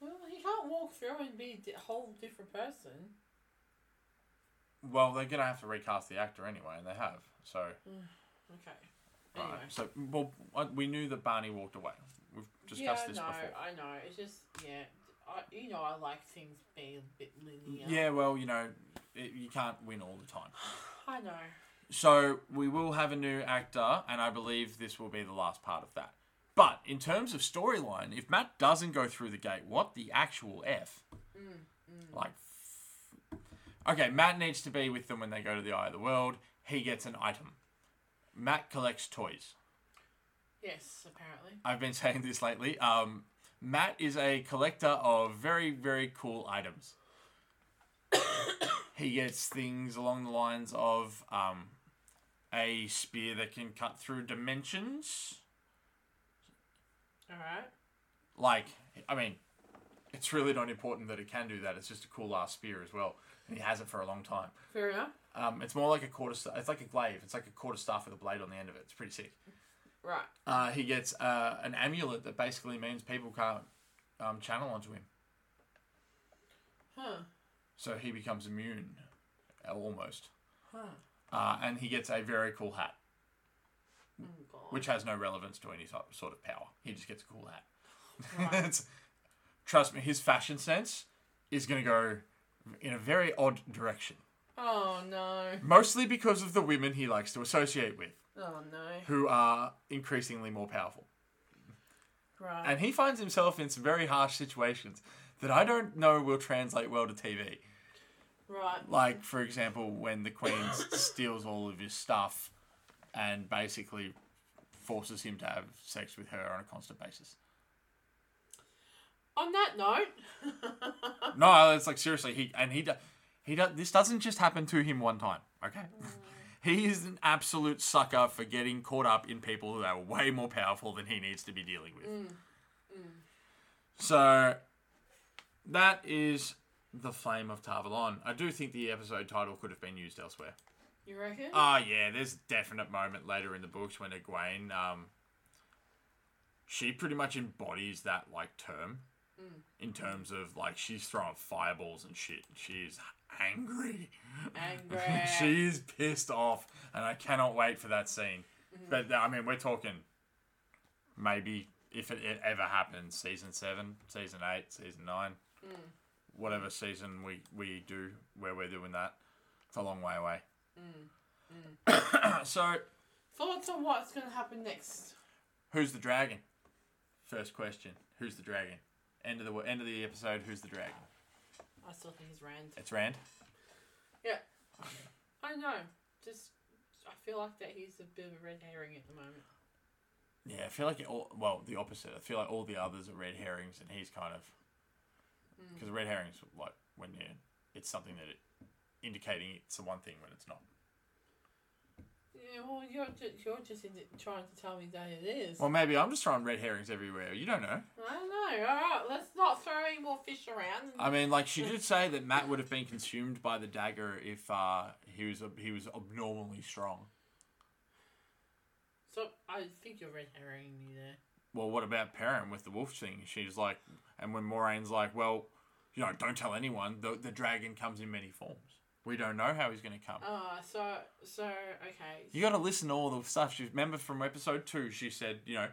Speaker 2: Well, he can't walk through and be a di- whole different person.
Speaker 1: Well, they're gonna have to recast the actor anyway, and they have. So,
Speaker 2: Okay.
Speaker 1: right.
Speaker 2: Anyway.
Speaker 1: So, well, uh, we knew that Barney walked away. We've discussed
Speaker 2: yeah,
Speaker 1: this
Speaker 2: I know,
Speaker 1: before.
Speaker 2: I know. It's just, yeah. I, you know, I like things being a bit linear.
Speaker 1: Yeah, well, you know, it, you can't win all the time.
Speaker 2: I know.
Speaker 1: So we will have a new actor, and I believe this will be the last part of that. But in terms of storyline, if Matt doesn't go through the gate, what the actual f?
Speaker 2: Mm,
Speaker 1: Like, f- okay, Matt needs to be with them when they go to the Eye of the World. He gets an item. Matt collects toys.
Speaker 2: Yes, apparently.
Speaker 1: I've been saying this lately. Um, Matt is a collector of very, very cool items. he gets things along the lines of um, a spear that can cut through dimensions.
Speaker 2: All right.
Speaker 1: Like, I mean, it's really not important that it can do that. It's just a cool ass spear as well. And he has it for a long time.
Speaker 2: Fair enough.
Speaker 1: Um, it's more like a quarter. sta it's like a glaive. It's like a quarter staff with a blade on the end of it. It's pretty sick.
Speaker 2: Right.
Speaker 1: Uh, he gets uh, an amulet that basically means people can't um, channel onto him.
Speaker 2: Huh.
Speaker 1: So he becomes immune, uh, almost.
Speaker 2: Huh.
Speaker 1: Uh, and he gets a very cool hat,
Speaker 2: Oh, God.
Speaker 1: which has no relevance to any type- sort of power. He just gets a cool hat.
Speaker 2: Right.
Speaker 1: [laughs] It's- trust me, his fashion sense is going to go in a very odd direction.
Speaker 2: oh, no.
Speaker 1: Mostly because of the women he likes to associate with,
Speaker 2: Oh, no.
Speaker 1: who are increasingly more powerful.
Speaker 2: Right.
Speaker 1: And he finds himself in some very harsh situations that I don't know will translate well to TV.
Speaker 2: right.
Speaker 1: Like, for example, when the Queen s- steals all of his stuff and basically forces him to have sex with her on a constant basis.
Speaker 2: On that note. [laughs]
Speaker 1: No, it's like seriously, he and he, do- he do, this doesn't just happen to him one time. Okay, [laughs] he is an absolute sucker for getting caught up in people that are way more powerful than he needs to be dealing with. So, that is the flame of Tarvalon. I do think the episode title could have been used elsewhere.
Speaker 2: you reckon?
Speaker 1: Oh yeah, there's a definite moment later in the books when Egwene, um, she pretty much embodies that like term, in terms of like she's throwing fireballs and shit. She's angry. [laughs]
Speaker 2: Angry.
Speaker 1: she's pissed off, and I cannot wait for that scene. But I mean, we're talking maybe if it e- ever happens, season seven, season eight, season nine, whatever season we we do where we're doing that. It's a long way away. [coughs] so,
Speaker 2: Thoughts on what's going to happen next?
Speaker 1: who's the dragon? First question: Who's the dragon? End of the wo- end of the episode. Who's the dragon?
Speaker 2: I still think it's Rand.
Speaker 1: It's Rand.
Speaker 2: I don't know. Just, I feel like that he's a bit of a red herring at the moment.
Speaker 1: Yeah, I feel like it all. Well, the opposite. I feel like all the others are red herrings, and he's kind of because red herrings like when you it's something that it indicating it's the one thing when it's not.
Speaker 2: Yeah, well, you're just, you're just in it, trying to tell me that it is.
Speaker 1: Well, maybe I'm just throwing red herrings everywhere. You don't know.
Speaker 2: I don't know. All right, let's not throw any more fish around.
Speaker 1: I mean, like she did say that Matt would have been consumed by the dagger if uh, he was he was abnormally strong.
Speaker 2: so I think you're red herring me there.
Speaker 1: Well, what about Perrin with the wolf thing? She's like, and when Moraine's like, well, you know, don't tell anyone. The the dragon comes in many forms. We don't know how he's going to come.
Speaker 2: Ah, so so okay.
Speaker 1: You got to listen to all the stuff. She remember from episode two. She said, you know,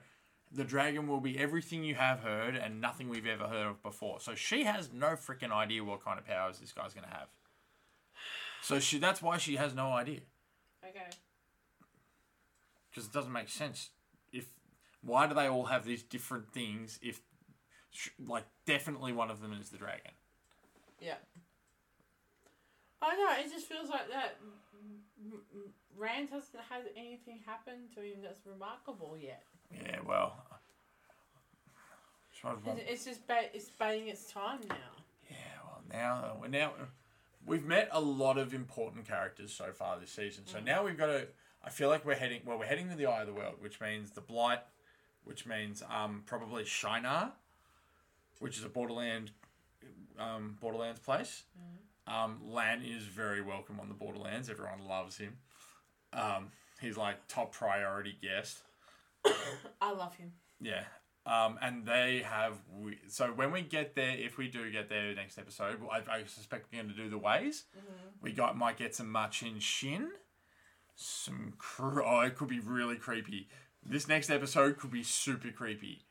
Speaker 1: the dragon will be everything you have heard and nothing we've ever heard of before. So she has no freaking idea what kind of powers this guy's gonna have. So she that's why she has no idea
Speaker 2: Okay.
Speaker 1: because it doesn't make sense. If why do they all have these different things? If sh- like definitely one of them is the dragon.
Speaker 2: Yeah. I know. It just feels like that. M- M- M- Rand hasn't had anything happen to him that's remarkable yet.
Speaker 1: Yeah, well. Sort of want-
Speaker 2: It- It's just ba- it's biding its time now.
Speaker 1: Yeah, well, now uh, we're now we've met a lot of important characters so far this season. So now we've got to. I feel like we're heading. Well, we're heading to the eye of the world, which means the blight, which means um probably Shinar, which is a Borderland, um Borderlands place. Um, Lan is very welcome on the Borderlands. Everyone loves him. Um, he's like top priority guest.
Speaker 2: I love him.
Speaker 1: Yeah. Um, and they have. We- so when we get there, if we do get there next episode, I, I suspect we're going to do the ways. We got might get some muchin shin. Some. Cr- oh, it could be really creepy. This next episode could be super creepy.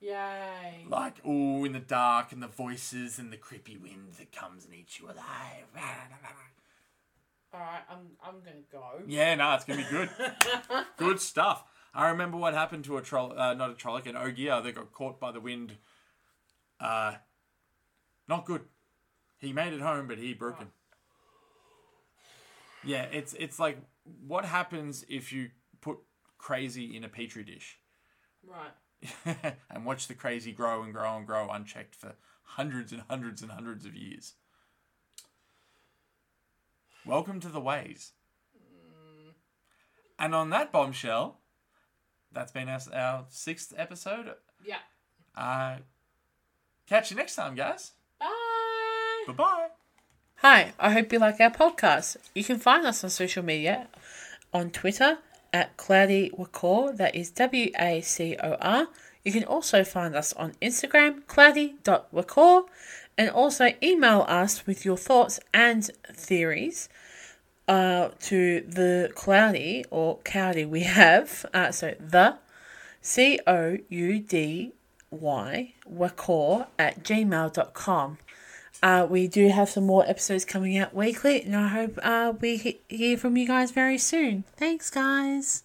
Speaker 2: Yay.
Speaker 1: Like, ooh, in the dark and the voices and the creepy wind that comes and eats you alive. [laughs]
Speaker 2: Alright, I'm I'm gonna go.
Speaker 1: Yeah, no, it's gonna be good. good stuff. I remember what happened to a troll, uh, not a trollic, an ogier that got caught by the wind. Uh, not good. He made it home, but he broke him. Yeah, it's it's like what happens if you put crazy in a petri dish
Speaker 2: Right.
Speaker 1: [laughs] and watch the crazy grow and grow and grow unchecked for hundreds and hundreds and hundreds of years. Welcome to the ways. And on that bombshell, that's been our, our sixth episode.
Speaker 2: Yeah.
Speaker 1: Uh, catch you next time, guys.
Speaker 2: Bye.
Speaker 1: Bye bye.
Speaker 2: Hi, I hope you like our podcast. You can find us on social media on Twitter at Cloudy Wakor, that is W A C O R. You can also find us on Instagram, cloudy.wakor, and also email us with your thoughts and theories uh, to the cloudy or cowdy we have. [laughs] Uh, so the C O U D Y wakor at gmail.com. Uh, we do have some more episodes coming out weekly, and I hope uh, we he- hear from you guys very soon. Thanks, guys.